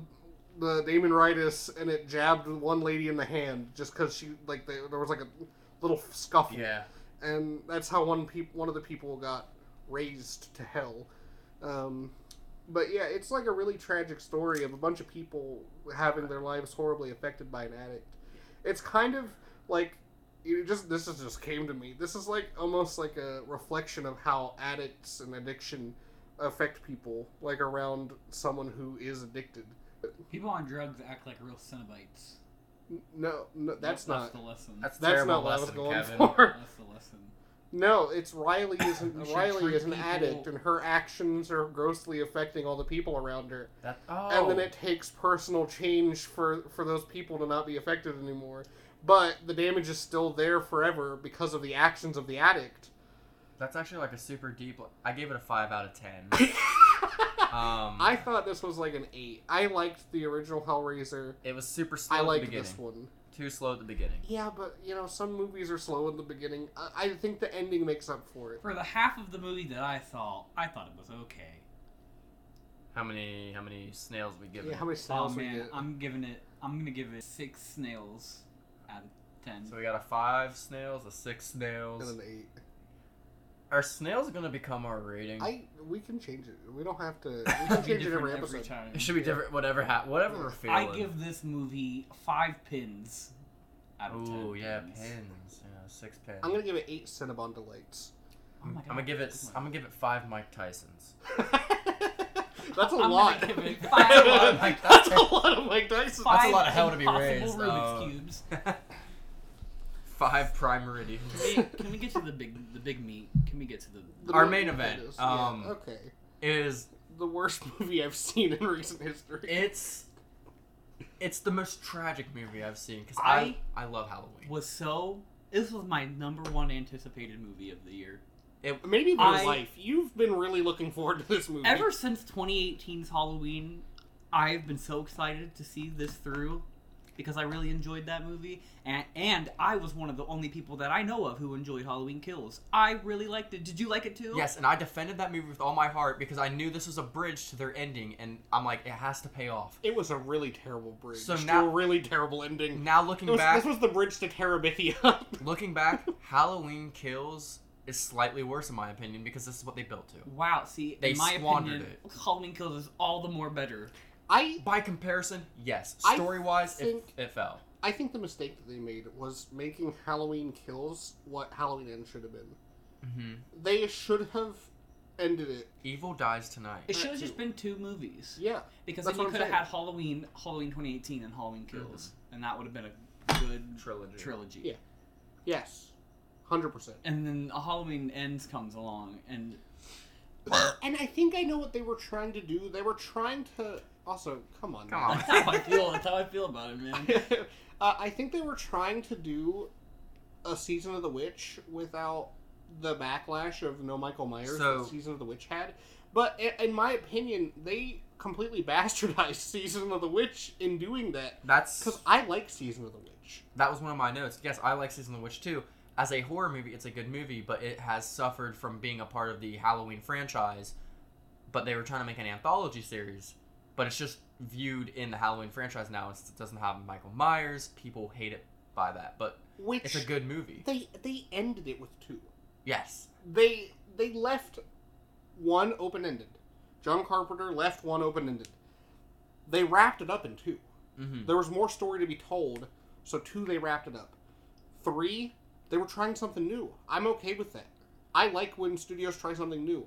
Speaker 2: the Damon Ritus and it jabbed one lady in the hand just because she like they, there was like a little scuffle
Speaker 1: Yeah.
Speaker 2: and that's how one peop one of the people got raised to hell um, but yeah it's like a really tragic story of a bunch of people having their lives horribly affected by an addict it's kind of like you just this is just came to me this is like almost like a reflection of how addicts and addiction affect people like around someone who is addicted
Speaker 3: People on drugs act like real Cenobites.
Speaker 2: N- no, no that's not
Speaker 3: the lesson.
Speaker 1: That's, a
Speaker 2: that's
Speaker 1: terrible
Speaker 2: not what i was
Speaker 1: lesson,
Speaker 2: going
Speaker 1: Kevin.
Speaker 2: for
Speaker 3: That's the lesson.
Speaker 2: No, it's Riley is an,
Speaker 3: We should
Speaker 2: Riley
Speaker 3: treat
Speaker 2: is an
Speaker 3: people-
Speaker 2: addict, and her actions are grossly affecting all the people around her.
Speaker 1: That, oh.
Speaker 2: And then it takes personal change for for those people to not be affected anymore. But the damage is still there forever because of the actions of the addict.
Speaker 1: That's actually like a super deep. I gave it a five out of ten. Um,
Speaker 2: I thought this was like an eight. I liked the original Hellraiser.
Speaker 1: it was super slow
Speaker 2: I
Speaker 1: at the
Speaker 2: liked
Speaker 1: beginning.
Speaker 2: this one.
Speaker 1: Too slow at the beginning.
Speaker 2: Yeah, but you know some movies are slow in the beginning. I, I think the ending makes up for it.
Speaker 3: For the half of the movie that I saw, I thought it was okay.
Speaker 1: How many how many snails we give
Speaker 2: Yeah,
Speaker 1: it?
Speaker 2: how many
Speaker 3: Oh
Speaker 2: snails we
Speaker 3: man,
Speaker 2: get?
Speaker 3: I'm giving it. I'm gonna give it six snails out of ten.
Speaker 1: So we got a five snails, a six snails.
Speaker 2: And an eight.
Speaker 1: Are snails gonna become our rating?
Speaker 2: I we can change it. We don't have to. We can
Speaker 3: Be
Speaker 2: change it every
Speaker 3: different
Speaker 2: episode.
Speaker 3: time.
Speaker 1: it should be
Speaker 2: yeah.
Speaker 1: different. Whatever ha- whatever we're
Speaker 3: I
Speaker 1: feeling.
Speaker 3: give this movie five pins out of ten.
Speaker 1: Ooh yeah,
Speaker 3: pins.
Speaker 1: pins. Yeah, six pins.
Speaker 2: I'm gonna give it eight Cinnabon delights.
Speaker 3: Oh my
Speaker 1: I'm gonna give it.
Speaker 3: that's
Speaker 1: I'm gonna give it five Mike Tysons.
Speaker 2: That's a
Speaker 3: I'm gonna
Speaker 2: lot.
Speaker 3: give it five
Speaker 1: of Mike
Speaker 2: That's a
Speaker 1: Tyson.
Speaker 2: lot of Mike Tyson.
Speaker 3: five
Speaker 1: a lot of hell to be
Speaker 3: impossible
Speaker 1: raised,
Speaker 3: Rubik's
Speaker 1: uh,
Speaker 3: cubes.
Speaker 1: five prime meridians.
Speaker 3: Hey, Can we get to the big, the big meat? Can we get to the?
Speaker 2: The
Speaker 1: Our
Speaker 2: mo-
Speaker 1: main event,
Speaker 2: it is, yeah,
Speaker 1: um,
Speaker 2: okay.
Speaker 1: Is
Speaker 2: The worst movie I've seen in recent history.
Speaker 1: it's it's the most tragic movie I've seen because I
Speaker 3: I-
Speaker 1: I love Halloween.
Speaker 3: Was so. This was my number one anticipated movie of the year.
Speaker 2: Maybe my
Speaker 3: I-
Speaker 2: life. You've been really looking forward to this movie.
Speaker 3: Ever since 2018's Halloween, I've been so excited to see this through. because I really enjoyed that movie, and and I was one of the only people that I know of who enjoyed Halloween Kills. I really liked it. Did you like it too?
Speaker 1: Yes, and I defended that movie with all my heart because I knew this was a bridge to their ending, and I'm like, it has to pay off.
Speaker 2: It was a really terrible bridge.
Speaker 1: So
Speaker 2: So
Speaker 1: now-
Speaker 2: a really terrible ending.
Speaker 1: Now
Speaker 2: It
Speaker 1: looking
Speaker 2: was-
Speaker 1: back,
Speaker 2: this was the bridge to Terabithia.
Speaker 1: looking back, Halloween Kills is slightly worse in my opinion because this is what they built to.
Speaker 3: Wow. See,
Speaker 1: They
Speaker 3: in my
Speaker 1: squandered
Speaker 3: opinion, Halloween Kills is all the more better.
Speaker 2: I
Speaker 1: By comparison, yes,
Speaker 2: I
Speaker 1: story wise, it,
Speaker 2: think-
Speaker 1: it fell.
Speaker 2: I think the mistake that they made was making Halloween Kills what Halloween Ends should have been.
Speaker 1: hmm
Speaker 2: They should have ended it.
Speaker 1: Evil dies tonight.
Speaker 3: It should have
Speaker 2: That
Speaker 3: just
Speaker 2: too.
Speaker 3: been two movies
Speaker 2: Yeah.
Speaker 3: because
Speaker 2: that's what
Speaker 3: then you
Speaker 2: I'm
Speaker 3: could have
Speaker 2: saying. Mm-hmm.
Speaker 3: had Halloween, Halloween 2018, and Halloween Kills, and that would have been a good
Speaker 1: Trilogy.
Speaker 3: trilogy.
Speaker 2: Yeah. Yes. 100%.
Speaker 3: And then a Halloween Ends comes along, and
Speaker 2: And I think I know what they were trying to do. They were trying to. Also, come on.
Speaker 1: Come
Speaker 2: man.
Speaker 1: on.
Speaker 3: that's how I feel. That's how I feel about it, man.
Speaker 2: uh, I think they were trying to do a season of the witch without the backlash of no Michael Myers
Speaker 1: So-
Speaker 2: that season of the witch had. But i- in my opinion, they completely bastardized season of the witch in doing that
Speaker 1: That's
Speaker 2: because I like season of the witch.
Speaker 1: that was one of my notes. Yes, I like Season of the Witch too. As a horror movie, it's a good movie, but it has suffered from being a part of the Halloween franchise. But they were trying to make an anthology series, but it's just viewed in the Halloween franchise now. It's, it doesn't have Michael Myers. People hate it by that, but
Speaker 2: Which
Speaker 1: it's a good movie.
Speaker 2: they they ended it with two.
Speaker 1: Yes,
Speaker 2: They they left one open ended. John Carpenter left one open ended. They wrapped it up in two.
Speaker 1: hmm
Speaker 2: There was more story to be told, so two they wrapped it up. Three, they were trying something new. I'm okay with that. I like when studios try something new.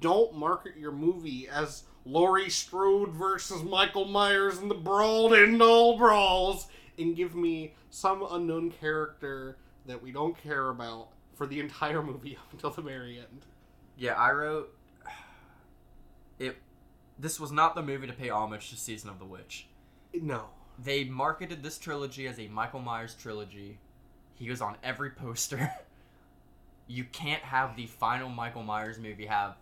Speaker 2: Don't market your movie as Laurie Strode versus Michael Myers in the brawl and all brawls, and give me some unknown character that we don't care about for the entire movie up until the very end.
Speaker 1: yeah. I wrote it. This was not the movie to pay homage to Season of the Witch.
Speaker 2: No.
Speaker 1: they marketed this trilogy as a Michael Myers trilogy. He was on every poster. you can't have the final Michael Myers movie have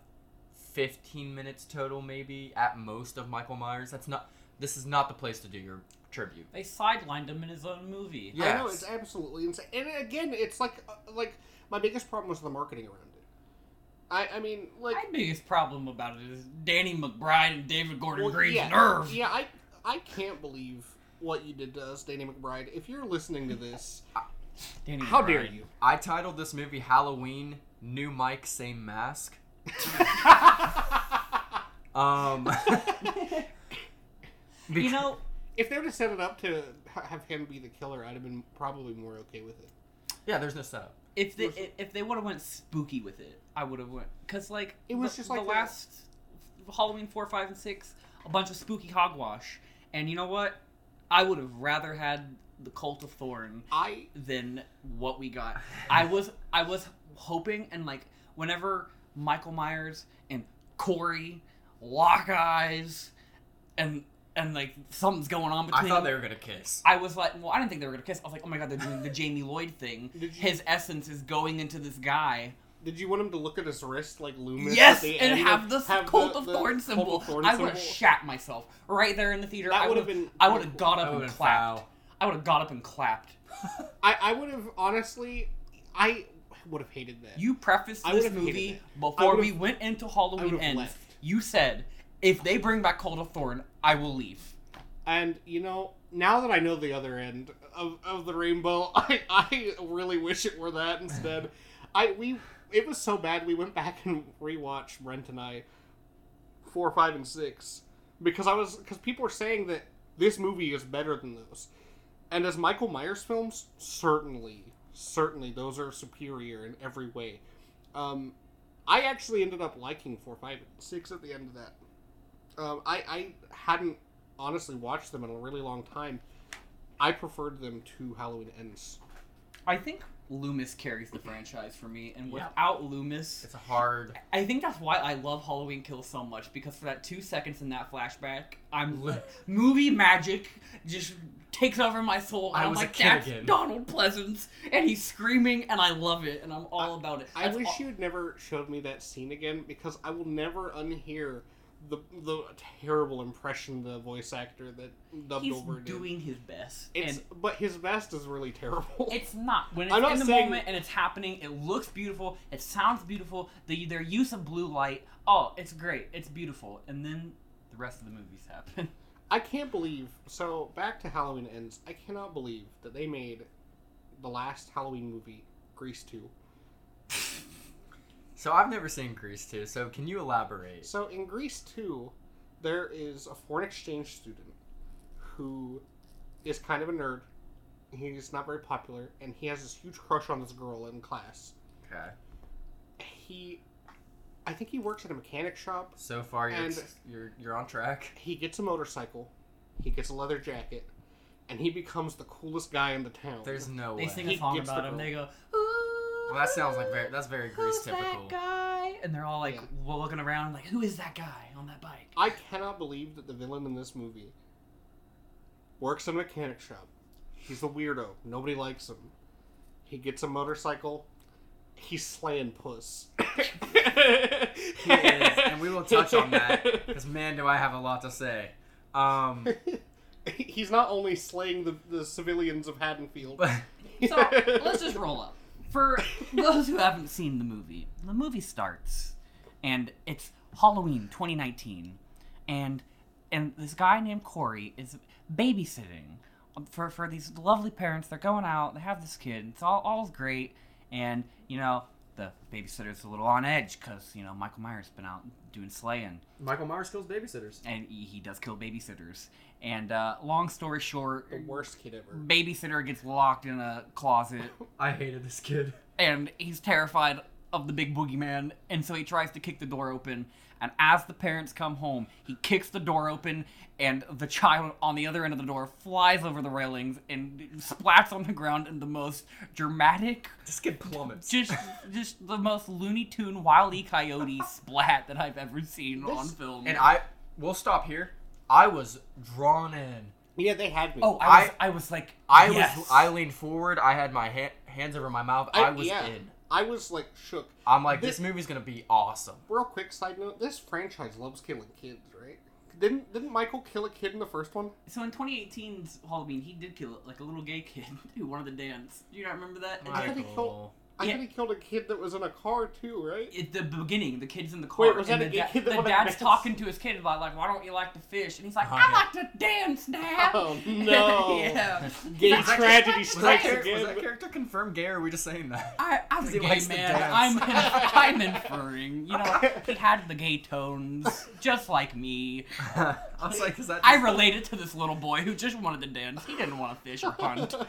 Speaker 1: 15 minutes total, maybe at most, of Michael Myers. That's not. This is not the place to do your tribute.
Speaker 3: They sidelined him in his own movie.
Speaker 1: Yes.
Speaker 2: I know it's absolutely insane. And again, it's like uh, like my biggest problem was the marketing around it. I I mean like
Speaker 3: My biggest problem about it is Danny McBride and David Gordon
Speaker 2: well,
Speaker 3: Green's
Speaker 2: yeah,
Speaker 3: nerve.
Speaker 2: Yeah, I I can't believe what you did to us, Danny McBride. If you're listening to this,
Speaker 3: Danny
Speaker 2: how
Speaker 3: McBride.
Speaker 2: dare you?
Speaker 1: I titled this movie Halloween: New Mike, Same Mask. Um,
Speaker 3: You know,
Speaker 2: if they would have set it up to ha- have him be the killer, I'd have been probably more okay with it.
Speaker 1: yeah, there's no setup.
Speaker 3: if they
Speaker 2: Listen.
Speaker 3: if they would have went spooky with it, I would have went because like
Speaker 2: It was
Speaker 3: the,
Speaker 2: just
Speaker 3: the
Speaker 2: like the-
Speaker 3: last Halloween four, five, and six, a bunch of spooky hogwash. And you know what? I would have rather had the Cult of Thorn
Speaker 2: I
Speaker 3: than what we got. I was I was hoping and like whenever Michael Myers and Corey lock eyes and and like something's going on between
Speaker 1: I thought
Speaker 3: them.
Speaker 1: they were gonna kiss.
Speaker 3: I was like, well, I didn't think they were gonna kiss. I was like, oh my god, they're doing the Jamie Lloyd thing.
Speaker 2: Did you-
Speaker 3: His essence is going into this guy.
Speaker 2: did you want him to look at his wrist like Loomis? at
Speaker 3: yes,
Speaker 2: the
Speaker 3: and
Speaker 2: end
Speaker 3: have
Speaker 2: of-
Speaker 3: the
Speaker 2: have
Speaker 3: Cult
Speaker 2: the-
Speaker 3: of
Speaker 2: the
Speaker 3: Thorn
Speaker 2: Cult of
Speaker 3: symbol.
Speaker 2: Thorn
Speaker 3: I would have
Speaker 2: symbol?
Speaker 3: shat myself right there in the theater.
Speaker 2: That
Speaker 3: I would
Speaker 2: would've
Speaker 3: have
Speaker 2: been
Speaker 3: I would
Speaker 2: pretty
Speaker 3: have
Speaker 2: cool.
Speaker 3: got
Speaker 1: That
Speaker 3: up and
Speaker 1: would've been
Speaker 3: clapped.
Speaker 1: foul.
Speaker 3: I would have got up and clapped.
Speaker 2: I I would have honestly I would have hated that.
Speaker 3: You prefaced
Speaker 2: I
Speaker 3: this
Speaker 2: would've hated
Speaker 3: movie
Speaker 2: it. I
Speaker 3: before
Speaker 2: would've-
Speaker 3: we went into Halloween
Speaker 2: would've
Speaker 3: Ends.
Speaker 2: left.
Speaker 3: You said, if they bring back Cold of Thorn, I will leave.
Speaker 2: And you know, now that I know the other end of, of the rainbow, I, I really wish it were that instead. I we it was so bad we went back and rewatched Brent and I four, five, and six because I was because people are saying that this movie is better than those, and as Michael Myers films, certainly, certainly those are superior in every way. Um, I actually ended up liking four, five, and six at the end of that. Um, I I hadn't honestly watched them in a really long time. I preferred them to Halloween Ends.
Speaker 3: I think Loomis carries the franchise for me, and
Speaker 1: Yeah.
Speaker 3: without Loomis,
Speaker 1: It's a hard.
Speaker 3: I think that's why I love Halloween Kills so much because for that two seconds in that flashback, I'm movie magic just takes over my soul.
Speaker 1: I
Speaker 3: I'm
Speaker 1: was a
Speaker 3: like,
Speaker 1: kid
Speaker 3: that's
Speaker 1: again."
Speaker 3: Donald Pleasance, and he's screaming, and I love it, and I'm all about it.
Speaker 2: I
Speaker 3: That's
Speaker 2: wish
Speaker 3: all-
Speaker 2: you had never showed me that scene again because I will never unhear the the terrible impression the voice actor that dubbed
Speaker 3: He's
Speaker 2: over did.
Speaker 3: doing his best.
Speaker 2: it's
Speaker 3: and
Speaker 2: but his best is really terrible.
Speaker 3: it's not. When it's
Speaker 2: I'm not
Speaker 3: in the
Speaker 2: saying-
Speaker 3: moment and it's happening, it looks beautiful, it sounds beautiful, the, their use of blue light, oh, it's great, it's beautiful. And then the rest of the movies happen.
Speaker 2: I can't believe. So back to Halloween ends. I cannot believe that they made the last Halloween movie, Grease two.
Speaker 1: So I've never seen Grease 2, so can you elaborate?
Speaker 2: So in Grease 2, there is a foreign exchange student who is kind of a nerd. He's not very popular, and he has this huge crush on this girl in class.
Speaker 1: Okay.
Speaker 2: He, I think he works at a mechanic shop.
Speaker 1: So far you're
Speaker 2: And-
Speaker 1: you're you're on track.
Speaker 2: He gets a motorcycle, he gets a leather jacket, and he becomes the coolest guy in the town.
Speaker 1: There's no
Speaker 3: They
Speaker 1: way.
Speaker 3: sing
Speaker 2: He
Speaker 3: a song
Speaker 2: gets the
Speaker 3: about him.
Speaker 2: girl.
Speaker 3: They go, ooh.
Speaker 1: well, that sounds like very that's very Grease
Speaker 3: who's
Speaker 1: typical.
Speaker 3: that guy? And they're all like
Speaker 2: Yeah.
Speaker 3: well, looking around, like, who is that guy on that bike?
Speaker 2: I cannot believe that the villain in this movie works in a mechanic shop. He's a weirdo. Nobody likes him. He gets a motorcycle. He's slaying puss.
Speaker 1: He is, and we will touch on that because man, do I have a lot to say. Um,
Speaker 2: He's not only slaying the, the civilians of Haddonfield.
Speaker 1: but
Speaker 3: So let's just roll up. For those who haven't seen the movie, the movie starts, and it's Halloween 2019, and and this guy named Corey is babysitting for for these lovely parents. They're going out. They have this kid. It's all all's great, and you know the babysitter's a little on edge because you know Michael Myers been out doing slaying
Speaker 1: Michael Myers kills babysitters.
Speaker 3: and he, he does kill babysitters. And uh, long story short,
Speaker 2: the worst kid ever.
Speaker 3: babysitter gets locked in a closet
Speaker 1: I hated this kid.
Speaker 3: and he's terrified of the big boogeyman, and so he tries to kick the door open. And as the parents come home, he kicks the door open, and the child on the other end of the door flies over the railings and splats on the ground in the most dramatic,
Speaker 1: This kid plummets.
Speaker 3: just just the most Looney Tune Wile E. Coyote splat that I've ever seen on
Speaker 2: This-
Speaker 3: film.
Speaker 1: and I, we'll stop here. I was drawn in.
Speaker 2: Yeah, they had me.
Speaker 3: oh, I was,
Speaker 1: I-
Speaker 3: I, was like,
Speaker 1: I was.
Speaker 3: yes.
Speaker 1: I leaned forward. I had my ha- hands over my mouth. I, was
Speaker 2: yeah.
Speaker 1: in.
Speaker 2: I was like shook.
Speaker 1: I'm like,
Speaker 2: This-
Speaker 1: this movie's gonna be awesome.
Speaker 2: Real quick side note: This franchise loves killing kids, right? Didn't didn't Michael kill a kid in the first one?
Speaker 3: So in 2018's Halloween, he did kill like a little gay kid who wanted to dance. Do you not remember that?
Speaker 2: I think he
Speaker 1: Michael.
Speaker 2: killed- I
Speaker 3: Yeah.
Speaker 2: think he killed a kid that was in a car too, right?
Speaker 3: at the beginning, the kid's in the car,
Speaker 2: Wait, was
Speaker 3: and
Speaker 2: that
Speaker 3: the,
Speaker 2: a gay
Speaker 3: da-
Speaker 2: kid that
Speaker 3: the
Speaker 2: wanted to
Speaker 3: dad's
Speaker 2: dance? Uh-huh.
Speaker 3: talking to his kid about like, why don't you like to fish? And he's like,
Speaker 1: Oh,
Speaker 3: I
Speaker 1: yeah.
Speaker 3: like to dance, Dad.
Speaker 2: Oh, no.
Speaker 3: yeah.
Speaker 2: Gay
Speaker 3: He's like,
Speaker 2: tragedy
Speaker 3: "I just
Speaker 1: Was that,
Speaker 2: strikes
Speaker 3: like to dance."
Speaker 1: char-
Speaker 2: again.
Speaker 1: was that character confirmed gay, or are we just saying that?
Speaker 3: I, I'm a
Speaker 1: He
Speaker 3: gay
Speaker 1: likes to
Speaker 3: man.
Speaker 1: dance.
Speaker 3: I'm, I'm inferring. You know, he had the gay tones, just like me.
Speaker 1: I was like, is that?
Speaker 3: I
Speaker 1: just-
Speaker 3: related to this little boy who just wanted to dance. He didn't want to fish or hunt.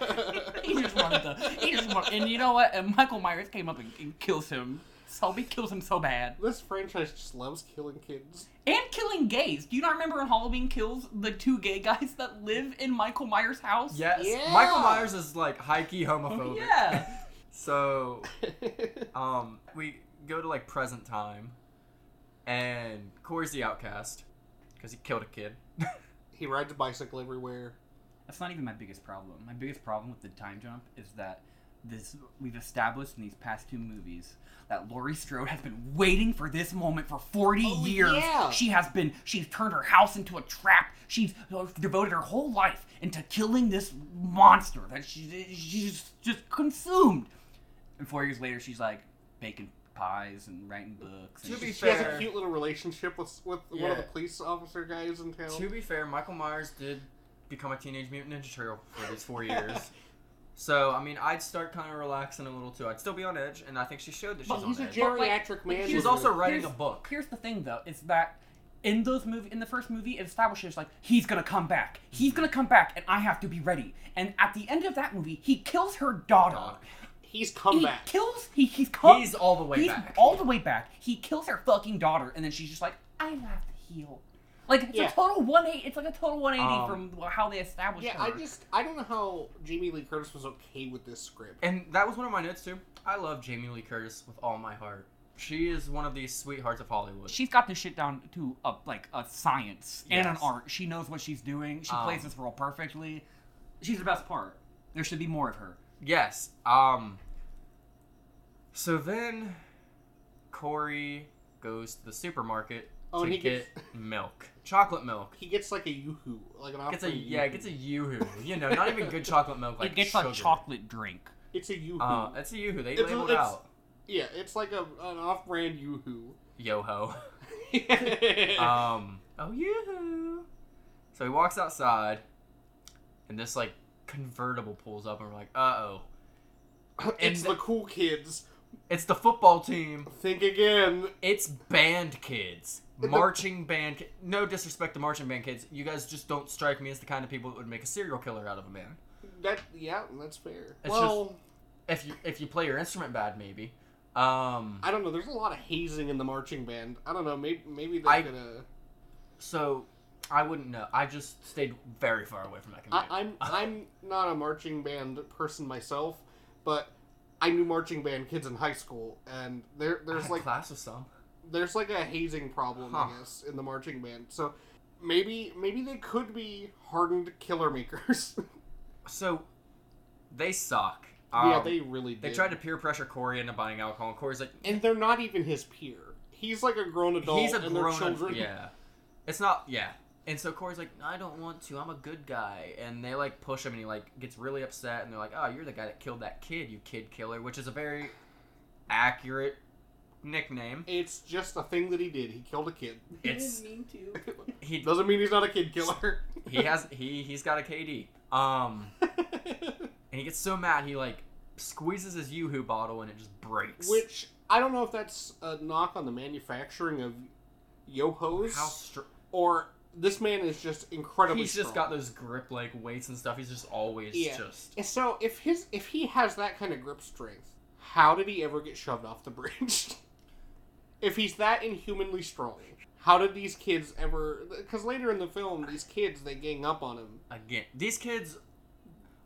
Speaker 3: He just wanted to. He just wanted. And you know what? And Michael Myers came up and, and kills him. Selby kills him so bad.
Speaker 2: This franchise just loves killing kids.
Speaker 3: And killing gays. Do you not remember in Halloween Kills the two gay guys that live in Michael Myers' house?
Speaker 1: Yes.
Speaker 2: Yeah.
Speaker 1: Michael Myers is like high key homophobic.
Speaker 3: Yeah.
Speaker 1: So Um, we go to like present time, and Corey's the outcast because he killed a kid.
Speaker 2: he rides a bicycle everywhere.
Speaker 3: That's not even my biggest problem. My biggest problem with the time jump is that this we've established in these past two movies that Laurie Strode has been waiting for this moment for 40
Speaker 2: Oh,
Speaker 3: years.
Speaker 2: yeah.
Speaker 3: She has been she's turned her house into a trap. She's uh, devoted her whole life into killing this monster that she she's just consumed. And 4 years later she's like baking pies and writing books. And
Speaker 1: To be
Speaker 2: She has a
Speaker 1: fair-
Speaker 2: cute little relationship with with one of the
Speaker 1: Yeah.
Speaker 2: police officer guys in town.
Speaker 1: to be fair, Michael Myers did become a teenage mutant ninja turtle for these four years. So I mean, I'd start kind of relaxing a little too. I'd still be on edge, and I think she showed that she's
Speaker 2: But
Speaker 1: on
Speaker 2: he's a
Speaker 1: edge.
Speaker 3: But, like,
Speaker 2: geriatric man.
Speaker 1: she was
Speaker 3: here's-
Speaker 2: who's
Speaker 1: also
Speaker 2: a-
Speaker 1: writing a
Speaker 3: here's-
Speaker 1: book.
Speaker 3: Here's the thing, though, is that in those movie, in the first movie, it establishes like he's gonna come back, he's gonna come back, and I have to be ready. And at the end of that movie, he kills her daughter.
Speaker 2: He's come
Speaker 3: he
Speaker 2: back.
Speaker 3: kills. He, he's come.
Speaker 1: He's all the way
Speaker 3: he's
Speaker 1: back.
Speaker 3: all the way back. He kills her fucking daughter, and then she's just like, I have to heal. Like it's
Speaker 2: Yeah.
Speaker 3: a total one eight. It's like a total one eighty
Speaker 1: Um,
Speaker 3: from how they established
Speaker 2: Yeah,
Speaker 3: her.
Speaker 2: I just I don't know how Jamie Lee Curtis was okay with this script.
Speaker 1: And that was one of my notes too. I love Jamie Lee Curtis with all my heart. She is one of these sweethearts of Hollywood.
Speaker 3: She's got this shit down to a like a science and an
Speaker 1: Yes.
Speaker 3: art. She knows what she's doing. She
Speaker 1: Um,
Speaker 3: plays this role perfectly. She's the best part. There should be more of her.
Speaker 1: Yes. Um. So then, Corey goes to the supermarket
Speaker 2: Oh,
Speaker 1: to
Speaker 2: and he
Speaker 1: get
Speaker 2: gets
Speaker 1: milk, chocolate milk.
Speaker 2: he gets like a yoo-hoo, like an
Speaker 1: Gets
Speaker 2: offer.
Speaker 1: a yeah, gets a yoo-hoo. You know, not even good chocolate milk. Like
Speaker 3: it gets
Speaker 1: sugar.
Speaker 3: a chocolate drink.
Speaker 2: It's a yoo-hoo.
Speaker 1: Uh, it's a yoo-hoo. They
Speaker 2: It's-
Speaker 1: labeled
Speaker 2: it's-
Speaker 1: out
Speaker 2: yeah, it's like a an off-brand yoo-hoo.
Speaker 1: yo-ho.
Speaker 2: yeah, Uh,
Speaker 1: um, oh yoo-hoo. So he walks outside, and this like convertible pulls up, and we're like, uh oh,
Speaker 2: it's
Speaker 1: and-
Speaker 2: the cool kids.
Speaker 1: it's the football team.
Speaker 2: Think again.
Speaker 1: It's band kids. Marching band ki- No disrespect to marching band kids. You guys just don't strike me as the kind of people that would make a serial killer out of a man.
Speaker 2: That yeah, that's fair.
Speaker 1: It's
Speaker 2: well,
Speaker 1: If you if you play your instrument bad, maybe. Um
Speaker 2: I don't know. There's a lot of hazing in the marching band. I don't know. Maybe maybe they
Speaker 1: I-
Speaker 2: could. Uh,
Speaker 1: so I wouldn't know. I just stayed very far away from that
Speaker 2: I,
Speaker 1: community.
Speaker 2: I'm I'm not a marching band person myself, but I knew marching band kids in high school, and there
Speaker 1: I
Speaker 2: there's
Speaker 1: had
Speaker 2: like
Speaker 1: class with some.
Speaker 2: there's like a hazing problem,
Speaker 1: Huh.
Speaker 2: I guess, in the marching band. So maybe maybe they could be hardened killer makers.
Speaker 1: So they suck.
Speaker 2: yeah,
Speaker 1: Um,
Speaker 2: they really
Speaker 1: they
Speaker 2: did.
Speaker 1: tried to peer pressure Corey into buying alcohol and Corey's like
Speaker 2: and they're not even his peer. He's like a grown adult,
Speaker 1: he's a
Speaker 2: and
Speaker 1: grown
Speaker 2: they're children.
Speaker 1: yeah it's not yeah and so corey's like i don't want to i'm a good guy and they like push him and he like gets really upset and they're like oh you're the guy that killed that kid you kid killer which is a very accurate nickname
Speaker 2: It's just a thing that he did. He killed a kid.
Speaker 1: it's
Speaker 3: mean to.
Speaker 1: he
Speaker 2: Doesn't mean he's not a kid killer.
Speaker 1: he has he he's got a kd um and he gets so mad he like squeezes his yoo-hoo bottle and it just breaks
Speaker 2: Which I don't know if that's a knock on the manufacturing of yohos
Speaker 1: how str-
Speaker 2: or this man is just incredibly.
Speaker 1: he's just
Speaker 2: strong.
Speaker 1: got those grip like weights and stuff he's just always
Speaker 2: Yeah.
Speaker 1: just
Speaker 2: And So if his if he has that kind of grip strength, how did he ever get shoved off the bridge? if he's that inhumanly strong, how did these kids ever? Because later in the film, these kids they gang up on him.
Speaker 1: again these kids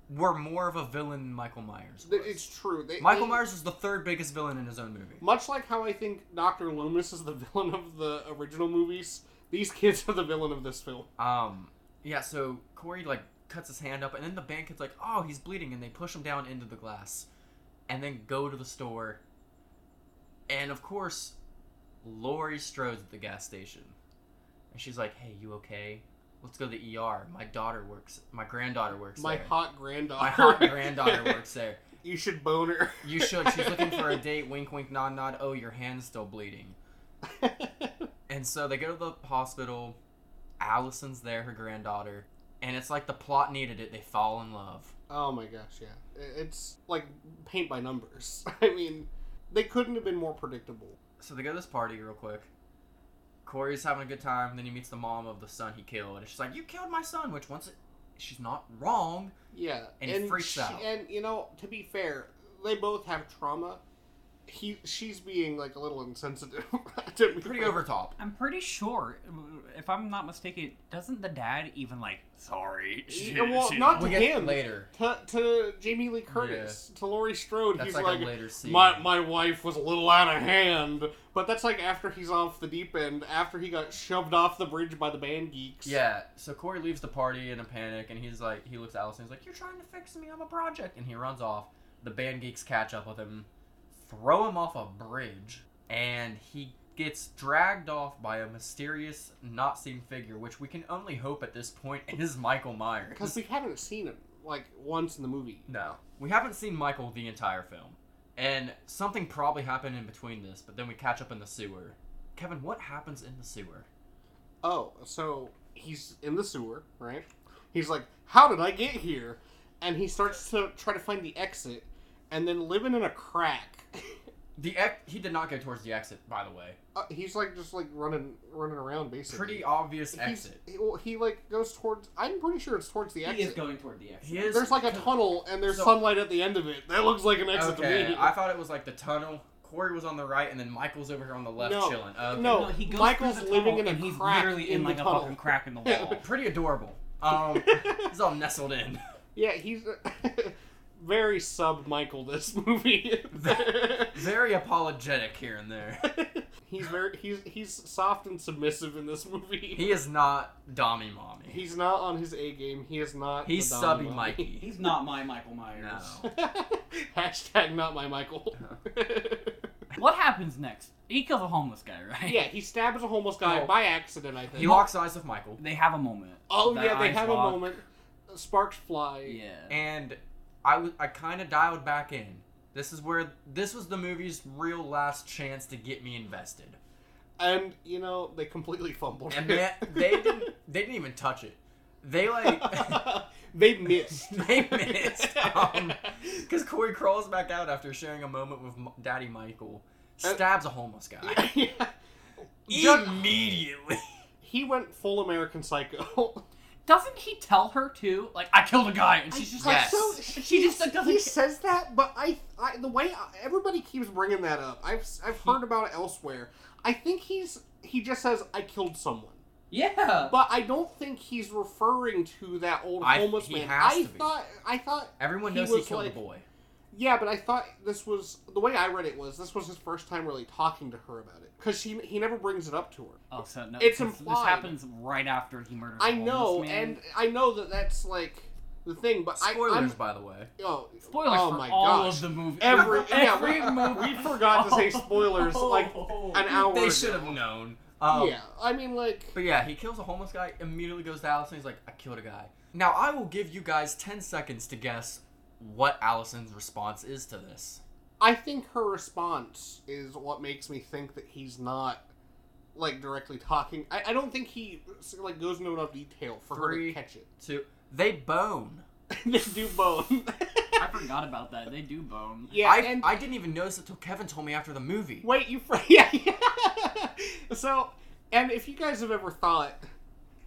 Speaker 1: were more of a villain than michael myers
Speaker 2: Th-
Speaker 1: was.
Speaker 2: It's true. They,
Speaker 1: michael
Speaker 2: they-
Speaker 1: myers was the third biggest villain in his own movie
Speaker 2: Much like how I think Doctor Loomis is the villain of the original movies, these kids are the villain of this film.
Speaker 1: um yeah so corey like cuts his hand up and then the band kid's like oh he's bleeding and they push him down into the glass and then go to the store and of course lori strode's at the gas station and she's like hey you okay let's go to the er my daughter works my granddaughter works
Speaker 2: My
Speaker 1: there
Speaker 2: hot granddaughter.
Speaker 1: my hot granddaughter works there
Speaker 2: You should bone her.
Speaker 1: You should. She's looking for a date. Wink, wink, nod, nod. Oh, your hand's still bleeding. And so they go to the hospital. Allison's there, her granddaughter. And it's like the plot needed it. They fall in love.
Speaker 2: oh my gosh, yeah. I- It's like paint by numbers. I mean, they couldn't have been more predictable.
Speaker 1: So they go to this party real quick. Corey's having a good time. Then he meets the mom of the son he killed. And she's like, You killed my son, which once it. She's not wrong.
Speaker 2: Yeah.
Speaker 1: And he freaks out.
Speaker 2: And you know, to be fair, they both have trauma. He, she's being like a little insensitive. to be
Speaker 1: Pretty
Speaker 2: fair.
Speaker 1: over top.
Speaker 3: I'm pretty sure, if I'm not mistaken, doesn't the dad even like sorry?
Speaker 2: Yeah, well, not
Speaker 1: We
Speaker 2: to
Speaker 1: get
Speaker 2: him.
Speaker 1: later.
Speaker 2: To, to Jamie Lee Curtis, to Laurie Strode,
Speaker 1: That's
Speaker 2: he's
Speaker 1: like,
Speaker 2: like,
Speaker 1: a later scene.
Speaker 2: my my wife was a little out of hand, but that's like after he's off the deep end, after he got shoved off the bridge by the band geeks.
Speaker 1: Yeah, so Corey leaves the party in a panic, and he's like, he looks at Allison, he's like, "You're trying to fix me. I'm a project," and he runs off. The band geeks catch up with him, throw him off a bridge, and he gets dragged off by a mysterious, not seen figure, which we can only hope at this point is Michael
Speaker 2: because
Speaker 1: Myers.
Speaker 2: we haven't seen him like once in the movie.
Speaker 1: No, we haven't seen Michael the entire film, and something probably happened in between this. But then we catch up in the sewer. Kevin, what happens in the sewer?
Speaker 2: Oh, so he's in the sewer, right? He's like, "How did I get here?" And he starts to try to find the exit, and then living in a crack,
Speaker 1: The ex- he did not go towards the exit, by the way.
Speaker 2: uh, he's like just like running running around basically.
Speaker 1: Pretty obvious
Speaker 2: He's,
Speaker 1: exit.
Speaker 2: he, well, he like goes towards. I'm pretty sure it's towards the
Speaker 3: He is
Speaker 2: exit.
Speaker 3: going toward the exit.
Speaker 1: He is.
Speaker 2: There's like a tunnel, and there's
Speaker 1: So-
Speaker 2: sunlight at the end of it. That looks like an exit to
Speaker 1: Okay,
Speaker 2: me.
Speaker 1: I thought it was like the tunnel. Corey was on the right, and then Michael's over here on the left,
Speaker 2: No,
Speaker 1: chilling. Okay.
Speaker 2: no.
Speaker 3: he goes
Speaker 2: Michael's
Speaker 3: through the tunnel
Speaker 2: living in a
Speaker 3: and he's
Speaker 2: crack
Speaker 3: literally
Speaker 2: in
Speaker 3: in
Speaker 2: the
Speaker 3: like a
Speaker 2: tunnel.
Speaker 3: fucking crack in the wall.
Speaker 1: pretty adorable. Um, he's all nestled in.
Speaker 2: yeah, he's uh, very sub Michael. This movie.
Speaker 1: Very apologetic here and there.
Speaker 2: he's very he's he's soft and submissive in this movie.
Speaker 1: He is not Dommy Mommy.
Speaker 2: he's not on his A game. He is not.
Speaker 1: He's
Speaker 2: the Don
Speaker 1: subby
Speaker 2: Mike.
Speaker 1: Mikey.
Speaker 3: He's not my Michael Myers.
Speaker 1: No.
Speaker 2: Hashtag not my Michael.
Speaker 3: What happens next? He kills a homeless guy, right?
Speaker 2: Yeah, he stabs a homeless guy
Speaker 1: No.
Speaker 2: by accident, I think.
Speaker 1: He locks eyes with Michael,
Speaker 3: They have a moment.
Speaker 2: oh,
Speaker 3: Their
Speaker 2: yeah, they
Speaker 3: eyes
Speaker 2: have
Speaker 3: lock.
Speaker 2: a moment. Sparks fly.
Speaker 3: Yeah.
Speaker 1: and I was I kind of dialed back in. This is where this was the movie's real last chance to get me invested.
Speaker 2: And, you know, they completely fumbled.
Speaker 1: And
Speaker 2: it.
Speaker 1: they, they didn't they didn't even touch it. They like
Speaker 2: they missed.
Speaker 1: they missed. Um, Because Corey crawls back out after sharing a moment with M- Daddy Michael, stabs a homeless guy
Speaker 2: Uh, Yeah. Just-
Speaker 1: immediately.
Speaker 2: he went full American Psycho.
Speaker 3: Doesn't he tell her too? Like I killed a guy, and she's just like,
Speaker 1: Yes.
Speaker 2: so
Speaker 3: she just doesn't.
Speaker 2: he
Speaker 3: care.
Speaker 2: says that, but I, I the way I, everybody keeps bringing that up, I've I've heard about it elsewhere. I think he's he just says I killed someone,
Speaker 3: Yeah.
Speaker 2: but I don't think he's referring to that old
Speaker 1: I-
Speaker 2: homeless
Speaker 1: he
Speaker 2: man.
Speaker 1: has
Speaker 2: I
Speaker 1: to be.
Speaker 2: thought I thought
Speaker 1: Everyone
Speaker 2: He
Speaker 1: knows he,
Speaker 2: was
Speaker 1: killed
Speaker 2: like-
Speaker 1: the boy.
Speaker 2: yeah, but I thought this was the way I read it was this was his first time really talking to her about it because he he never brings it up to her.
Speaker 3: Oh, so no.
Speaker 2: It's
Speaker 3: this, this
Speaker 2: implied.
Speaker 3: happens right after he murders.
Speaker 2: I
Speaker 3: the homeless
Speaker 2: know,
Speaker 3: man.
Speaker 2: and I know that that's like the thing, but I, I'm
Speaker 1: Spoilers, by the way.
Speaker 2: Oh,
Speaker 3: spoilers
Speaker 2: oh
Speaker 3: for
Speaker 2: my
Speaker 3: all
Speaker 2: gosh.
Speaker 3: of the movie.
Speaker 2: Every, yeah,
Speaker 3: every
Speaker 2: we,
Speaker 3: movie. Oh.
Speaker 2: we forgot to say spoilers like an hour.
Speaker 1: They
Speaker 2: ago.
Speaker 1: should have known. Um,
Speaker 2: yeah, I mean, like,
Speaker 1: But yeah, he kills a homeless guy, immediately goes to Allison. He's like, I killed a guy. Now, I will give you guys 10 seconds to guess what Allison's response is to this.
Speaker 2: I think her response is what makes me think that he's not like directly talking. I, I don't think he like goes into enough detail for
Speaker 1: Three.
Speaker 2: her to catch it.
Speaker 1: So they bone.
Speaker 2: they do bone.
Speaker 3: I forgot about that. They do bone.
Speaker 2: yeah,
Speaker 1: I,
Speaker 2: and
Speaker 1: I didn't even notice it till Kevin told me after the movie.
Speaker 2: Wait, you fr- yeah, yeah. so, and if you guys have ever thought,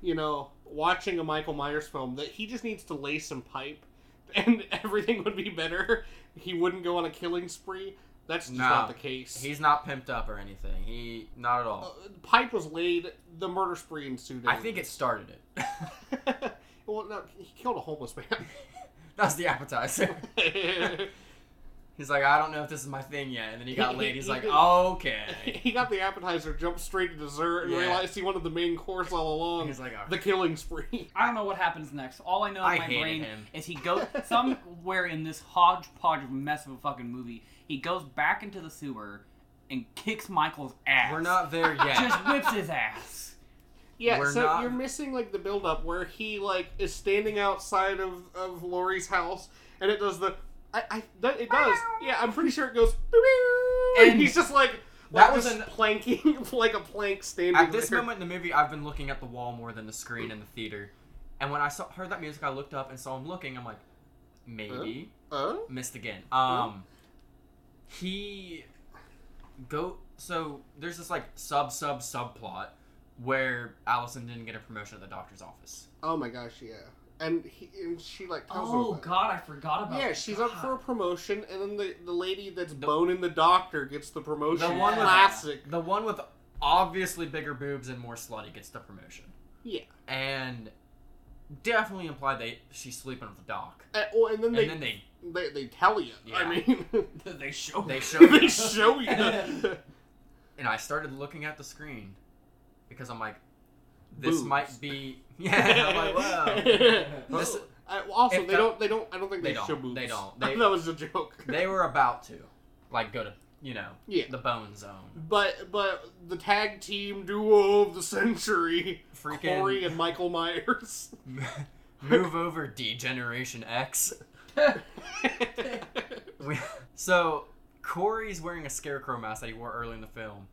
Speaker 2: you know, watching a Michael Myers film that he just needs to lay some pipe and everything would be better, he wouldn't go on a killing spree. That's just
Speaker 1: No.
Speaker 2: not the case.
Speaker 1: He's not pimped up or anything. He not at all.
Speaker 2: Uh, pipe was laid. The murder spree ensued.
Speaker 1: I think it started it.
Speaker 2: well, no, he killed a homeless
Speaker 1: That's the appetizer.
Speaker 2: man.
Speaker 1: He's like, I don't know if this is my thing yet. And then he got laid. He's like,
Speaker 2: He- he-
Speaker 1: okay.
Speaker 2: he got the appetizer, jumped straight to dessert, and
Speaker 1: Yeah.
Speaker 2: realized he wanted the main course all
Speaker 3: Um,
Speaker 2: along.
Speaker 1: He's like, all right.
Speaker 2: the killing spree.
Speaker 3: I don't know what happens next. All I know
Speaker 1: I
Speaker 3: in my
Speaker 1: hated
Speaker 3: brain
Speaker 1: him.
Speaker 3: is he goes somewhere in this hodgepodge of a mess of a fucking movie. He goes back into the sewer and kicks Michael's ass.
Speaker 1: We're not there yet.
Speaker 3: Just whips his ass.
Speaker 2: Yeah,
Speaker 1: We're
Speaker 2: so
Speaker 1: not-
Speaker 2: you're missing like the build up where he like is standing outside of of Lori's house, and it does the I, I that, it does yeah I'm pretty sure it goes and,
Speaker 1: And
Speaker 2: he's just like
Speaker 1: that
Speaker 2: like,
Speaker 1: was
Speaker 2: just
Speaker 1: an-
Speaker 2: planking like a plank standing
Speaker 1: At this
Speaker 2: there.
Speaker 1: moment in the movie, I've been looking at the wall more than the screen in the theater. And when I saw heard that music, I looked up and saw him looking. I'm like, maybe
Speaker 2: Uh?
Speaker 1: missed again. Um, he go so there's this like sub sub subplot where Allison didn't get a promotion at the doctor's office.
Speaker 2: Oh my gosh, yeah, and he and she like tells him
Speaker 3: Oh
Speaker 2: about it.
Speaker 3: god, I forgot about.
Speaker 2: Yeah,
Speaker 3: that.
Speaker 2: she's
Speaker 3: God.
Speaker 2: up for a promotion, and then the, the lady that's boning the doctor gets the promotion.
Speaker 1: The one with-
Speaker 2: Classic.
Speaker 1: The one with obviously bigger boobs and more slutty gets the promotion.
Speaker 2: Yeah.
Speaker 1: And definitely implied that she's sleeping with the doc.
Speaker 2: Uh, well, and then
Speaker 1: And
Speaker 2: they,
Speaker 1: then they
Speaker 2: they they tell you.
Speaker 1: Yeah.
Speaker 2: I mean,
Speaker 3: they show.
Speaker 1: they
Speaker 3: it.
Speaker 1: show
Speaker 2: they
Speaker 1: you.
Speaker 2: show you.
Speaker 1: and I started looking at the screen because I'm like, this
Speaker 2: Boobs.
Speaker 1: might be yeah. I'm like, whoa. This-
Speaker 2: I- well, also,
Speaker 1: If
Speaker 2: they
Speaker 1: the-
Speaker 2: don't. They don't. I don't think
Speaker 1: They
Speaker 2: they,
Speaker 1: don't.
Speaker 2: show boobs.
Speaker 1: They don't. They-
Speaker 2: that was a joke.
Speaker 1: They were about to, like, go to you know
Speaker 2: yeah.
Speaker 1: the bone zone.
Speaker 2: But but the tag team duo of the century,
Speaker 1: Freaking-
Speaker 2: Corey and Michael Myers.
Speaker 1: Move over, Degeneration X. We- so Corey's wearing a scarecrow mask that he wore early in the film,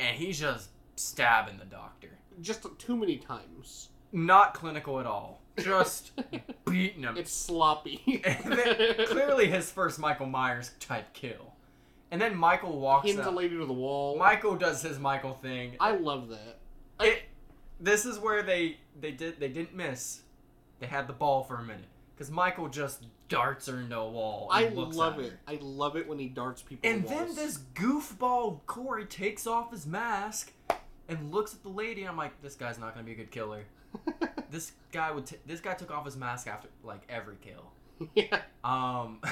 Speaker 1: and he's just stabbing the doctor.
Speaker 2: Just too many times.
Speaker 1: Not clinical at all. Just beating him.
Speaker 2: It's sloppy.
Speaker 1: And then- clearly his first Michael Myers type kill. And then Michael walks
Speaker 2: Pins a
Speaker 1: up.
Speaker 2: lady to the wall.
Speaker 1: Michael does his Michael thing.
Speaker 2: I love that.
Speaker 1: It, this is where they they did they didn't miss. They had the ball for a minute because Michael just darts her into a wall.
Speaker 2: I
Speaker 1: And looks
Speaker 2: love
Speaker 1: at
Speaker 2: it.
Speaker 1: her.
Speaker 2: I love it when he darts people. to
Speaker 1: And then
Speaker 2: walls.
Speaker 1: this goofball Corey takes off his mask and looks at the lady. And I'm like, this guy's not gonna be a good killer. this guy would. T- this guy took off his mask after like every kill.
Speaker 2: yeah.
Speaker 1: Um,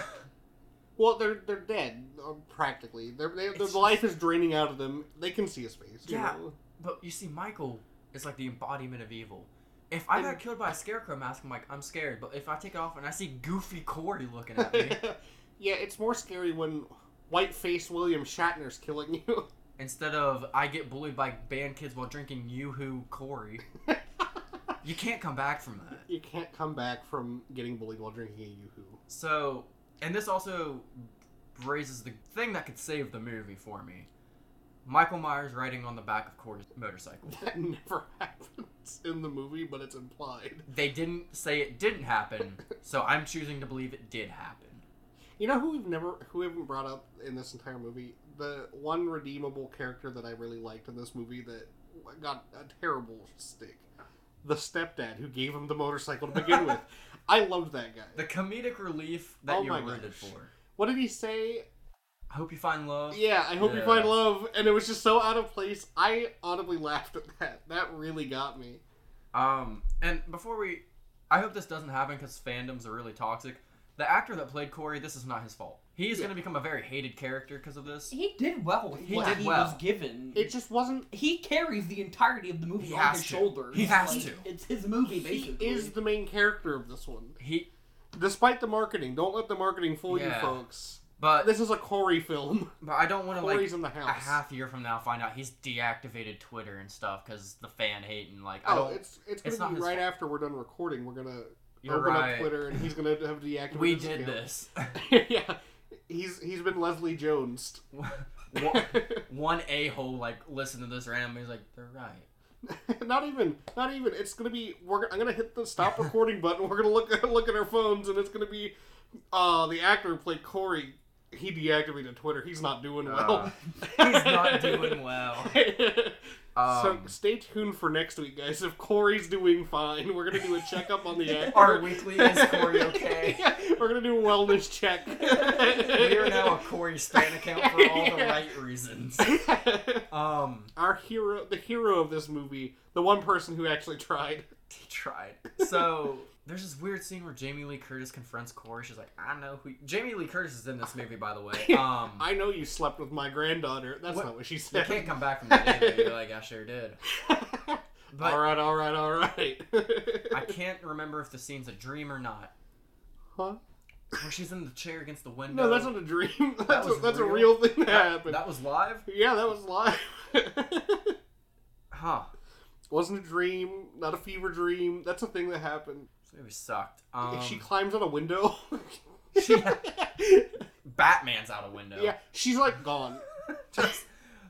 Speaker 2: Well, they're they're dead uh, practically. They're, they, their
Speaker 1: It's
Speaker 2: life is draining out of them. They can see his face. you
Speaker 1: Yeah.
Speaker 2: know?
Speaker 1: but you see, Michael is like the embodiment of evil. If I got killed by a scarecrow mask, I'm like, I'm scared. But if I take it off and I see goofy Corey looking at me,
Speaker 2: yeah. It's more scary when white faced William Shatner's killing you.
Speaker 1: Instead of I get bullied by band kids while drinking Yoo-Hoo Corey. you can't come back from that.
Speaker 2: you can't come back from getting bullied while drinking a yoo-hoo.
Speaker 1: So, and this also raises the thing that could save the movie for me. Michael Myers riding on the back of Corey's motorcycle.
Speaker 2: That never happens in the movie, but it's implied.
Speaker 1: They didn't say it didn't happen, so I'm choosing to believe it did happen.
Speaker 2: You know who we've never, who we haven't brought up in this entire movie? The one redeemable character that I really liked in this movie that got a terrible stick. The stepdad who gave him the motorcycle to begin with. I loved that guy.
Speaker 1: The comedic relief that
Speaker 2: Oh
Speaker 1: you
Speaker 2: my
Speaker 1: rooted
Speaker 2: gosh.
Speaker 1: for.
Speaker 2: What did he say?
Speaker 1: I hope you find love.
Speaker 2: Yeah, I hope you
Speaker 1: Yeah.
Speaker 2: find love. And it was just so out of place. I audibly laughed at that. That really got me.
Speaker 1: Um, and before we, I hope this doesn't happen because fandoms are really toxic. The actor that played Corey, this is not his fault. He is
Speaker 2: Yeah.
Speaker 1: going to become a very hated character because of this.
Speaker 3: He did well with
Speaker 2: He
Speaker 3: what
Speaker 1: did
Speaker 3: he
Speaker 1: well.
Speaker 3: was given.
Speaker 2: It just wasn't
Speaker 3: he carries the entirety of the movie
Speaker 1: He
Speaker 3: on
Speaker 1: has
Speaker 3: his
Speaker 1: to.
Speaker 3: shoulders.
Speaker 1: He has
Speaker 3: Like,
Speaker 1: to.
Speaker 3: It's his movie,
Speaker 2: He
Speaker 3: basically.
Speaker 2: is the main character of this one.
Speaker 1: He,
Speaker 2: Despite the marketing, don't let the marketing fool you,
Speaker 1: Yeah.
Speaker 2: folks.
Speaker 1: but
Speaker 2: This is a Corey film.
Speaker 1: but I don't want to like
Speaker 2: Corey's in the
Speaker 1: a
Speaker 2: house.
Speaker 1: half year from now find out he's deactivated Twitter and stuff because the fan hate and like I
Speaker 2: Oh,
Speaker 1: don't.
Speaker 2: it's it's
Speaker 1: it's not
Speaker 2: gonna be
Speaker 1: his
Speaker 2: right
Speaker 1: fault.
Speaker 2: after we're done recording. We're gonna
Speaker 1: You're
Speaker 2: open
Speaker 1: right.
Speaker 2: up Twitter, and he's gonna have deactivated.
Speaker 1: we
Speaker 2: his
Speaker 1: did
Speaker 2: account.
Speaker 1: this.
Speaker 2: yeah, he's he's been Leslie Jones.
Speaker 1: One- One a hole like listened to this randomly. He's like, they're right.
Speaker 2: not even, not even. It's gonna be. We're I'm gonna hit the stop recording button. We're gonna look look at our phones, and it's gonna be, uh, the actor who played Corey. He deactivated Twitter. He's not doing well.
Speaker 1: Uh, He's not doing well.
Speaker 2: so
Speaker 1: Um,
Speaker 2: stay tuned for next week, guys. If Corey's doing fine, we're gonna do a checkup on the actor.
Speaker 1: our weekly is Corey okay?
Speaker 2: Yeah, we're gonna do a wellness check.
Speaker 1: We are now a Corey Span account for all the right reasons. Um,
Speaker 2: Our hero, the hero of this movie, the one person who actually tried.
Speaker 1: he tried. So there's this weird scene where Jamie Lee Curtis confronts Corey. She's like, I know who. Jamie Lee Curtis is in this movie, by the way. Um,
Speaker 2: I know you slept with my granddaughter. That's
Speaker 1: What?
Speaker 2: not what she
Speaker 1: you
Speaker 2: said.
Speaker 1: can't come back from that. either. You're like, I sure did. But
Speaker 2: all right, all right, all right.
Speaker 1: I can't remember if the scene's a dream or not.
Speaker 2: Huh?
Speaker 1: Where she's in the chair against the window.
Speaker 2: No, that's not a dream. That's a,
Speaker 1: was
Speaker 2: that's a
Speaker 1: real.
Speaker 2: real thing that, happened.
Speaker 1: that was live,
Speaker 2: Yeah, that was live.
Speaker 1: huh?
Speaker 2: wasn't a dream, not a fever dream. That's a thing that happened.
Speaker 1: This movie sucked. Um,
Speaker 2: she climbs out a window.
Speaker 1: she- Batman's out a window.
Speaker 2: yeah, she's like gone.
Speaker 1: Just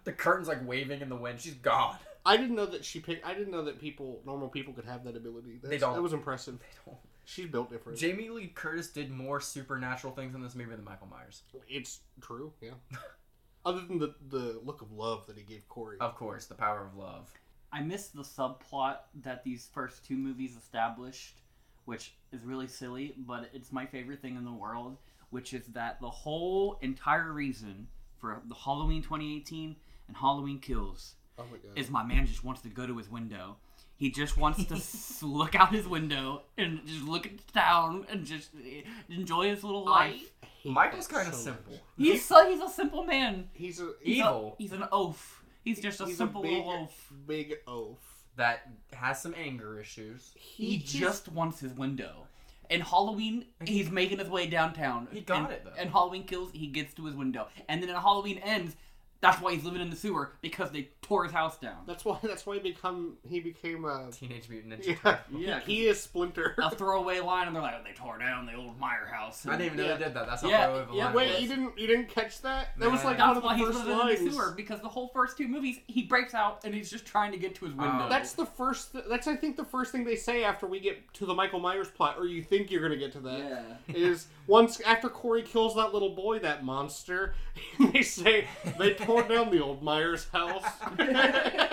Speaker 1: the curtain's like waving in the wind. She's gone.
Speaker 2: I didn't know that she picked. I didn't know that people, normal people, could have that ability. That's,
Speaker 1: don't.
Speaker 2: That was impressive.
Speaker 1: They don't
Speaker 2: She's built different.
Speaker 1: Jamie Lee Curtis did more supernatural things in this movie than Michael Myers.
Speaker 2: it's true. Yeah. Other than the the look of love that he gave Corey.
Speaker 1: Of course, the power of love.
Speaker 3: I missed the subplot that these first two movies established, which is really silly, but it's my favorite thing in the world, which is that the whole entire reason for the Halloween 2018 and Halloween Kills
Speaker 2: oh my god.
Speaker 3: is my man just wants to go to his window. He just wants to s- look out his window and just look at the town and just eh, enjoy his little life.
Speaker 2: hate
Speaker 1: Michael's
Speaker 2: that
Speaker 1: kind of
Speaker 2: so
Speaker 1: simple.
Speaker 2: much.
Speaker 3: He's so he's a simple man.
Speaker 2: He's a he's
Speaker 3: He's a-
Speaker 1: Evil.
Speaker 3: He's an oaf. He's just a
Speaker 2: he's
Speaker 3: simple
Speaker 2: a big,
Speaker 3: little oaf.
Speaker 2: Big oaf.
Speaker 1: That has some anger issues.
Speaker 3: He just wants his window. And Halloween, he's making his way downtown.
Speaker 1: He got
Speaker 3: and,
Speaker 1: it, though.
Speaker 3: And Halloween kills, he gets to his window. And then when Halloween ends, that's why he's living in the sewer because they tore his house down.
Speaker 2: That's why. That's why he become. He became a.
Speaker 1: Teenage Mutant Ninja
Speaker 2: Yeah.
Speaker 1: Turtles.
Speaker 3: Yeah,
Speaker 2: He, he is Splinter.
Speaker 3: A throwaway line, and they're like, they tore down the old Meyer house.
Speaker 1: I didn't even know
Speaker 2: Yeah.
Speaker 1: they did that. That's how
Speaker 3: Yeah,
Speaker 1: far away the
Speaker 3: yeah,
Speaker 1: line
Speaker 2: Wait,
Speaker 1: was.
Speaker 2: you didn't you didn't catch that? That was
Speaker 1: Nah.
Speaker 2: like one
Speaker 3: That's
Speaker 2: of
Speaker 3: why
Speaker 2: the
Speaker 3: he's
Speaker 2: first
Speaker 3: living
Speaker 2: lines.
Speaker 3: in the sewer because the whole first two movies, he breaks out and he's just trying to get to his window.
Speaker 1: Oh.
Speaker 2: That's the first. Th- that's I think the first thing they say after we get to the Michael Myers plot, or you think you're gonna get to that.
Speaker 3: yeah.
Speaker 2: Is once after Corey kills that little boy, that monster, they say they tore down the old Myers house.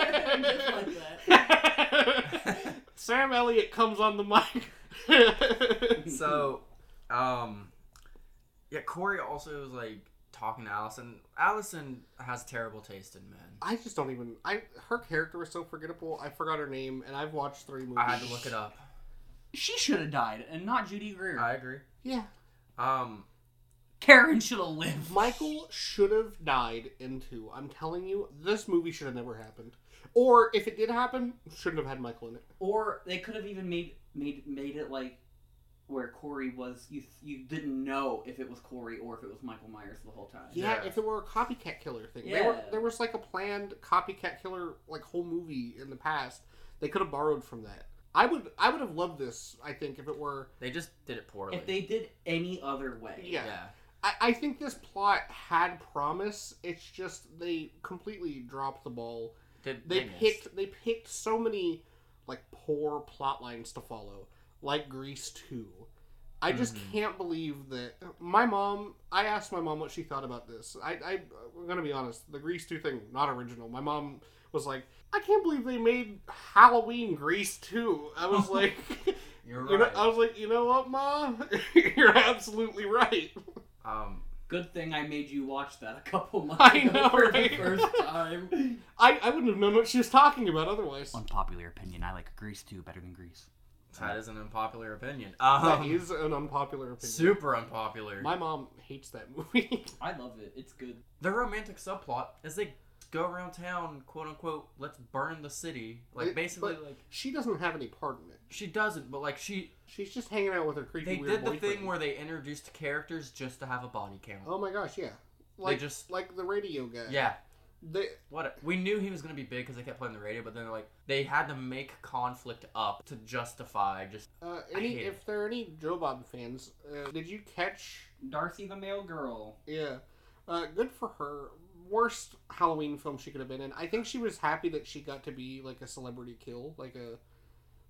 Speaker 2: Sam Elliott comes on the mic.
Speaker 1: So, um, yeah, Corey also was like talking to Allison. Allison has terrible taste in men.
Speaker 2: I just don't even. I her character was so forgettable. I forgot her name, and I've watched three movies.
Speaker 1: I had to look it up.
Speaker 3: She should have died, and not Judy Greer.
Speaker 1: I agree.
Speaker 2: Yeah,
Speaker 1: Um,
Speaker 3: Karen should have lived.
Speaker 2: Michael should have died in two. I'm telling you, this movie should have never happened. Or if it did happen, shouldn't have had Michael in it.
Speaker 3: Or they could have even made made made it like where Corey was you you didn't know if it was Corey or if it was Michael Myers the whole time.
Speaker 2: Yeah,
Speaker 1: Yeah.
Speaker 2: if it were a copycat killer thing, They were,
Speaker 3: Yeah.
Speaker 2: there was like a planned copycat killer like whole movie in the past. They could have borrowed from that. I would I would have loved this. I think if it were,
Speaker 1: They just did it poorly.
Speaker 3: If they did any other way,
Speaker 2: Yeah.
Speaker 1: yeah.
Speaker 2: I, I think this plot had promise. It's just they completely dropped the ball.
Speaker 1: They,
Speaker 2: They
Speaker 1: they missed.
Speaker 2: picked they picked so many like poor plot lines to follow, like Grease Two. I just
Speaker 1: Mhm.
Speaker 2: can't believe that my mom. I asked my mom what she thought about this. I, I I'm gonna be honest. The Grease Two thing not original. My mom was like, I can't believe they made Halloween Grease Two. I was like,
Speaker 1: You're
Speaker 2: you know,
Speaker 1: right.
Speaker 2: I was like, you know what, ma? You're absolutely right.
Speaker 1: um,
Speaker 3: Good thing I made you watch that a couple months
Speaker 2: I
Speaker 3: ago
Speaker 2: know,
Speaker 3: for
Speaker 2: right?
Speaker 3: the first time.
Speaker 2: I, I wouldn't have known what she was talking about otherwise.
Speaker 3: Unpopular opinion. I like Grease too better than Grease.
Speaker 1: that is an unpopular opinion.
Speaker 2: That
Speaker 1: Um,
Speaker 2: is an unpopular opinion.
Speaker 1: super unpopular.
Speaker 2: My mom hates that movie.
Speaker 3: I love it. It's good.
Speaker 1: Their romantic subplot is they go around town, quote unquote, let's burn the city. Like
Speaker 2: It-
Speaker 1: basically,
Speaker 2: but-
Speaker 1: like
Speaker 2: she doesn't have any part in it.
Speaker 1: she doesn't, but like she,
Speaker 2: She's just hanging out with her creepy
Speaker 1: they
Speaker 2: weird
Speaker 1: did the
Speaker 2: boyfriend.
Speaker 1: thing where they introduced characters just to have a body count.
Speaker 2: Oh my gosh, yeah. Like
Speaker 1: just-
Speaker 2: like the radio guy.
Speaker 1: Yeah,
Speaker 2: They,
Speaker 1: what a- we knew he was gonna be big because they kept playing the radio, but then like they had to make conflict up to justify just
Speaker 2: uh,
Speaker 1: I
Speaker 2: any
Speaker 1: hate
Speaker 2: if there are any Joe Bob fans, uh, did you catch?
Speaker 3: Darcy the male girl.
Speaker 2: Yeah. Uh, good for her. Worst Halloween film she could have been in. I think she was happy that she got to be like a celebrity kill, like a.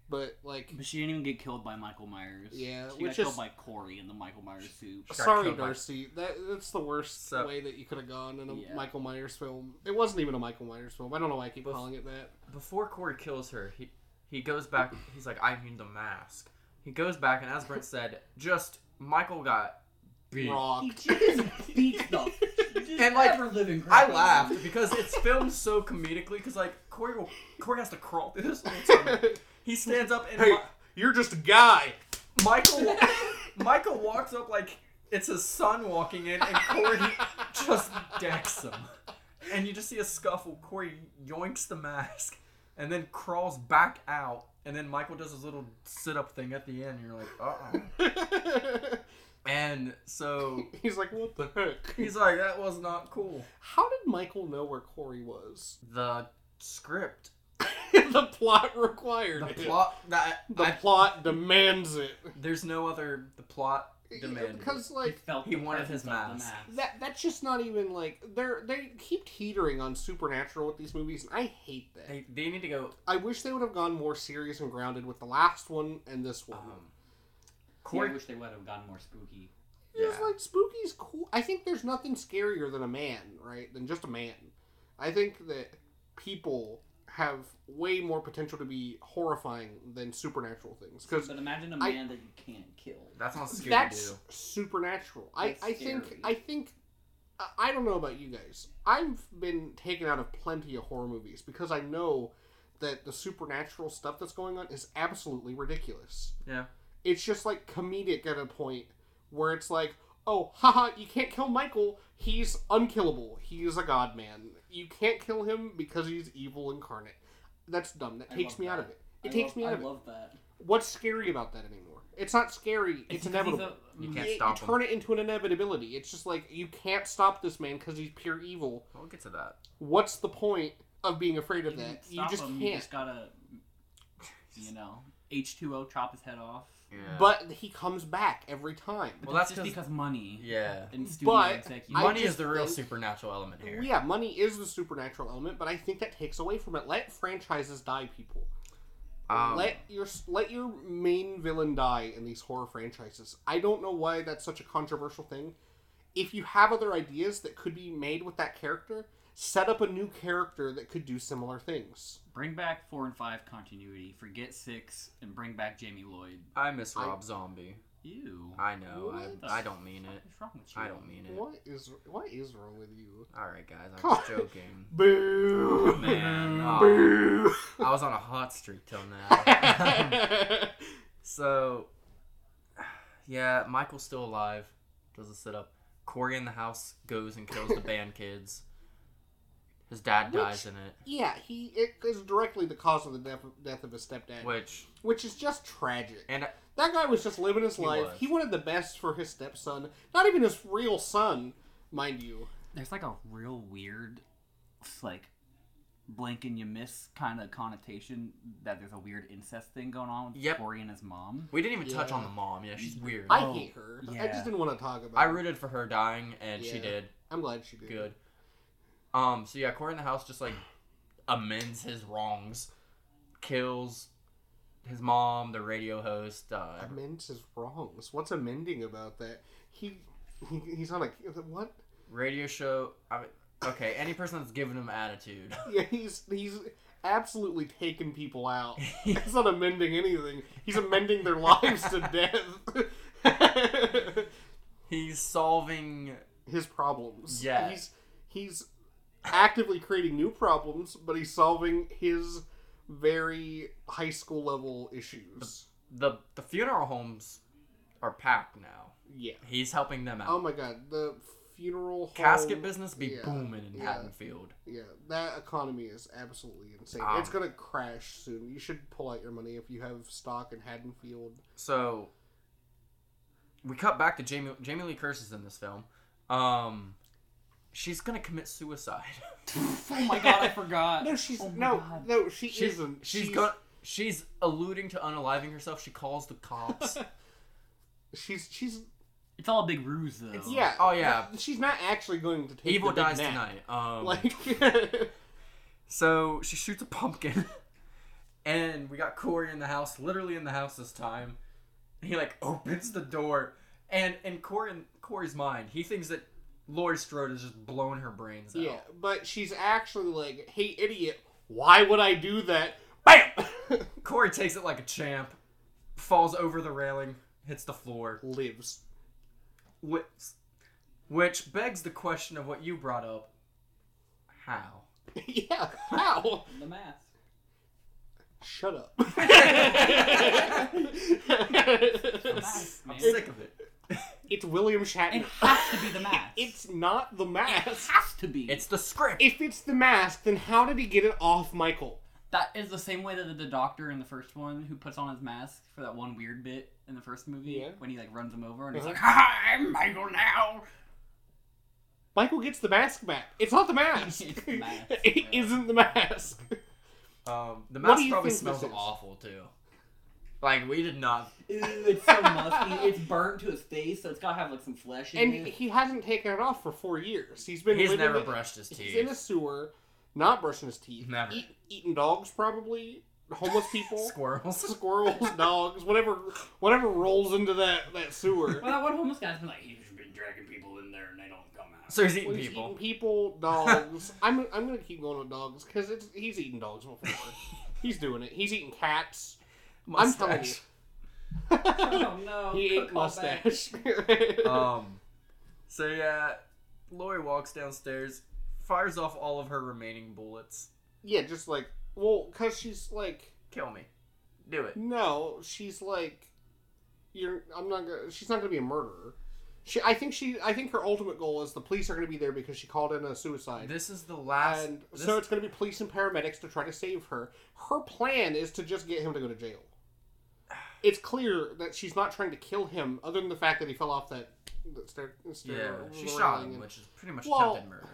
Speaker 2: But like,
Speaker 3: But she didn't even get killed by Michael Myers.
Speaker 2: Yeah,
Speaker 3: she
Speaker 2: which
Speaker 3: got
Speaker 2: is-
Speaker 3: killed by Corey in the Michael Myers suit.
Speaker 1: got
Speaker 2: Sorry,
Speaker 1: killed by-
Speaker 2: Darcy. That that's the worst
Speaker 1: So-
Speaker 2: way that you could have gone in a
Speaker 3: Yeah.
Speaker 2: Michael Myers film. It wasn't even a Michael Myers film. I don't know why I keep
Speaker 1: Bef-
Speaker 2: calling it that.
Speaker 1: before Corey kills her, he he goes back. He's like, I need the mask. He goes back, and as Brent said, just Michael got beat.
Speaker 2: Rock.
Speaker 3: He just beats the
Speaker 1: And, like,
Speaker 3: ever living.
Speaker 1: I laughed because it's filmed so comically. Because like Corey will, Corey has to crawl through this. whole tunnel. He stands up and Mi-
Speaker 2: you're just a guy.
Speaker 1: Michael wa- Michael walks up like it's his son walking in, and Corey just decks him. And you just see a scuffle. Corey yoinks the mask, and then crawls back out. And then Michael does his little sit-up thing at the end. And you're like, uh oh. And so
Speaker 2: He's like, what the heck?
Speaker 1: he's like, that was not cool.
Speaker 2: How did Michael know where Corey was?
Speaker 1: The script,
Speaker 2: the plot required
Speaker 1: the
Speaker 2: it.
Speaker 1: plot, that
Speaker 2: The
Speaker 1: I-
Speaker 2: plot demands it.
Speaker 1: there's no other. The plot demanded. it.
Speaker 2: Because like
Speaker 3: felt
Speaker 1: He
Speaker 3: the
Speaker 1: wanted
Speaker 3: presence
Speaker 1: his
Speaker 3: of the
Speaker 1: mask.
Speaker 2: that that's just not even like they're they keep teetering on supernatural with these movies, and I hate that.
Speaker 1: They, they need to go.
Speaker 2: I wish they would have gone more serious and grounded with the last one and this one.
Speaker 1: Um,
Speaker 3: Yeah, I
Speaker 1: Corey,
Speaker 3: wish they would have gone more spooky.
Speaker 2: It was
Speaker 1: yeah.
Speaker 2: like spooky's cool. I think there's nothing scarier than a man, right? Than just a man. I think that people have way more potential to be horrifying than supernatural things because
Speaker 3: But imagine a
Speaker 2: I-
Speaker 3: man that you can't kill.
Speaker 1: that's not Scooby
Speaker 2: that's
Speaker 1: Doo.
Speaker 2: supernatural. I
Speaker 3: That's
Speaker 2: I think
Speaker 3: scary.
Speaker 2: I think I- I don't know about you guys. I've been taken out of plenty of horror movies because I know that the supernatural stuff that's going on is absolutely ridiculous.
Speaker 1: Yeah.
Speaker 2: it's just like comedic at a point where it's like, oh, haha, you can't kill Michael. He's unkillable. He's a god man. You can't kill him because he's evil incarnate. That's dumb. That
Speaker 3: I
Speaker 2: takes
Speaker 3: love
Speaker 2: me out
Speaker 3: that.
Speaker 2: of it. It
Speaker 3: I
Speaker 2: takes
Speaker 3: love,
Speaker 2: me out
Speaker 3: I
Speaker 2: of
Speaker 3: love that.
Speaker 2: it. What's scary about that anymore? It's not scary. It's,
Speaker 3: because he's
Speaker 2: inevitable.
Speaker 3: a-
Speaker 1: You can't
Speaker 2: You-
Speaker 1: stop
Speaker 2: you
Speaker 1: him.
Speaker 2: turn it into an inevitability. It's just like you can't stop this man because he's pure evil.
Speaker 1: We'll get to that.
Speaker 2: What's the point of being afraid of
Speaker 3: You
Speaker 2: that?
Speaker 3: can't
Speaker 2: You
Speaker 3: stop
Speaker 2: just
Speaker 3: him, You
Speaker 2: can't.
Speaker 3: just gotta, you know, H two O chop his head off.
Speaker 1: Yeah.
Speaker 2: But he comes back every time.
Speaker 1: Well,
Speaker 3: Well, that's
Speaker 1: that's
Speaker 3: just
Speaker 1: 'cause-
Speaker 3: because money.
Speaker 1: yeah.
Speaker 3: And studio
Speaker 2: But
Speaker 3: executives.
Speaker 2: I
Speaker 1: Money
Speaker 2: just
Speaker 1: is the real
Speaker 2: think-
Speaker 1: supernatural element here.
Speaker 2: Well, yeah, money is the supernatural element, but I think that takes away from it. Let franchises die, people.
Speaker 1: Um,
Speaker 2: let your let your main villain die in these horror franchises. I don't know why that's such a controversial thing. If you have other ideas that could be made with that character, set up a new character that could do similar things.
Speaker 3: Bring back four and five continuity. Forget six and bring back Jamie Lloyd.
Speaker 1: I miss
Speaker 2: I-
Speaker 1: Rob Zombie.
Speaker 3: Ew.
Speaker 1: I know.
Speaker 2: What?
Speaker 1: I, I don't mean it.
Speaker 3: What's wrong with you?
Speaker 1: I don't mean it.
Speaker 2: What is what is wrong with you?
Speaker 1: All right, guys. I
Speaker 2: Come
Speaker 1: was
Speaker 2: on.
Speaker 1: joking.
Speaker 2: Boo!
Speaker 1: Man, aw.
Speaker 2: Boo!
Speaker 1: I was on a hot streak till now. so, yeah, Michael's still alive. Does a sit up. Corey in the house goes and kills the band kids. His dad
Speaker 2: Which-
Speaker 1: dies in it,
Speaker 2: Yeah, he it is directly the cause of the death death of his stepdad,
Speaker 1: which
Speaker 2: which is just tragic.
Speaker 1: and uh,
Speaker 2: That guy was just living his
Speaker 1: He
Speaker 2: life.
Speaker 1: was.
Speaker 2: He wanted the best for his stepson, not even his real son, mind you.
Speaker 3: There's like a real weird, like, blink and you miss kind of connotation that there's a weird incest thing going on with
Speaker 1: Yep.
Speaker 3: Corey and his mom.
Speaker 1: we didn't even touch
Speaker 2: Yeah.
Speaker 1: on the mom. Yeah, she's weird. I,
Speaker 2: I
Speaker 3: Oh,
Speaker 2: hate her. I
Speaker 3: yeah.
Speaker 2: just didn't want to talk about. her.
Speaker 1: rooted for her dying, and she
Speaker 2: Yeah.
Speaker 1: did
Speaker 2: I'm glad she did.
Speaker 1: good. Um. So yeah, Corey in the house just like amends his wrongs, kills his mom, the radio host. Uh,
Speaker 2: Amends his wrongs. What's amending about that? He, he he's on a what?
Speaker 1: radio show. I mean, okay, any person that's given him attitude.
Speaker 2: Yeah, he's he's absolutely taking people out. He's not amending anything. He's amending their lives to death.
Speaker 1: He's solving.
Speaker 2: His problems.
Speaker 1: Yeah.
Speaker 2: He's he's actively creating new problems, but he's solving his very high school level issues.
Speaker 1: the The funeral homes are packed now.
Speaker 2: Yeah.
Speaker 1: He's helping them out.
Speaker 2: Oh my god, the funeral home,
Speaker 1: Casket business be
Speaker 2: yeah,
Speaker 1: booming in
Speaker 2: yeah.
Speaker 1: Haddonfield.
Speaker 2: Yeah, that economy is absolutely insane.
Speaker 1: Um,
Speaker 2: it's gonna crash soon. You should pull out your money if you have stock in Haddonfield.
Speaker 1: So we cut back to Jamie. Jamie Lee Curtis is in this film. Um, she's gonna commit suicide.
Speaker 3: Oh my god, I forgot.
Speaker 2: No, she's
Speaker 3: Oh my
Speaker 2: no,
Speaker 3: God.
Speaker 2: no, she
Speaker 1: She's
Speaker 2: isn't.
Speaker 1: she's gonna. She's alluding to unaliving herself. She calls the cops.
Speaker 2: She's she's
Speaker 3: It's all a big ruse, though.
Speaker 2: yeah.
Speaker 1: Oh, yeah.
Speaker 2: She's not actually going to take
Speaker 1: Evil
Speaker 2: the big
Speaker 1: dies
Speaker 2: nap.
Speaker 1: tonight. Um,
Speaker 2: Like
Speaker 1: So she shoots a pumpkin, and we got Corey in the house, literally in the house this time. He like opens the door, and in Corey in Corey's mind, he thinks that Laurie Strode has just blown her brains out.
Speaker 2: Yeah, but she's actually like, "Hey, idiot! Why would I do that?" Bam!
Speaker 1: Corey takes it like a champ, falls over the railing, hits the floor,
Speaker 2: Lives.
Speaker 1: which, which begs the question of what you brought up: how?
Speaker 2: yeah. How?
Speaker 3: The mask.
Speaker 2: Shut up.
Speaker 3: The mask, man.
Speaker 1: I'm sick of it.
Speaker 2: it's William
Speaker 3: It
Speaker 2: Shatner.
Speaker 3: has to be the mask.
Speaker 2: It's not the
Speaker 3: It
Speaker 2: mask.
Speaker 3: has to be.
Speaker 1: It's the script.
Speaker 2: If it's the mask, then how did he get it off Michael?
Speaker 3: That is the same way that the doctor in the first one who puts on his mask for that one weird bit in the first movie
Speaker 2: Yeah.
Speaker 3: when he like runs him over and he's
Speaker 2: Uh-huh.
Speaker 3: like, "Hi, I'm Michael now."
Speaker 2: Michael gets the mask back. It's not the mask.
Speaker 3: It's the mask,
Speaker 2: it
Speaker 3: yeah.
Speaker 2: not the mask.
Speaker 1: Um, the
Speaker 2: What do
Speaker 1: mask probably
Speaker 2: you think this
Speaker 1: smells
Speaker 2: is?
Speaker 1: awful too. Like we did not
Speaker 3: it's so musky. It's burnt to his face, so it's gotta have like some flesh in
Speaker 2: And
Speaker 3: it.
Speaker 2: he hasn't taken it off for four years. He's been
Speaker 1: He's
Speaker 2: living
Speaker 1: never
Speaker 2: in-
Speaker 1: brushed his
Speaker 2: He's in a
Speaker 1: teeth.
Speaker 2: sewer, not brushing his teeth.
Speaker 1: Never.
Speaker 2: Eat, eating dogs, probably. Homeless people.
Speaker 1: Squirrels.
Speaker 2: squirrels, dogs, whatever whatever rolls into that, that sewer.
Speaker 3: well, that one homeless guy's been like, he's been dragging people in there and they don't come out.
Speaker 1: So he's eating
Speaker 2: Well, he's
Speaker 1: people.
Speaker 2: eating people, dogs. I'm, I'm gonna keep going with dogs because it's he's eating dogs before. he's doing it. He's eating cats. I'm telling you.
Speaker 1: Mustache.
Speaker 3: oh no,
Speaker 2: he
Speaker 3: good
Speaker 2: ate
Speaker 3: call back.
Speaker 2: mustache.
Speaker 1: Um. So yeah, Lori walks downstairs, fires off all of her remaining bullets.
Speaker 2: yeah, just like well, because she's like
Speaker 1: Kill me. Do it.
Speaker 2: no, she's like you're. I'm not gonna. She's not gonna be a murderer. She, I think she, I think her ultimate goal is the police are gonna be there because she called in a suicide.
Speaker 1: This is the last.
Speaker 2: and
Speaker 1: this-
Speaker 2: so it's going to be police and paramedics to try to save her. Her plan is to just get him to go to jail. It's clear that she's not trying to kill him, other than the fact that he fell off that, that stair. stair
Speaker 1: yeah,
Speaker 2: railing
Speaker 1: she shot
Speaker 2: and-
Speaker 1: him, which is pretty much
Speaker 2: Well,
Speaker 1: attempted murder.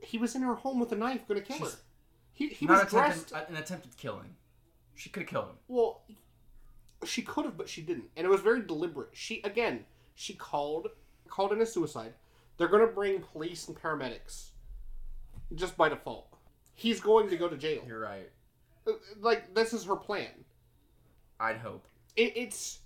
Speaker 2: He was in her home with a knife, going to kill her.
Speaker 1: She's-
Speaker 2: He, he
Speaker 1: Not
Speaker 2: was
Speaker 1: attempted, uh,
Speaker 2: dressed.
Speaker 1: an attempted killing. She could have killed him.
Speaker 2: Well, she could have, but she didn't, and it was very deliberate. She again, she called called in a suicide. They're going to bring police and paramedics, just by default. He's going to go to jail. Uh,
Speaker 1: You're right.
Speaker 2: Like this is her plan.
Speaker 1: I'd hope.
Speaker 2: it, it's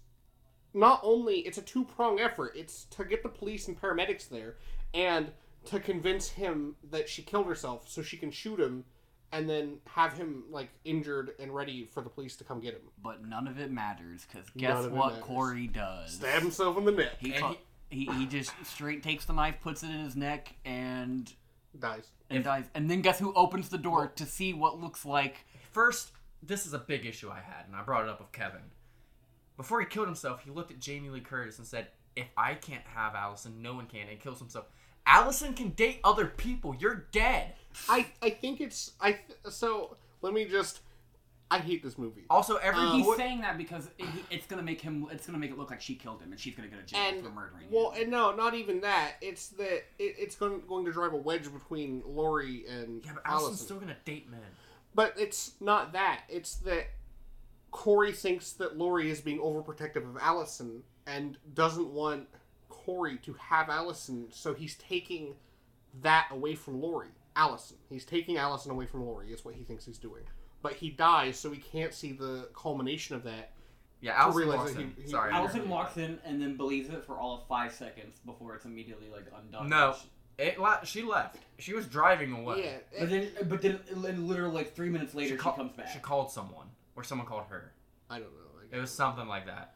Speaker 2: not only it's a two prong effort. It's to get the police and paramedics there, and to convince him that she killed herself so she can shoot him, and then have him like injured and ready for the police to come get him.
Speaker 3: But none of it matters because guess
Speaker 2: of it
Speaker 3: what
Speaker 2: matters.
Speaker 3: Corey does?
Speaker 2: Stab himself in the neck,
Speaker 3: He,
Speaker 1: And
Speaker 3: fu- he he just straight takes the knife, puts it in his neck, and
Speaker 2: dies.
Speaker 3: and dies. And then guess who opens the door to see what looks like
Speaker 1: First, this is a big issue I had, and I brought it up with Kevin. Before he killed himself, he looked at Jamie Lee Curtis and said, If I can't have Allison, no one can, and kills himself. Allison can date other people. You're dead.
Speaker 2: I I think it's I th- so let me just I hate this movie.
Speaker 1: Also, every
Speaker 2: Um,
Speaker 1: boy-
Speaker 3: He's saying that because it, he- it's gonna make him. It's gonna make it look like she killed him, and she's gonna go to jail
Speaker 2: And
Speaker 3: for murdering
Speaker 2: well,
Speaker 3: him.
Speaker 2: and no, not even that. It's that it, it's going going to drive a wedge between Lori and
Speaker 1: yeah, but Allison's
Speaker 2: Allison.
Speaker 1: still gonna date men.
Speaker 2: But it's not that. It's that Corey thinks that Lori is being overprotective of Allison and doesn't want Corey to have Allison, so he's taking that away from Lori. Allison. He's taking Allison away from Lori, is what he thinks he's doing. But he dies, so we can't see the culmination of that.
Speaker 1: Yeah, Allison
Speaker 2: realize
Speaker 1: walks
Speaker 2: that
Speaker 1: in.
Speaker 2: he- he-
Speaker 1: Sorry, I
Speaker 3: Allison
Speaker 1: interrupted.
Speaker 3: walks in and then believes it for all of five seconds before it's immediately like undone.
Speaker 1: No. It, la- she left. She was driving away.
Speaker 2: Yeah.
Speaker 3: But then, but then, literally like three minutes later, she,
Speaker 1: ca-
Speaker 3: comes back.
Speaker 1: She called someone, or someone called her.
Speaker 2: I don't know. I
Speaker 1: It was something like that.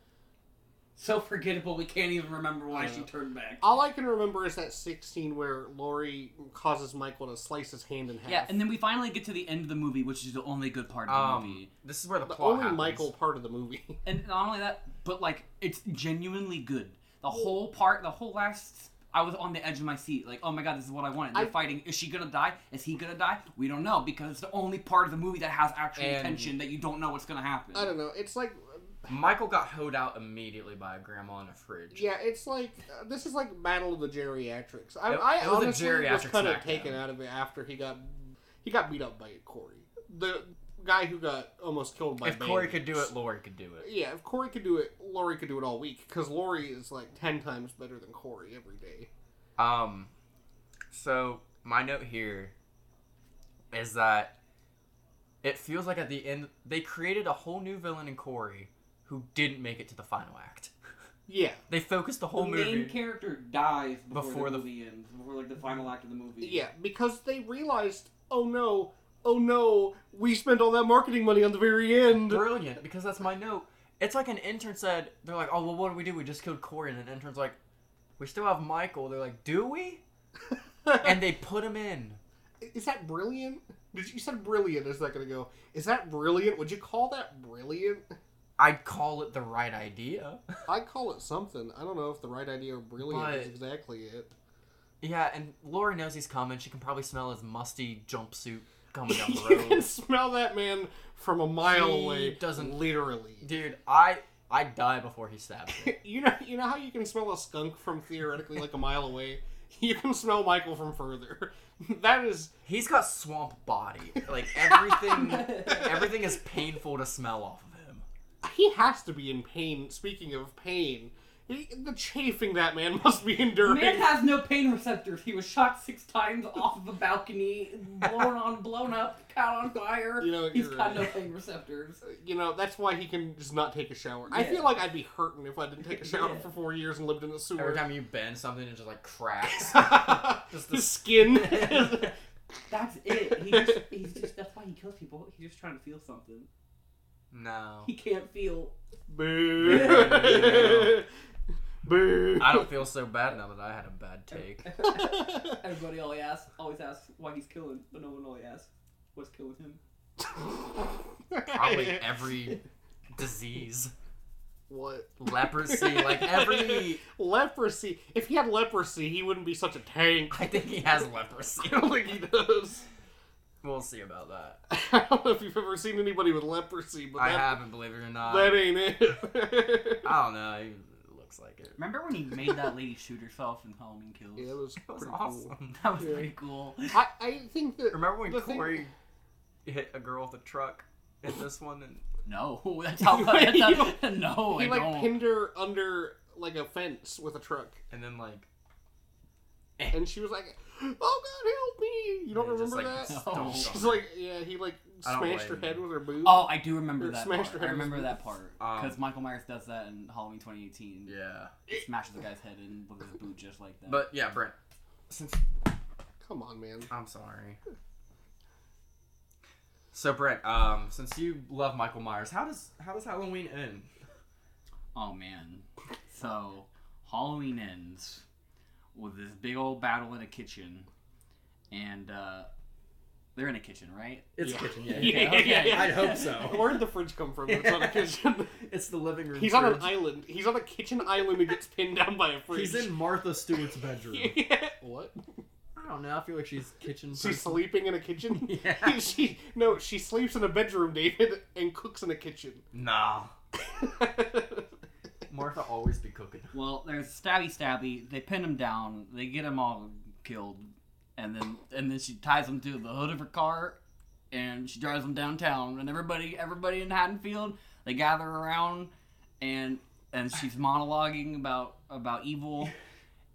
Speaker 3: so forgettable, we can't even remember why
Speaker 2: I
Speaker 3: she
Speaker 2: know.
Speaker 3: turned back.
Speaker 2: All I can remember is that six scene where Lori causes Michael to slice his hand in half.
Speaker 3: Yeah, and then we finally get to the end of the movie, which is the only good part of the
Speaker 1: Um,
Speaker 3: movie.
Speaker 1: this is where the,
Speaker 2: the
Speaker 1: plot
Speaker 2: only
Speaker 1: happens.
Speaker 2: Michael part of the movie.
Speaker 3: And not only that, but like it's genuinely good. The whole part, the whole last, I was on the edge of my seat. Like, oh my god, this is what I wanted. They're
Speaker 2: I-
Speaker 3: fighting. Is she gonna die? Is he gonna die? We don't know because it's the only part of the movie that has actual
Speaker 1: And-
Speaker 3: tension that you don't know what's gonna happen.
Speaker 2: I don't know. It's like
Speaker 1: Michael got hoed out immediately by a grandma in a fridge.
Speaker 2: Yeah, it's like uh, this is like Battle of the Geriatrics. I,
Speaker 1: It-
Speaker 2: I
Speaker 1: it was a
Speaker 2: honestly was
Speaker 1: geriatric
Speaker 2: kind of
Speaker 1: smackdown.
Speaker 2: taken out of it after he got he got beat up by Corey, the guy who got almost killed by.
Speaker 1: if Corey
Speaker 2: bandits.
Speaker 1: could do it, Lori could do it.
Speaker 2: yeah, if Corey could do it, Lori could do it all week because Lori is like ten times better than Corey every day.
Speaker 1: Um, so my note here is that it feels like at the end they created a whole new villain in Corey who didn't make it to the final act.
Speaker 2: Yeah,
Speaker 1: They focused the
Speaker 3: The
Speaker 1: whole
Speaker 3: main
Speaker 1: movie.
Speaker 3: character dies before,
Speaker 1: Before
Speaker 3: the,
Speaker 1: the-
Speaker 3: movie ends, before like the final act of the movie.
Speaker 2: yeah, because they realized, oh no, oh no, we spent all that marketing money on the very end.
Speaker 1: brilliant because that's my note. It's like an intern said, they're like, oh, well, what do we do? We just killed Corey. And an intern's like, we still have Michael. They're like, do we? and they put him in.
Speaker 2: Is that brilliant? Did you you said brilliant? Is that gonna go? Is that brilliant? Would you call that brilliant?
Speaker 1: I'd call it the right idea.
Speaker 2: I call it something. I don't know if the right idea or brilliant is
Speaker 1: But-
Speaker 2: exactly it.
Speaker 1: yeah, and Lori knows he's coming. She can probably smell his musty jumpsuit coming down the
Speaker 2: you can
Speaker 1: road.
Speaker 2: smell that man from a mile
Speaker 1: He
Speaker 2: away.
Speaker 1: doesn't-
Speaker 2: literally.
Speaker 1: Dude, I I die before he stabs me.
Speaker 2: You know, you know how you can smell a skunk from theoretically like a mile away. You can smell Michael from further. That is
Speaker 1: He's got swamp body. Like everything, everything is painful to smell off of him.
Speaker 2: he has to be in pain. Speaking of pain, he, the chafing that man must be enduring.
Speaker 3: Man has no pain receptors. He was shot six times off of a balcony, blown on, blown up, caught on fire.
Speaker 2: You know,
Speaker 3: He's
Speaker 2: you're
Speaker 3: got
Speaker 2: right.
Speaker 3: no pain receptors.
Speaker 2: you know that's why he can just not take a shower. I
Speaker 3: Yeah.
Speaker 2: feel like I'd be hurting if I didn't take a shower
Speaker 3: Yeah.
Speaker 2: for four years and lived in the sewer.
Speaker 1: Every time you bend something, it just like cracks. Just the-
Speaker 2: His skin.
Speaker 3: That's it. He just, he's just. That's why he kills people. He's just trying to feel something.
Speaker 1: No.
Speaker 3: He can't feel.
Speaker 2: Boo. Boo.
Speaker 1: I don't feel so bad now that I had a bad take.
Speaker 3: Everybody always asks, always asks why he's killing, but no one always asks what's killing him.
Speaker 1: Probably every disease,
Speaker 2: What?
Speaker 1: leprosy, like every.
Speaker 2: Leprosy. If he had leprosy, he wouldn't be such a tank.
Speaker 1: I think he has leprosy.
Speaker 2: I don't think he does.
Speaker 1: We'll see about that.
Speaker 2: I don't know if you've ever seen anybody with leprosy, but
Speaker 1: I
Speaker 2: that,
Speaker 1: haven't, believe it or not.
Speaker 2: that ain't it.
Speaker 1: I don't know. He looks like it.
Speaker 3: Remember when he made that lady shoot herself in Halloween Kills?
Speaker 2: yeah, that was,
Speaker 1: That was
Speaker 2: pretty cool.
Speaker 1: awesome.
Speaker 3: That was
Speaker 2: Yeah.
Speaker 3: pretty cool.
Speaker 2: I, I think that.
Speaker 1: Remember when
Speaker 2: The thing-
Speaker 1: Corey hit a girl with a truck in this one? And
Speaker 3: No, that's how. That's how no,
Speaker 2: he
Speaker 3: I
Speaker 2: like
Speaker 3: don't.
Speaker 2: pinned her under like a fence with a truck,
Speaker 1: and then, like.
Speaker 2: and she was like, "Oh God, help me!" You don't
Speaker 1: they just,
Speaker 2: remember
Speaker 1: like,
Speaker 2: that?
Speaker 1: stomped on
Speaker 2: She's
Speaker 1: her.
Speaker 2: like, yeah, he like
Speaker 1: I don't
Speaker 2: smashed her
Speaker 1: blame
Speaker 2: head
Speaker 1: you.
Speaker 2: with her boob.
Speaker 3: Oh, I do remember
Speaker 2: Or
Speaker 3: that.
Speaker 2: smashed
Speaker 3: Part.
Speaker 2: her
Speaker 3: I
Speaker 2: head with
Speaker 3: remember
Speaker 2: a
Speaker 3: that part
Speaker 1: Um,
Speaker 3: because Michael Myers does that in Halloween 2018.
Speaker 1: Yeah.
Speaker 3: He smashes the guy's head in with his boot just like that.
Speaker 1: But yeah, Brent. Since
Speaker 2: Come on, man.
Speaker 1: I'm sorry. So Brent, um, since you love Michael Myers, how does how does Halloween end?
Speaker 3: oh man, so Halloween ends with this big old battle in a kitchen, and uh, They're in a kitchen, right?
Speaker 4: It's
Speaker 2: Yeah.
Speaker 4: kitchen. Yeah.
Speaker 2: Yeah,
Speaker 4: Okay.
Speaker 3: yeah,
Speaker 4: I'd hope
Speaker 2: Where
Speaker 4: so.
Speaker 2: would the fridge come from? It's on a kitchen.
Speaker 1: It's the living room.
Speaker 2: He's on an
Speaker 1: fridge.
Speaker 2: island. He's on a kitchen island and gets pinned down by a fridge.
Speaker 1: He's in Martha Stewart's bedroom.
Speaker 2: what?
Speaker 1: I don't know. I feel like she's kitchen.
Speaker 2: She's
Speaker 1: person.
Speaker 2: sleeping in a kitchen.
Speaker 1: Yeah.
Speaker 2: she no, she sleeps in a bedroom, David, and cooks in a kitchen.
Speaker 1: Nah. Martha always be cooking.
Speaker 3: Well, there's stabby stabby. They pin him down. They get him all killed, and then and then she ties him to the hood of her car, and she drives him downtown. And everybody everybody in Haddonfield they gather around, and and she's monologuing about about evil.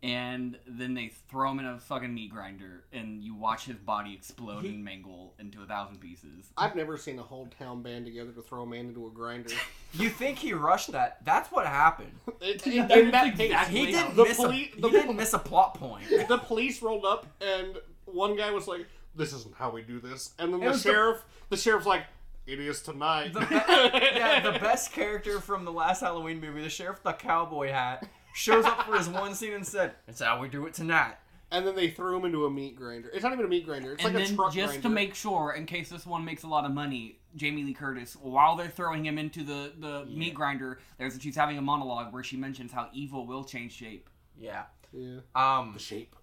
Speaker 3: And then they throw him in a fucking meat grinder, and you watch his body explode and mangle into a thousand pieces.
Speaker 2: I've never seen a whole town band together to throw a man into a grinder.
Speaker 1: You think he rushed that? That's what happened.
Speaker 2: It-
Speaker 3: Yeah,
Speaker 2: in
Speaker 3: that's
Speaker 2: that case,
Speaker 3: exactly
Speaker 1: He
Speaker 3: Wait,
Speaker 1: didn't
Speaker 2: the
Speaker 1: miss a,
Speaker 2: poli-
Speaker 1: he
Speaker 2: the
Speaker 1: didn't
Speaker 2: poli-
Speaker 1: miss a plot point.
Speaker 2: the police rolled up, and one guy was like, "This isn't how we do this," and then
Speaker 1: It
Speaker 2: the
Speaker 1: was the-
Speaker 2: sheriff, the sheriff's like, "It is tonight."
Speaker 1: The be- yeah, the best character from the last Halloween movie, the sheriff with the cowboy hat, shows up for his one scene and said, "It's how we do it tonight."
Speaker 2: And then they threw him into a meat grinder. It's not even a meat grinder. It's
Speaker 3: and
Speaker 2: like a
Speaker 3: then
Speaker 2: truck
Speaker 3: just
Speaker 2: grinder.
Speaker 3: to make sure, in case this one makes a lot of money, Jamie Lee Curtis, while they're throwing him into the, the meat grinder, there's she's having a monologue where she mentions how evil will change shape.
Speaker 1: Yeah.
Speaker 2: yeah.
Speaker 1: Um,
Speaker 2: the shape.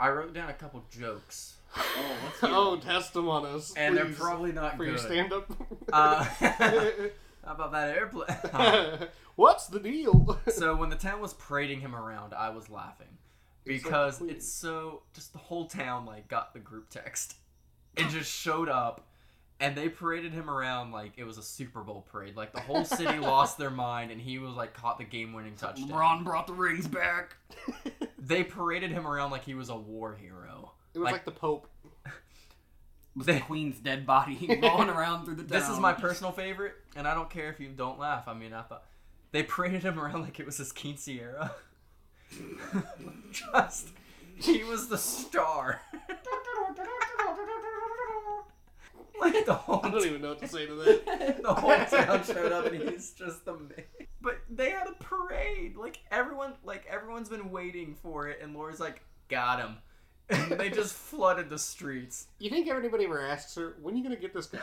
Speaker 1: I wrote down a couple jokes,
Speaker 3: Oh, let's
Speaker 2: Oh, test them on us,
Speaker 1: and they're
Speaker 2: please,
Speaker 1: probably not
Speaker 2: for your
Speaker 1: good.
Speaker 2: stand up.
Speaker 1: uh, how about that airplane?
Speaker 2: What's the deal?
Speaker 1: so when the town was parading him around, I was laughing because
Speaker 2: queen.
Speaker 1: it's so just the whole town like got the group text and just showed up and they paraded him around like it was a Super Bowl parade. Like the whole city lost their mind and he was like caught the game-winning touchdown.
Speaker 3: LeBron brought the rings back.
Speaker 1: They paraded him around like he was a war hero.
Speaker 2: It was like,
Speaker 1: Like-
Speaker 2: the Pope.
Speaker 3: It was the Queen's dead body rolling around through the town.
Speaker 1: This is my personal favorite, and I don't care if you don't laugh. I mean, I thought they paraded him around like it was his quinceañera. Just, he was the star. like the whole,
Speaker 2: I don't even know what to say to that.
Speaker 1: the whole town showed up, and he's just the man. But they had a parade. Like everyone, like everyone's been waiting for it, and Laura's like, "Got him." And they just flooded the streets.
Speaker 2: You think anybody ever asks her, when are you going to get this guy?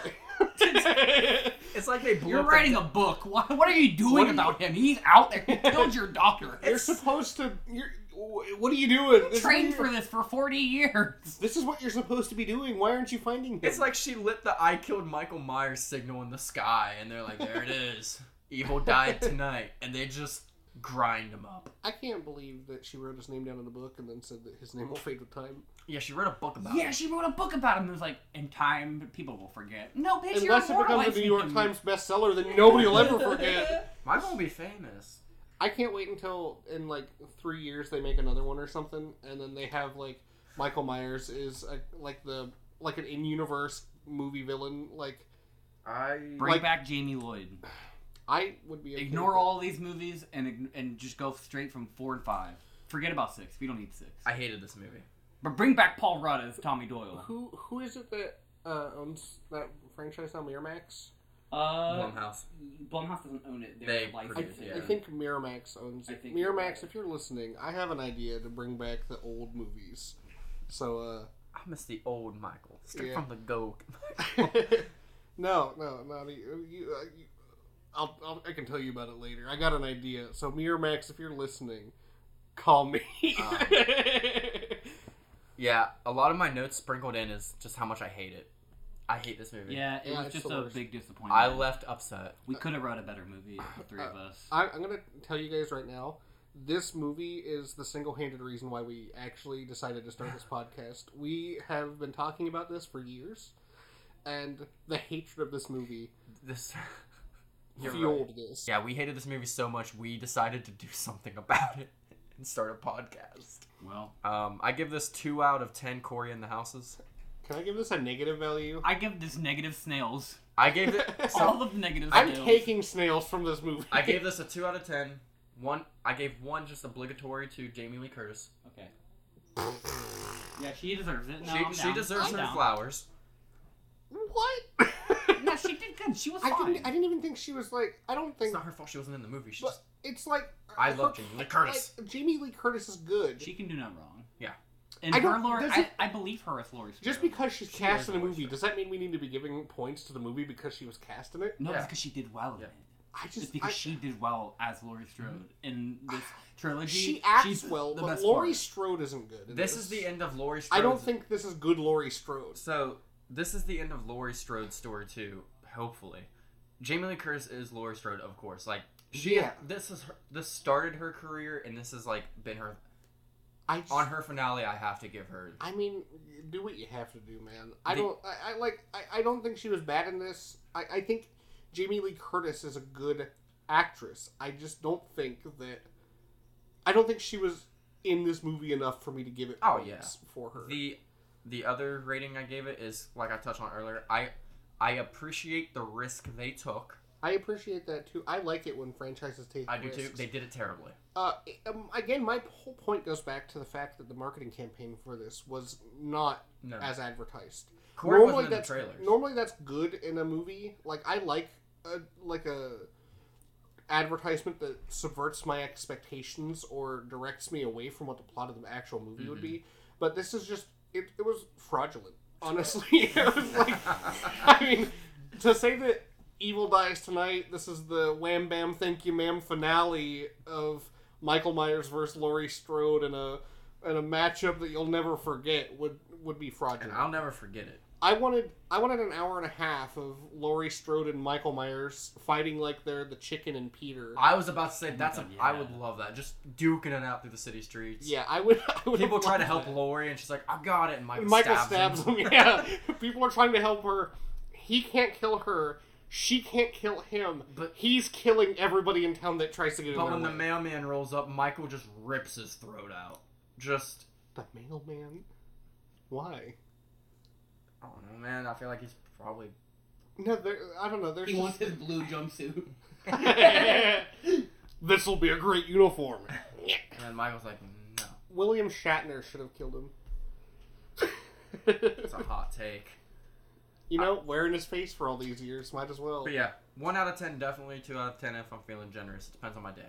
Speaker 1: It's like they blew
Speaker 3: You're
Speaker 1: up the
Speaker 3: writing a book. What, what are you doing
Speaker 2: What are
Speaker 3: about him? He's out there. He killed your daughter.
Speaker 2: you're supposed to. You're, wh- what are you doing? This is what
Speaker 3: Trained
Speaker 2: you're-
Speaker 3: for this for 40 years.
Speaker 2: This is what you're supposed to be doing. Why aren't you finding him?
Speaker 1: It's like she lit the I killed Michael Myers signal in the sky, and they're like, there it is. Evil died tonight. And they just grind him up.
Speaker 2: I can't believe that she wrote his name down in the book and then said that his name will fade with time.
Speaker 1: Yeah, she read a book about
Speaker 3: Yeah,
Speaker 1: it.
Speaker 3: she wrote a book about him. It was like, in time, people will forget. No, bitch, you're
Speaker 2: Unless it becomes a
Speaker 3: immortalizing
Speaker 2: New York
Speaker 3: him.
Speaker 2: Times bestseller, then nobody will ever forget.
Speaker 1: Mine's gonna be famous.
Speaker 2: I can't wait until in like three years they make another one or something, and then they have like Michael Myers is a, like the like an in-universe movie villain. Like
Speaker 1: I.
Speaker 3: Bring
Speaker 2: Like-
Speaker 3: back Jamie Lloyd.
Speaker 2: I would be okay
Speaker 3: Ignore
Speaker 2: with
Speaker 3: all these movies and ign- and just go straight from four and five. Forget about six. We don't need six.
Speaker 1: I hated this movie.
Speaker 3: But bring back Paul Rudd as Tommy
Speaker 2: that.
Speaker 3: Doyle.
Speaker 2: Who who is it that uh, owns that franchise now? Miramax.
Speaker 3: Uh,
Speaker 1: Blumhouse.
Speaker 3: Blumhouse doesn't own it.
Speaker 1: They
Speaker 3: They're licensed.
Speaker 2: I,
Speaker 1: produced,
Speaker 2: I
Speaker 1: yeah.
Speaker 2: think Miramax owns
Speaker 3: I
Speaker 2: it.
Speaker 3: think you're
Speaker 2: Miramax,
Speaker 3: right.
Speaker 2: if you're listening, I have an idea to bring back the old movies. So,
Speaker 1: I miss the old Michael. Straight
Speaker 2: Yeah.
Speaker 1: from the go.
Speaker 2: uh, no, no, no. You, you, uh, you, I'll, I'll, I can tell you about it later. I got an idea. So, Miramax, if you're listening, call me.
Speaker 3: Ah.
Speaker 1: Um. yeah, a lot of my notes sprinkled in is just how much I hate it. I hate this movie.
Speaker 3: Yeah, it
Speaker 2: Yeah,
Speaker 3: was
Speaker 2: it's
Speaker 3: just
Speaker 2: the
Speaker 3: a
Speaker 2: worst.
Speaker 3: big disappointment.
Speaker 1: I left upset.
Speaker 3: We could have wrote a better movie, the three of us.
Speaker 2: I, I'm gonna tell you guys right now. This movie is the single-handed reason why we actually decided to start this podcast. We have been talking about this for years, and the hatred of this movie
Speaker 1: This. You're
Speaker 2: fueled
Speaker 1: right.
Speaker 2: this.
Speaker 1: Yeah, we hated this movie so much, we decided to do something about it and start a podcast.
Speaker 3: Well,
Speaker 1: Um, I give this two out of ten. Corey in the houses.
Speaker 2: Can I give this a negative value?
Speaker 3: I give this negative snails.
Speaker 1: I gave it. So
Speaker 3: All of the negative
Speaker 2: I'm
Speaker 3: snails.
Speaker 2: taking snails from this movie.
Speaker 1: I gave this a two out of ten. One, I gave one just obligatory to Jamie Lee Curtis.
Speaker 3: Okay. Yeah, she deserves it. No,
Speaker 1: she
Speaker 3: I'm
Speaker 1: she
Speaker 3: down.
Speaker 1: deserves
Speaker 3: I'm
Speaker 1: her
Speaker 3: down.
Speaker 1: flowers.
Speaker 2: what?
Speaker 3: No, she did good. She was
Speaker 2: I
Speaker 3: fine.
Speaker 2: didn't. I didn't even think she was like. I don't
Speaker 1: It's
Speaker 2: think.
Speaker 1: not her fault she wasn't in the movie. She
Speaker 2: But-
Speaker 1: just
Speaker 2: It's like
Speaker 1: I love Jamie Lee Curtis.
Speaker 2: Like, Jamie Lee Curtis is good.
Speaker 3: She can do no wrong. And
Speaker 2: I
Speaker 3: her
Speaker 2: don't-
Speaker 3: Laura,
Speaker 2: does
Speaker 3: I,
Speaker 2: it-
Speaker 3: I believe her as Laurie.
Speaker 2: Just
Speaker 3: Strode.
Speaker 2: because she's
Speaker 3: She
Speaker 2: cast
Speaker 3: is
Speaker 2: in a
Speaker 3: Laurie
Speaker 2: movie,
Speaker 3: Strode.
Speaker 2: does that mean we need to be giving points to the movie because she was cast in it?
Speaker 3: No,
Speaker 1: Yeah.
Speaker 3: it's because she did well in
Speaker 1: Yeah.
Speaker 3: it.
Speaker 2: I just
Speaker 3: It's because
Speaker 2: I-
Speaker 3: she did well as Laurie Strode in this trilogy.
Speaker 2: she acts
Speaker 3: she's
Speaker 2: well,
Speaker 3: the
Speaker 2: but
Speaker 3: best
Speaker 2: Laurie
Speaker 3: part.
Speaker 2: Strode isn't good. in
Speaker 1: This is the end of Laurie
Speaker 2: I
Speaker 1: Strode's.
Speaker 2: don't think this is good Laurie Strode.
Speaker 1: so. This is the end of Laurie Strode's story too. Hopefully, Jamie Lee Curtis is Laurie Strode, of course. Like she,
Speaker 2: Yeah.
Speaker 1: this is her, this started her career, and this has like been her
Speaker 2: I just,
Speaker 1: on her finale. I have to give her.
Speaker 2: I mean, do what you have to do, man. I
Speaker 1: The-
Speaker 2: don't. I, I like. I, I don't think she was bad in this. I, I think Jamie Lee Curtis is a good actress. I just don't think that. I don't think she was in this movie enough for me to give it.
Speaker 1: Oh,
Speaker 2: points for her.
Speaker 1: The the other rating I gave it is like I touched on earlier. I I appreciate the risk they took.
Speaker 2: I appreciate that too. I like it when franchises take.
Speaker 1: I do
Speaker 2: risks.
Speaker 1: too. They did it terribly.
Speaker 2: uh, um, again, my whole point goes back to the fact that the marketing campaign for this was not
Speaker 1: No,
Speaker 2: as advertised.
Speaker 1: Corey
Speaker 2: normally
Speaker 1: wasn't in the
Speaker 2: that's
Speaker 1: trailers.
Speaker 2: normally that's good in a movie. Like I like a, like a advertisement that subverts my expectations or directs me away from what the plot of the actual movie would
Speaker 1: Mhm.
Speaker 2: be. But this is just it. It was fraudulent. Honestly, it was like I mean to say that evil dies tonight. This is the wham bam thank you ma'am finale of Michael Myers versus Laurie Strode in a in a matchup that you'll never forget would would be
Speaker 1: and
Speaker 2: fraudulent.
Speaker 1: I'll never forget it.
Speaker 2: I wanted I wanted an hour and a half of Laurie Strode and Michael Myers fighting like they're the chicken and Peter.
Speaker 1: I was about to say
Speaker 2: Oh
Speaker 3: my
Speaker 1: that's a I
Speaker 3: God,
Speaker 1: would
Speaker 3: yeah.
Speaker 1: love that. Just duking it out through the city streets.
Speaker 2: yeah, I would. I would
Speaker 1: People
Speaker 2: have
Speaker 1: try to
Speaker 2: loved
Speaker 1: help
Speaker 2: that.
Speaker 1: Lori, and she's like, "I got it." And Michael,
Speaker 2: And Michael
Speaker 1: stabs,
Speaker 2: stabs him. Yeah, people are trying to help her. He can't kill her. She can't kill him.
Speaker 1: But-
Speaker 2: he's killing everybody in town that tries to get in
Speaker 1: but
Speaker 2: their
Speaker 1: when the
Speaker 2: way.
Speaker 1: mailman rolls up, Michael just rips his throat out. Just
Speaker 2: the mailman. Why?
Speaker 1: I don't know, man. I feel like he's probably
Speaker 2: No, there- I don't know. There's
Speaker 4: He wants his blue jumpsuit.
Speaker 2: this will be a great uniform.
Speaker 1: and then Michael's like, "No,
Speaker 2: William Shatner should have killed him.
Speaker 1: it's a hot take."
Speaker 2: You know, wearing his face for all these years, might as well.
Speaker 1: But yeah, one out of ten, definitely. Two out of ten if I'm feeling generous. It depends on my day.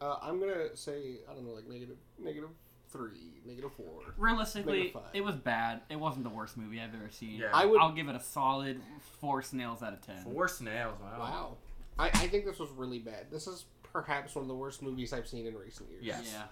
Speaker 2: Uh, I'm gonna say I don't know, like negative, negative three, negative four.
Speaker 3: Realistically,
Speaker 2: Mega five.
Speaker 3: it was bad. It wasn't the worst movie I've ever seen.
Speaker 1: Yeah.
Speaker 2: I would.
Speaker 3: I'll give it a solid four snails out of ten.
Speaker 1: Four snails. Wow.
Speaker 2: wow. I, I think this was really bad. This is perhaps one of the worst movies I've seen in recent years.
Speaker 1: Yes.
Speaker 3: Yeah,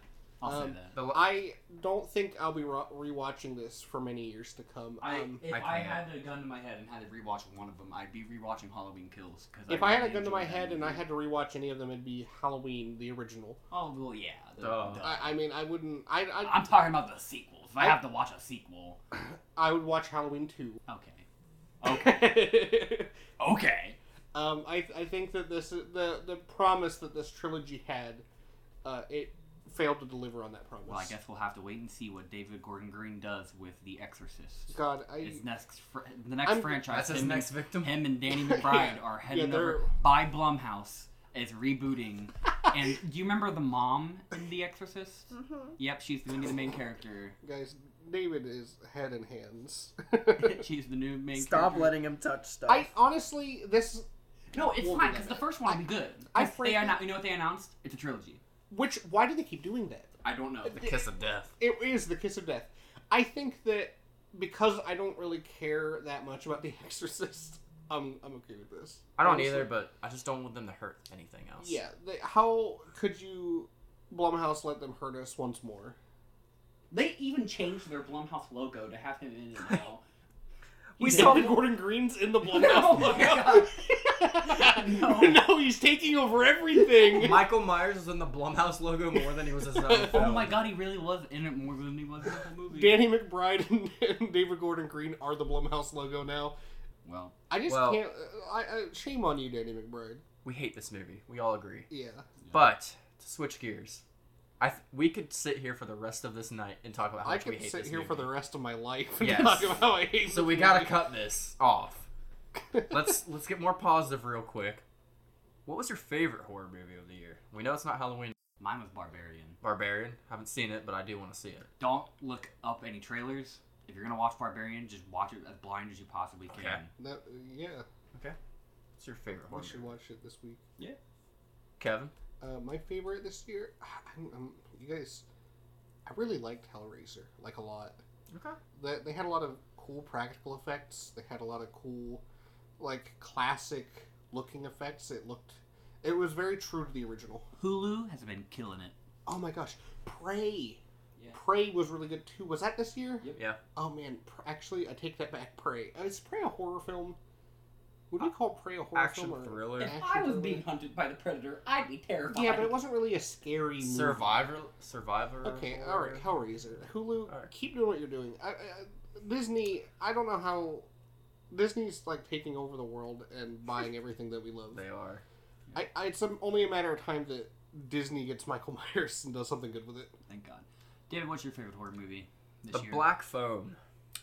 Speaker 3: I'll
Speaker 2: Um,
Speaker 3: say that.
Speaker 1: The la-
Speaker 2: I don't think I'll be ro- rewatching this for many years to come.
Speaker 3: I,
Speaker 2: um,
Speaker 3: if
Speaker 1: I
Speaker 3: I,
Speaker 1: can't.
Speaker 3: had a gun to my head and had to rewatch one of them, I'd be rewatching Halloween Kills. Cause
Speaker 2: if I had a
Speaker 3: really
Speaker 2: gun to my
Speaker 3: enjoyed that
Speaker 2: head and I
Speaker 3: movie.
Speaker 2: had to rewatch any of them, it'd be Halloween, the original.
Speaker 3: oh well, yeah, the-
Speaker 1: Duh.
Speaker 3: duh.
Speaker 2: I, I mean, I wouldn't. I I,
Speaker 3: I'm talking about the sequels. If I,
Speaker 2: I-
Speaker 3: have to watch a sequel,
Speaker 2: I would watch Halloween two.
Speaker 3: okay, okay,
Speaker 2: Okay.
Speaker 3: okay.
Speaker 2: Um, I, I think that this the the promise that this trilogy had, uh, it failed to deliver on that promise.
Speaker 3: Well, I guess we'll have to wait and see what David Gordon Green does with The Exorcist.
Speaker 2: God, I
Speaker 3: His next, fr- the next
Speaker 2: I'm-
Speaker 3: franchise.
Speaker 1: That's his
Speaker 3: him
Speaker 1: next victim.
Speaker 3: And, him and Danny McBride
Speaker 2: Yeah.
Speaker 3: are heading
Speaker 2: Yeah,
Speaker 3: over
Speaker 2: they're-
Speaker 3: by Blumhouse is rebooting. and do you remember the mom in The Exorcist?
Speaker 2: Mm-hmm.
Speaker 3: Yep, she's going to be the main character.
Speaker 2: guys, David is head and hands.
Speaker 3: She's the new main. character.
Speaker 1: him touch stuff.
Speaker 2: I honestly this
Speaker 3: No, it's
Speaker 2: We'll
Speaker 3: fine
Speaker 2: do
Speaker 3: because the
Speaker 2: that.
Speaker 3: first one will be good.
Speaker 2: I
Speaker 3: 'Cause they
Speaker 2: frankly-
Speaker 3: annou- you know what they announced? It's a trilogy.
Speaker 2: which why do they keep doing that?
Speaker 3: I don't know.
Speaker 1: the kiss of death.
Speaker 2: It is the kiss of death. I think that because I don't really care that much about The Exorcist, I'm I'm okay with this.
Speaker 1: I don't
Speaker 2: Honestly.
Speaker 1: either, but I just don't want them to hurt anything else.
Speaker 2: Yeah, they, how could you Blumhouse let them hurt us once more?
Speaker 3: They even changed their Blumhouse logo to have him in it now.
Speaker 1: We
Speaker 3: He's
Speaker 1: saw-
Speaker 3: in-
Speaker 2: David Gordon Green's in the
Speaker 3: No.
Speaker 2: Blumhouse logo.
Speaker 3: No.
Speaker 2: he's taking over everything.
Speaker 1: Michael Myers was in the Blumhouse logo more than he was in his own
Speaker 3: Oh
Speaker 1: film.
Speaker 3: my god, he really was in it more than he was in the whole movie.
Speaker 2: Danny McBride and, and David Gordon Green are the Blumhouse logo now.
Speaker 3: Well,
Speaker 2: I just
Speaker 1: Well-
Speaker 2: can't. I, I shame on you, Danny McBride.
Speaker 1: We hate this movie. We all agree.
Speaker 2: Yeah.
Speaker 1: But to switch gears, I th- we could sit here for the rest of this night and talk about how
Speaker 2: I
Speaker 1: much we
Speaker 2: could
Speaker 1: hate
Speaker 2: sit
Speaker 1: this
Speaker 2: here
Speaker 1: movie.
Speaker 2: for the rest of my life and
Speaker 1: Yes.
Speaker 2: talk about how I hate.
Speaker 1: So we
Speaker 2: this
Speaker 1: gotta
Speaker 2: movie.
Speaker 1: cut this off. Let's let's get more positive real quick. What was your favorite horror movie of the year? We know it's not Halloween.
Speaker 3: mine was Barbarian.
Speaker 1: Barbarian. Haven't seen it, but I do want to see it.
Speaker 3: Don't look up any trailers. If you're gonna watch Barbarian, just watch it as blind as you possibly can.
Speaker 1: Okay.
Speaker 2: That, yeah,
Speaker 1: What's your favorite horror
Speaker 2: we should
Speaker 1: movie?
Speaker 2: watch it this week.
Speaker 1: Kevin?
Speaker 2: Uh, my favorite this year, I'm, I'm, you guys, I really liked Hellraiser like a lot.
Speaker 1: Okay.
Speaker 2: They they had a lot of cool practical effects. They had a lot of cool, like classic looking effects. It looked, it was very true to the original.
Speaker 3: Hulu has been killing it.
Speaker 2: Oh my gosh, Prey.
Speaker 3: Yeah.
Speaker 2: Prey was really good too. Was that this year?
Speaker 3: Yep.
Speaker 1: Yeah.
Speaker 2: Oh man, pr- actually, I take that back. Prey. Uh, Is Prey a horror film? Would we call Prey a horror
Speaker 1: Action
Speaker 2: film? or-
Speaker 1: thriller.
Speaker 3: If
Speaker 2: Action
Speaker 3: I was
Speaker 2: thriller?
Speaker 3: being hunted by the predator, I'd be terrified.
Speaker 2: Yeah, but it wasn't really a scary movie.
Speaker 1: Survivor. Survivor.
Speaker 2: Okay, all right, Hellraiser, Hulu,
Speaker 1: All right.
Speaker 2: keep doing what you're doing. I, I, Disney, I don't know how Disney's like taking over the world and buying everything that we love.
Speaker 1: They are.
Speaker 2: I, I, it's only a matter of time that Disney gets Michael Myers and does something good with it.
Speaker 3: Thank God. David, what's your favorite horror movie this
Speaker 1: The
Speaker 3: year?
Speaker 1: Black Phone.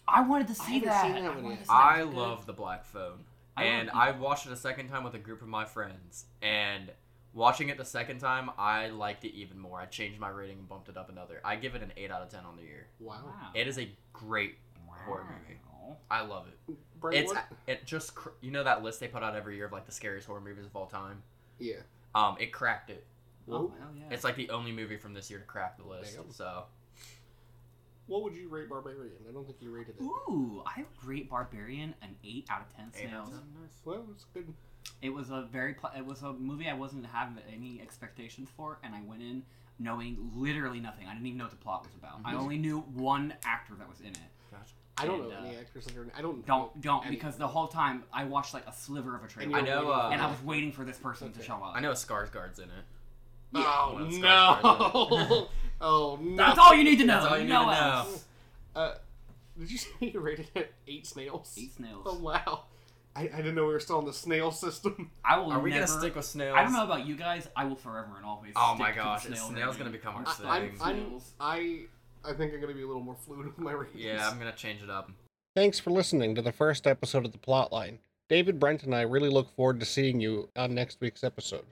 Speaker 3: I wanted to
Speaker 2: I
Speaker 3: see
Speaker 2: haven't
Speaker 3: that.
Speaker 2: seen that
Speaker 3: I
Speaker 2: one
Speaker 3: wanted
Speaker 2: yet.
Speaker 3: to see that.
Speaker 1: I
Speaker 3: It's good.
Speaker 1: love the Black Phone,
Speaker 3: I
Speaker 1: and
Speaker 3: love-
Speaker 1: I watched it a second time with a group of my friends. And watching it the second time, I liked it even more. I changed my rating and bumped it up another. I give it an eight out of ten on the year.
Speaker 2: Wow,
Speaker 3: Wow.
Speaker 1: It is a great. horror movie.
Speaker 3: Wow.
Speaker 1: I love it.
Speaker 2: Brent,
Speaker 1: It's
Speaker 2: what-
Speaker 1: it just cr- you know that list they put out every year of like the scariest horror movies of all time.
Speaker 2: yeah.
Speaker 1: Um, it cracked it.
Speaker 3: Oh,
Speaker 2: Well,
Speaker 3: hell yeah.
Speaker 1: It's like the only movie from this year to crack the list.
Speaker 2: Damn.
Speaker 1: So
Speaker 2: What would you rate Barbarian? I don't think you rated it.
Speaker 3: Ooh, I would rate Barbarian an eight out of ten snails.
Speaker 2: Well, it's good.
Speaker 3: It was a very pl- it was a movie I wasn't having any expectations for, and I went in knowing literally nothing. I didn't even know what the plot was about. I
Speaker 1: Mhm.
Speaker 3: only knew one actor that was in it.
Speaker 2: I don't
Speaker 3: And,
Speaker 2: know
Speaker 3: uh,
Speaker 2: any actors that are. in- I don't.
Speaker 3: Don't don't
Speaker 2: And-
Speaker 3: because the whole time I watched like a sliver of a
Speaker 2: and
Speaker 3: trailer,
Speaker 2: you're
Speaker 1: I know,
Speaker 2: waiting for
Speaker 1: uh,
Speaker 3: and I
Speaker 2: that.
Speaker 3: was waiting for this person to
Speaker 2: Okay.
Speaker 3: show up.
Speaker 1: I know Skarsgård's in it.
Speaker 2: Oh
Speaker 1: One of
Speaker 2: no! oh no!
Speaker 3: That's all you need to know.
Speaker 1: That's all you need
Speaker 3: no
Speaker 1: to know.
Speaker 3: else.
Speaker 2: Uh, did you say you rated it eight snails?
Speaker 3: Eight snails.
Speaker 2: Oh wow! I, I didn't know we were still on the snail system.
Speaker 3: I will
Speaker 1: Are we
Speaker 3: never.
Speaker 1: gonna stick with snails?
Speaker 3: I don't know about you guys. I will forever and always.
Speaker 1: Oh
Speaker 3: stick
Speaker 1: my
Speaker 3: to the
Speaker 1: gosh, it's
Speaker 3: snail
Speaker 1: snail's
Speaker 3: rating.
Speaker 1: gonna become our
Speaker 3: I-
Speaker 1: thing.
Speaker 2: I'm, I'm,
Speaker 3: Snails.
Speaker 2: I I think I'm gonna be a little more fluid with my ratings.
Speaker 1: Yeah, I'm gonna change it up.
Speaker 2: Thanks for listening to the first episode of the Plotline. David Brent and I really look forward to seeing you on next week's episode.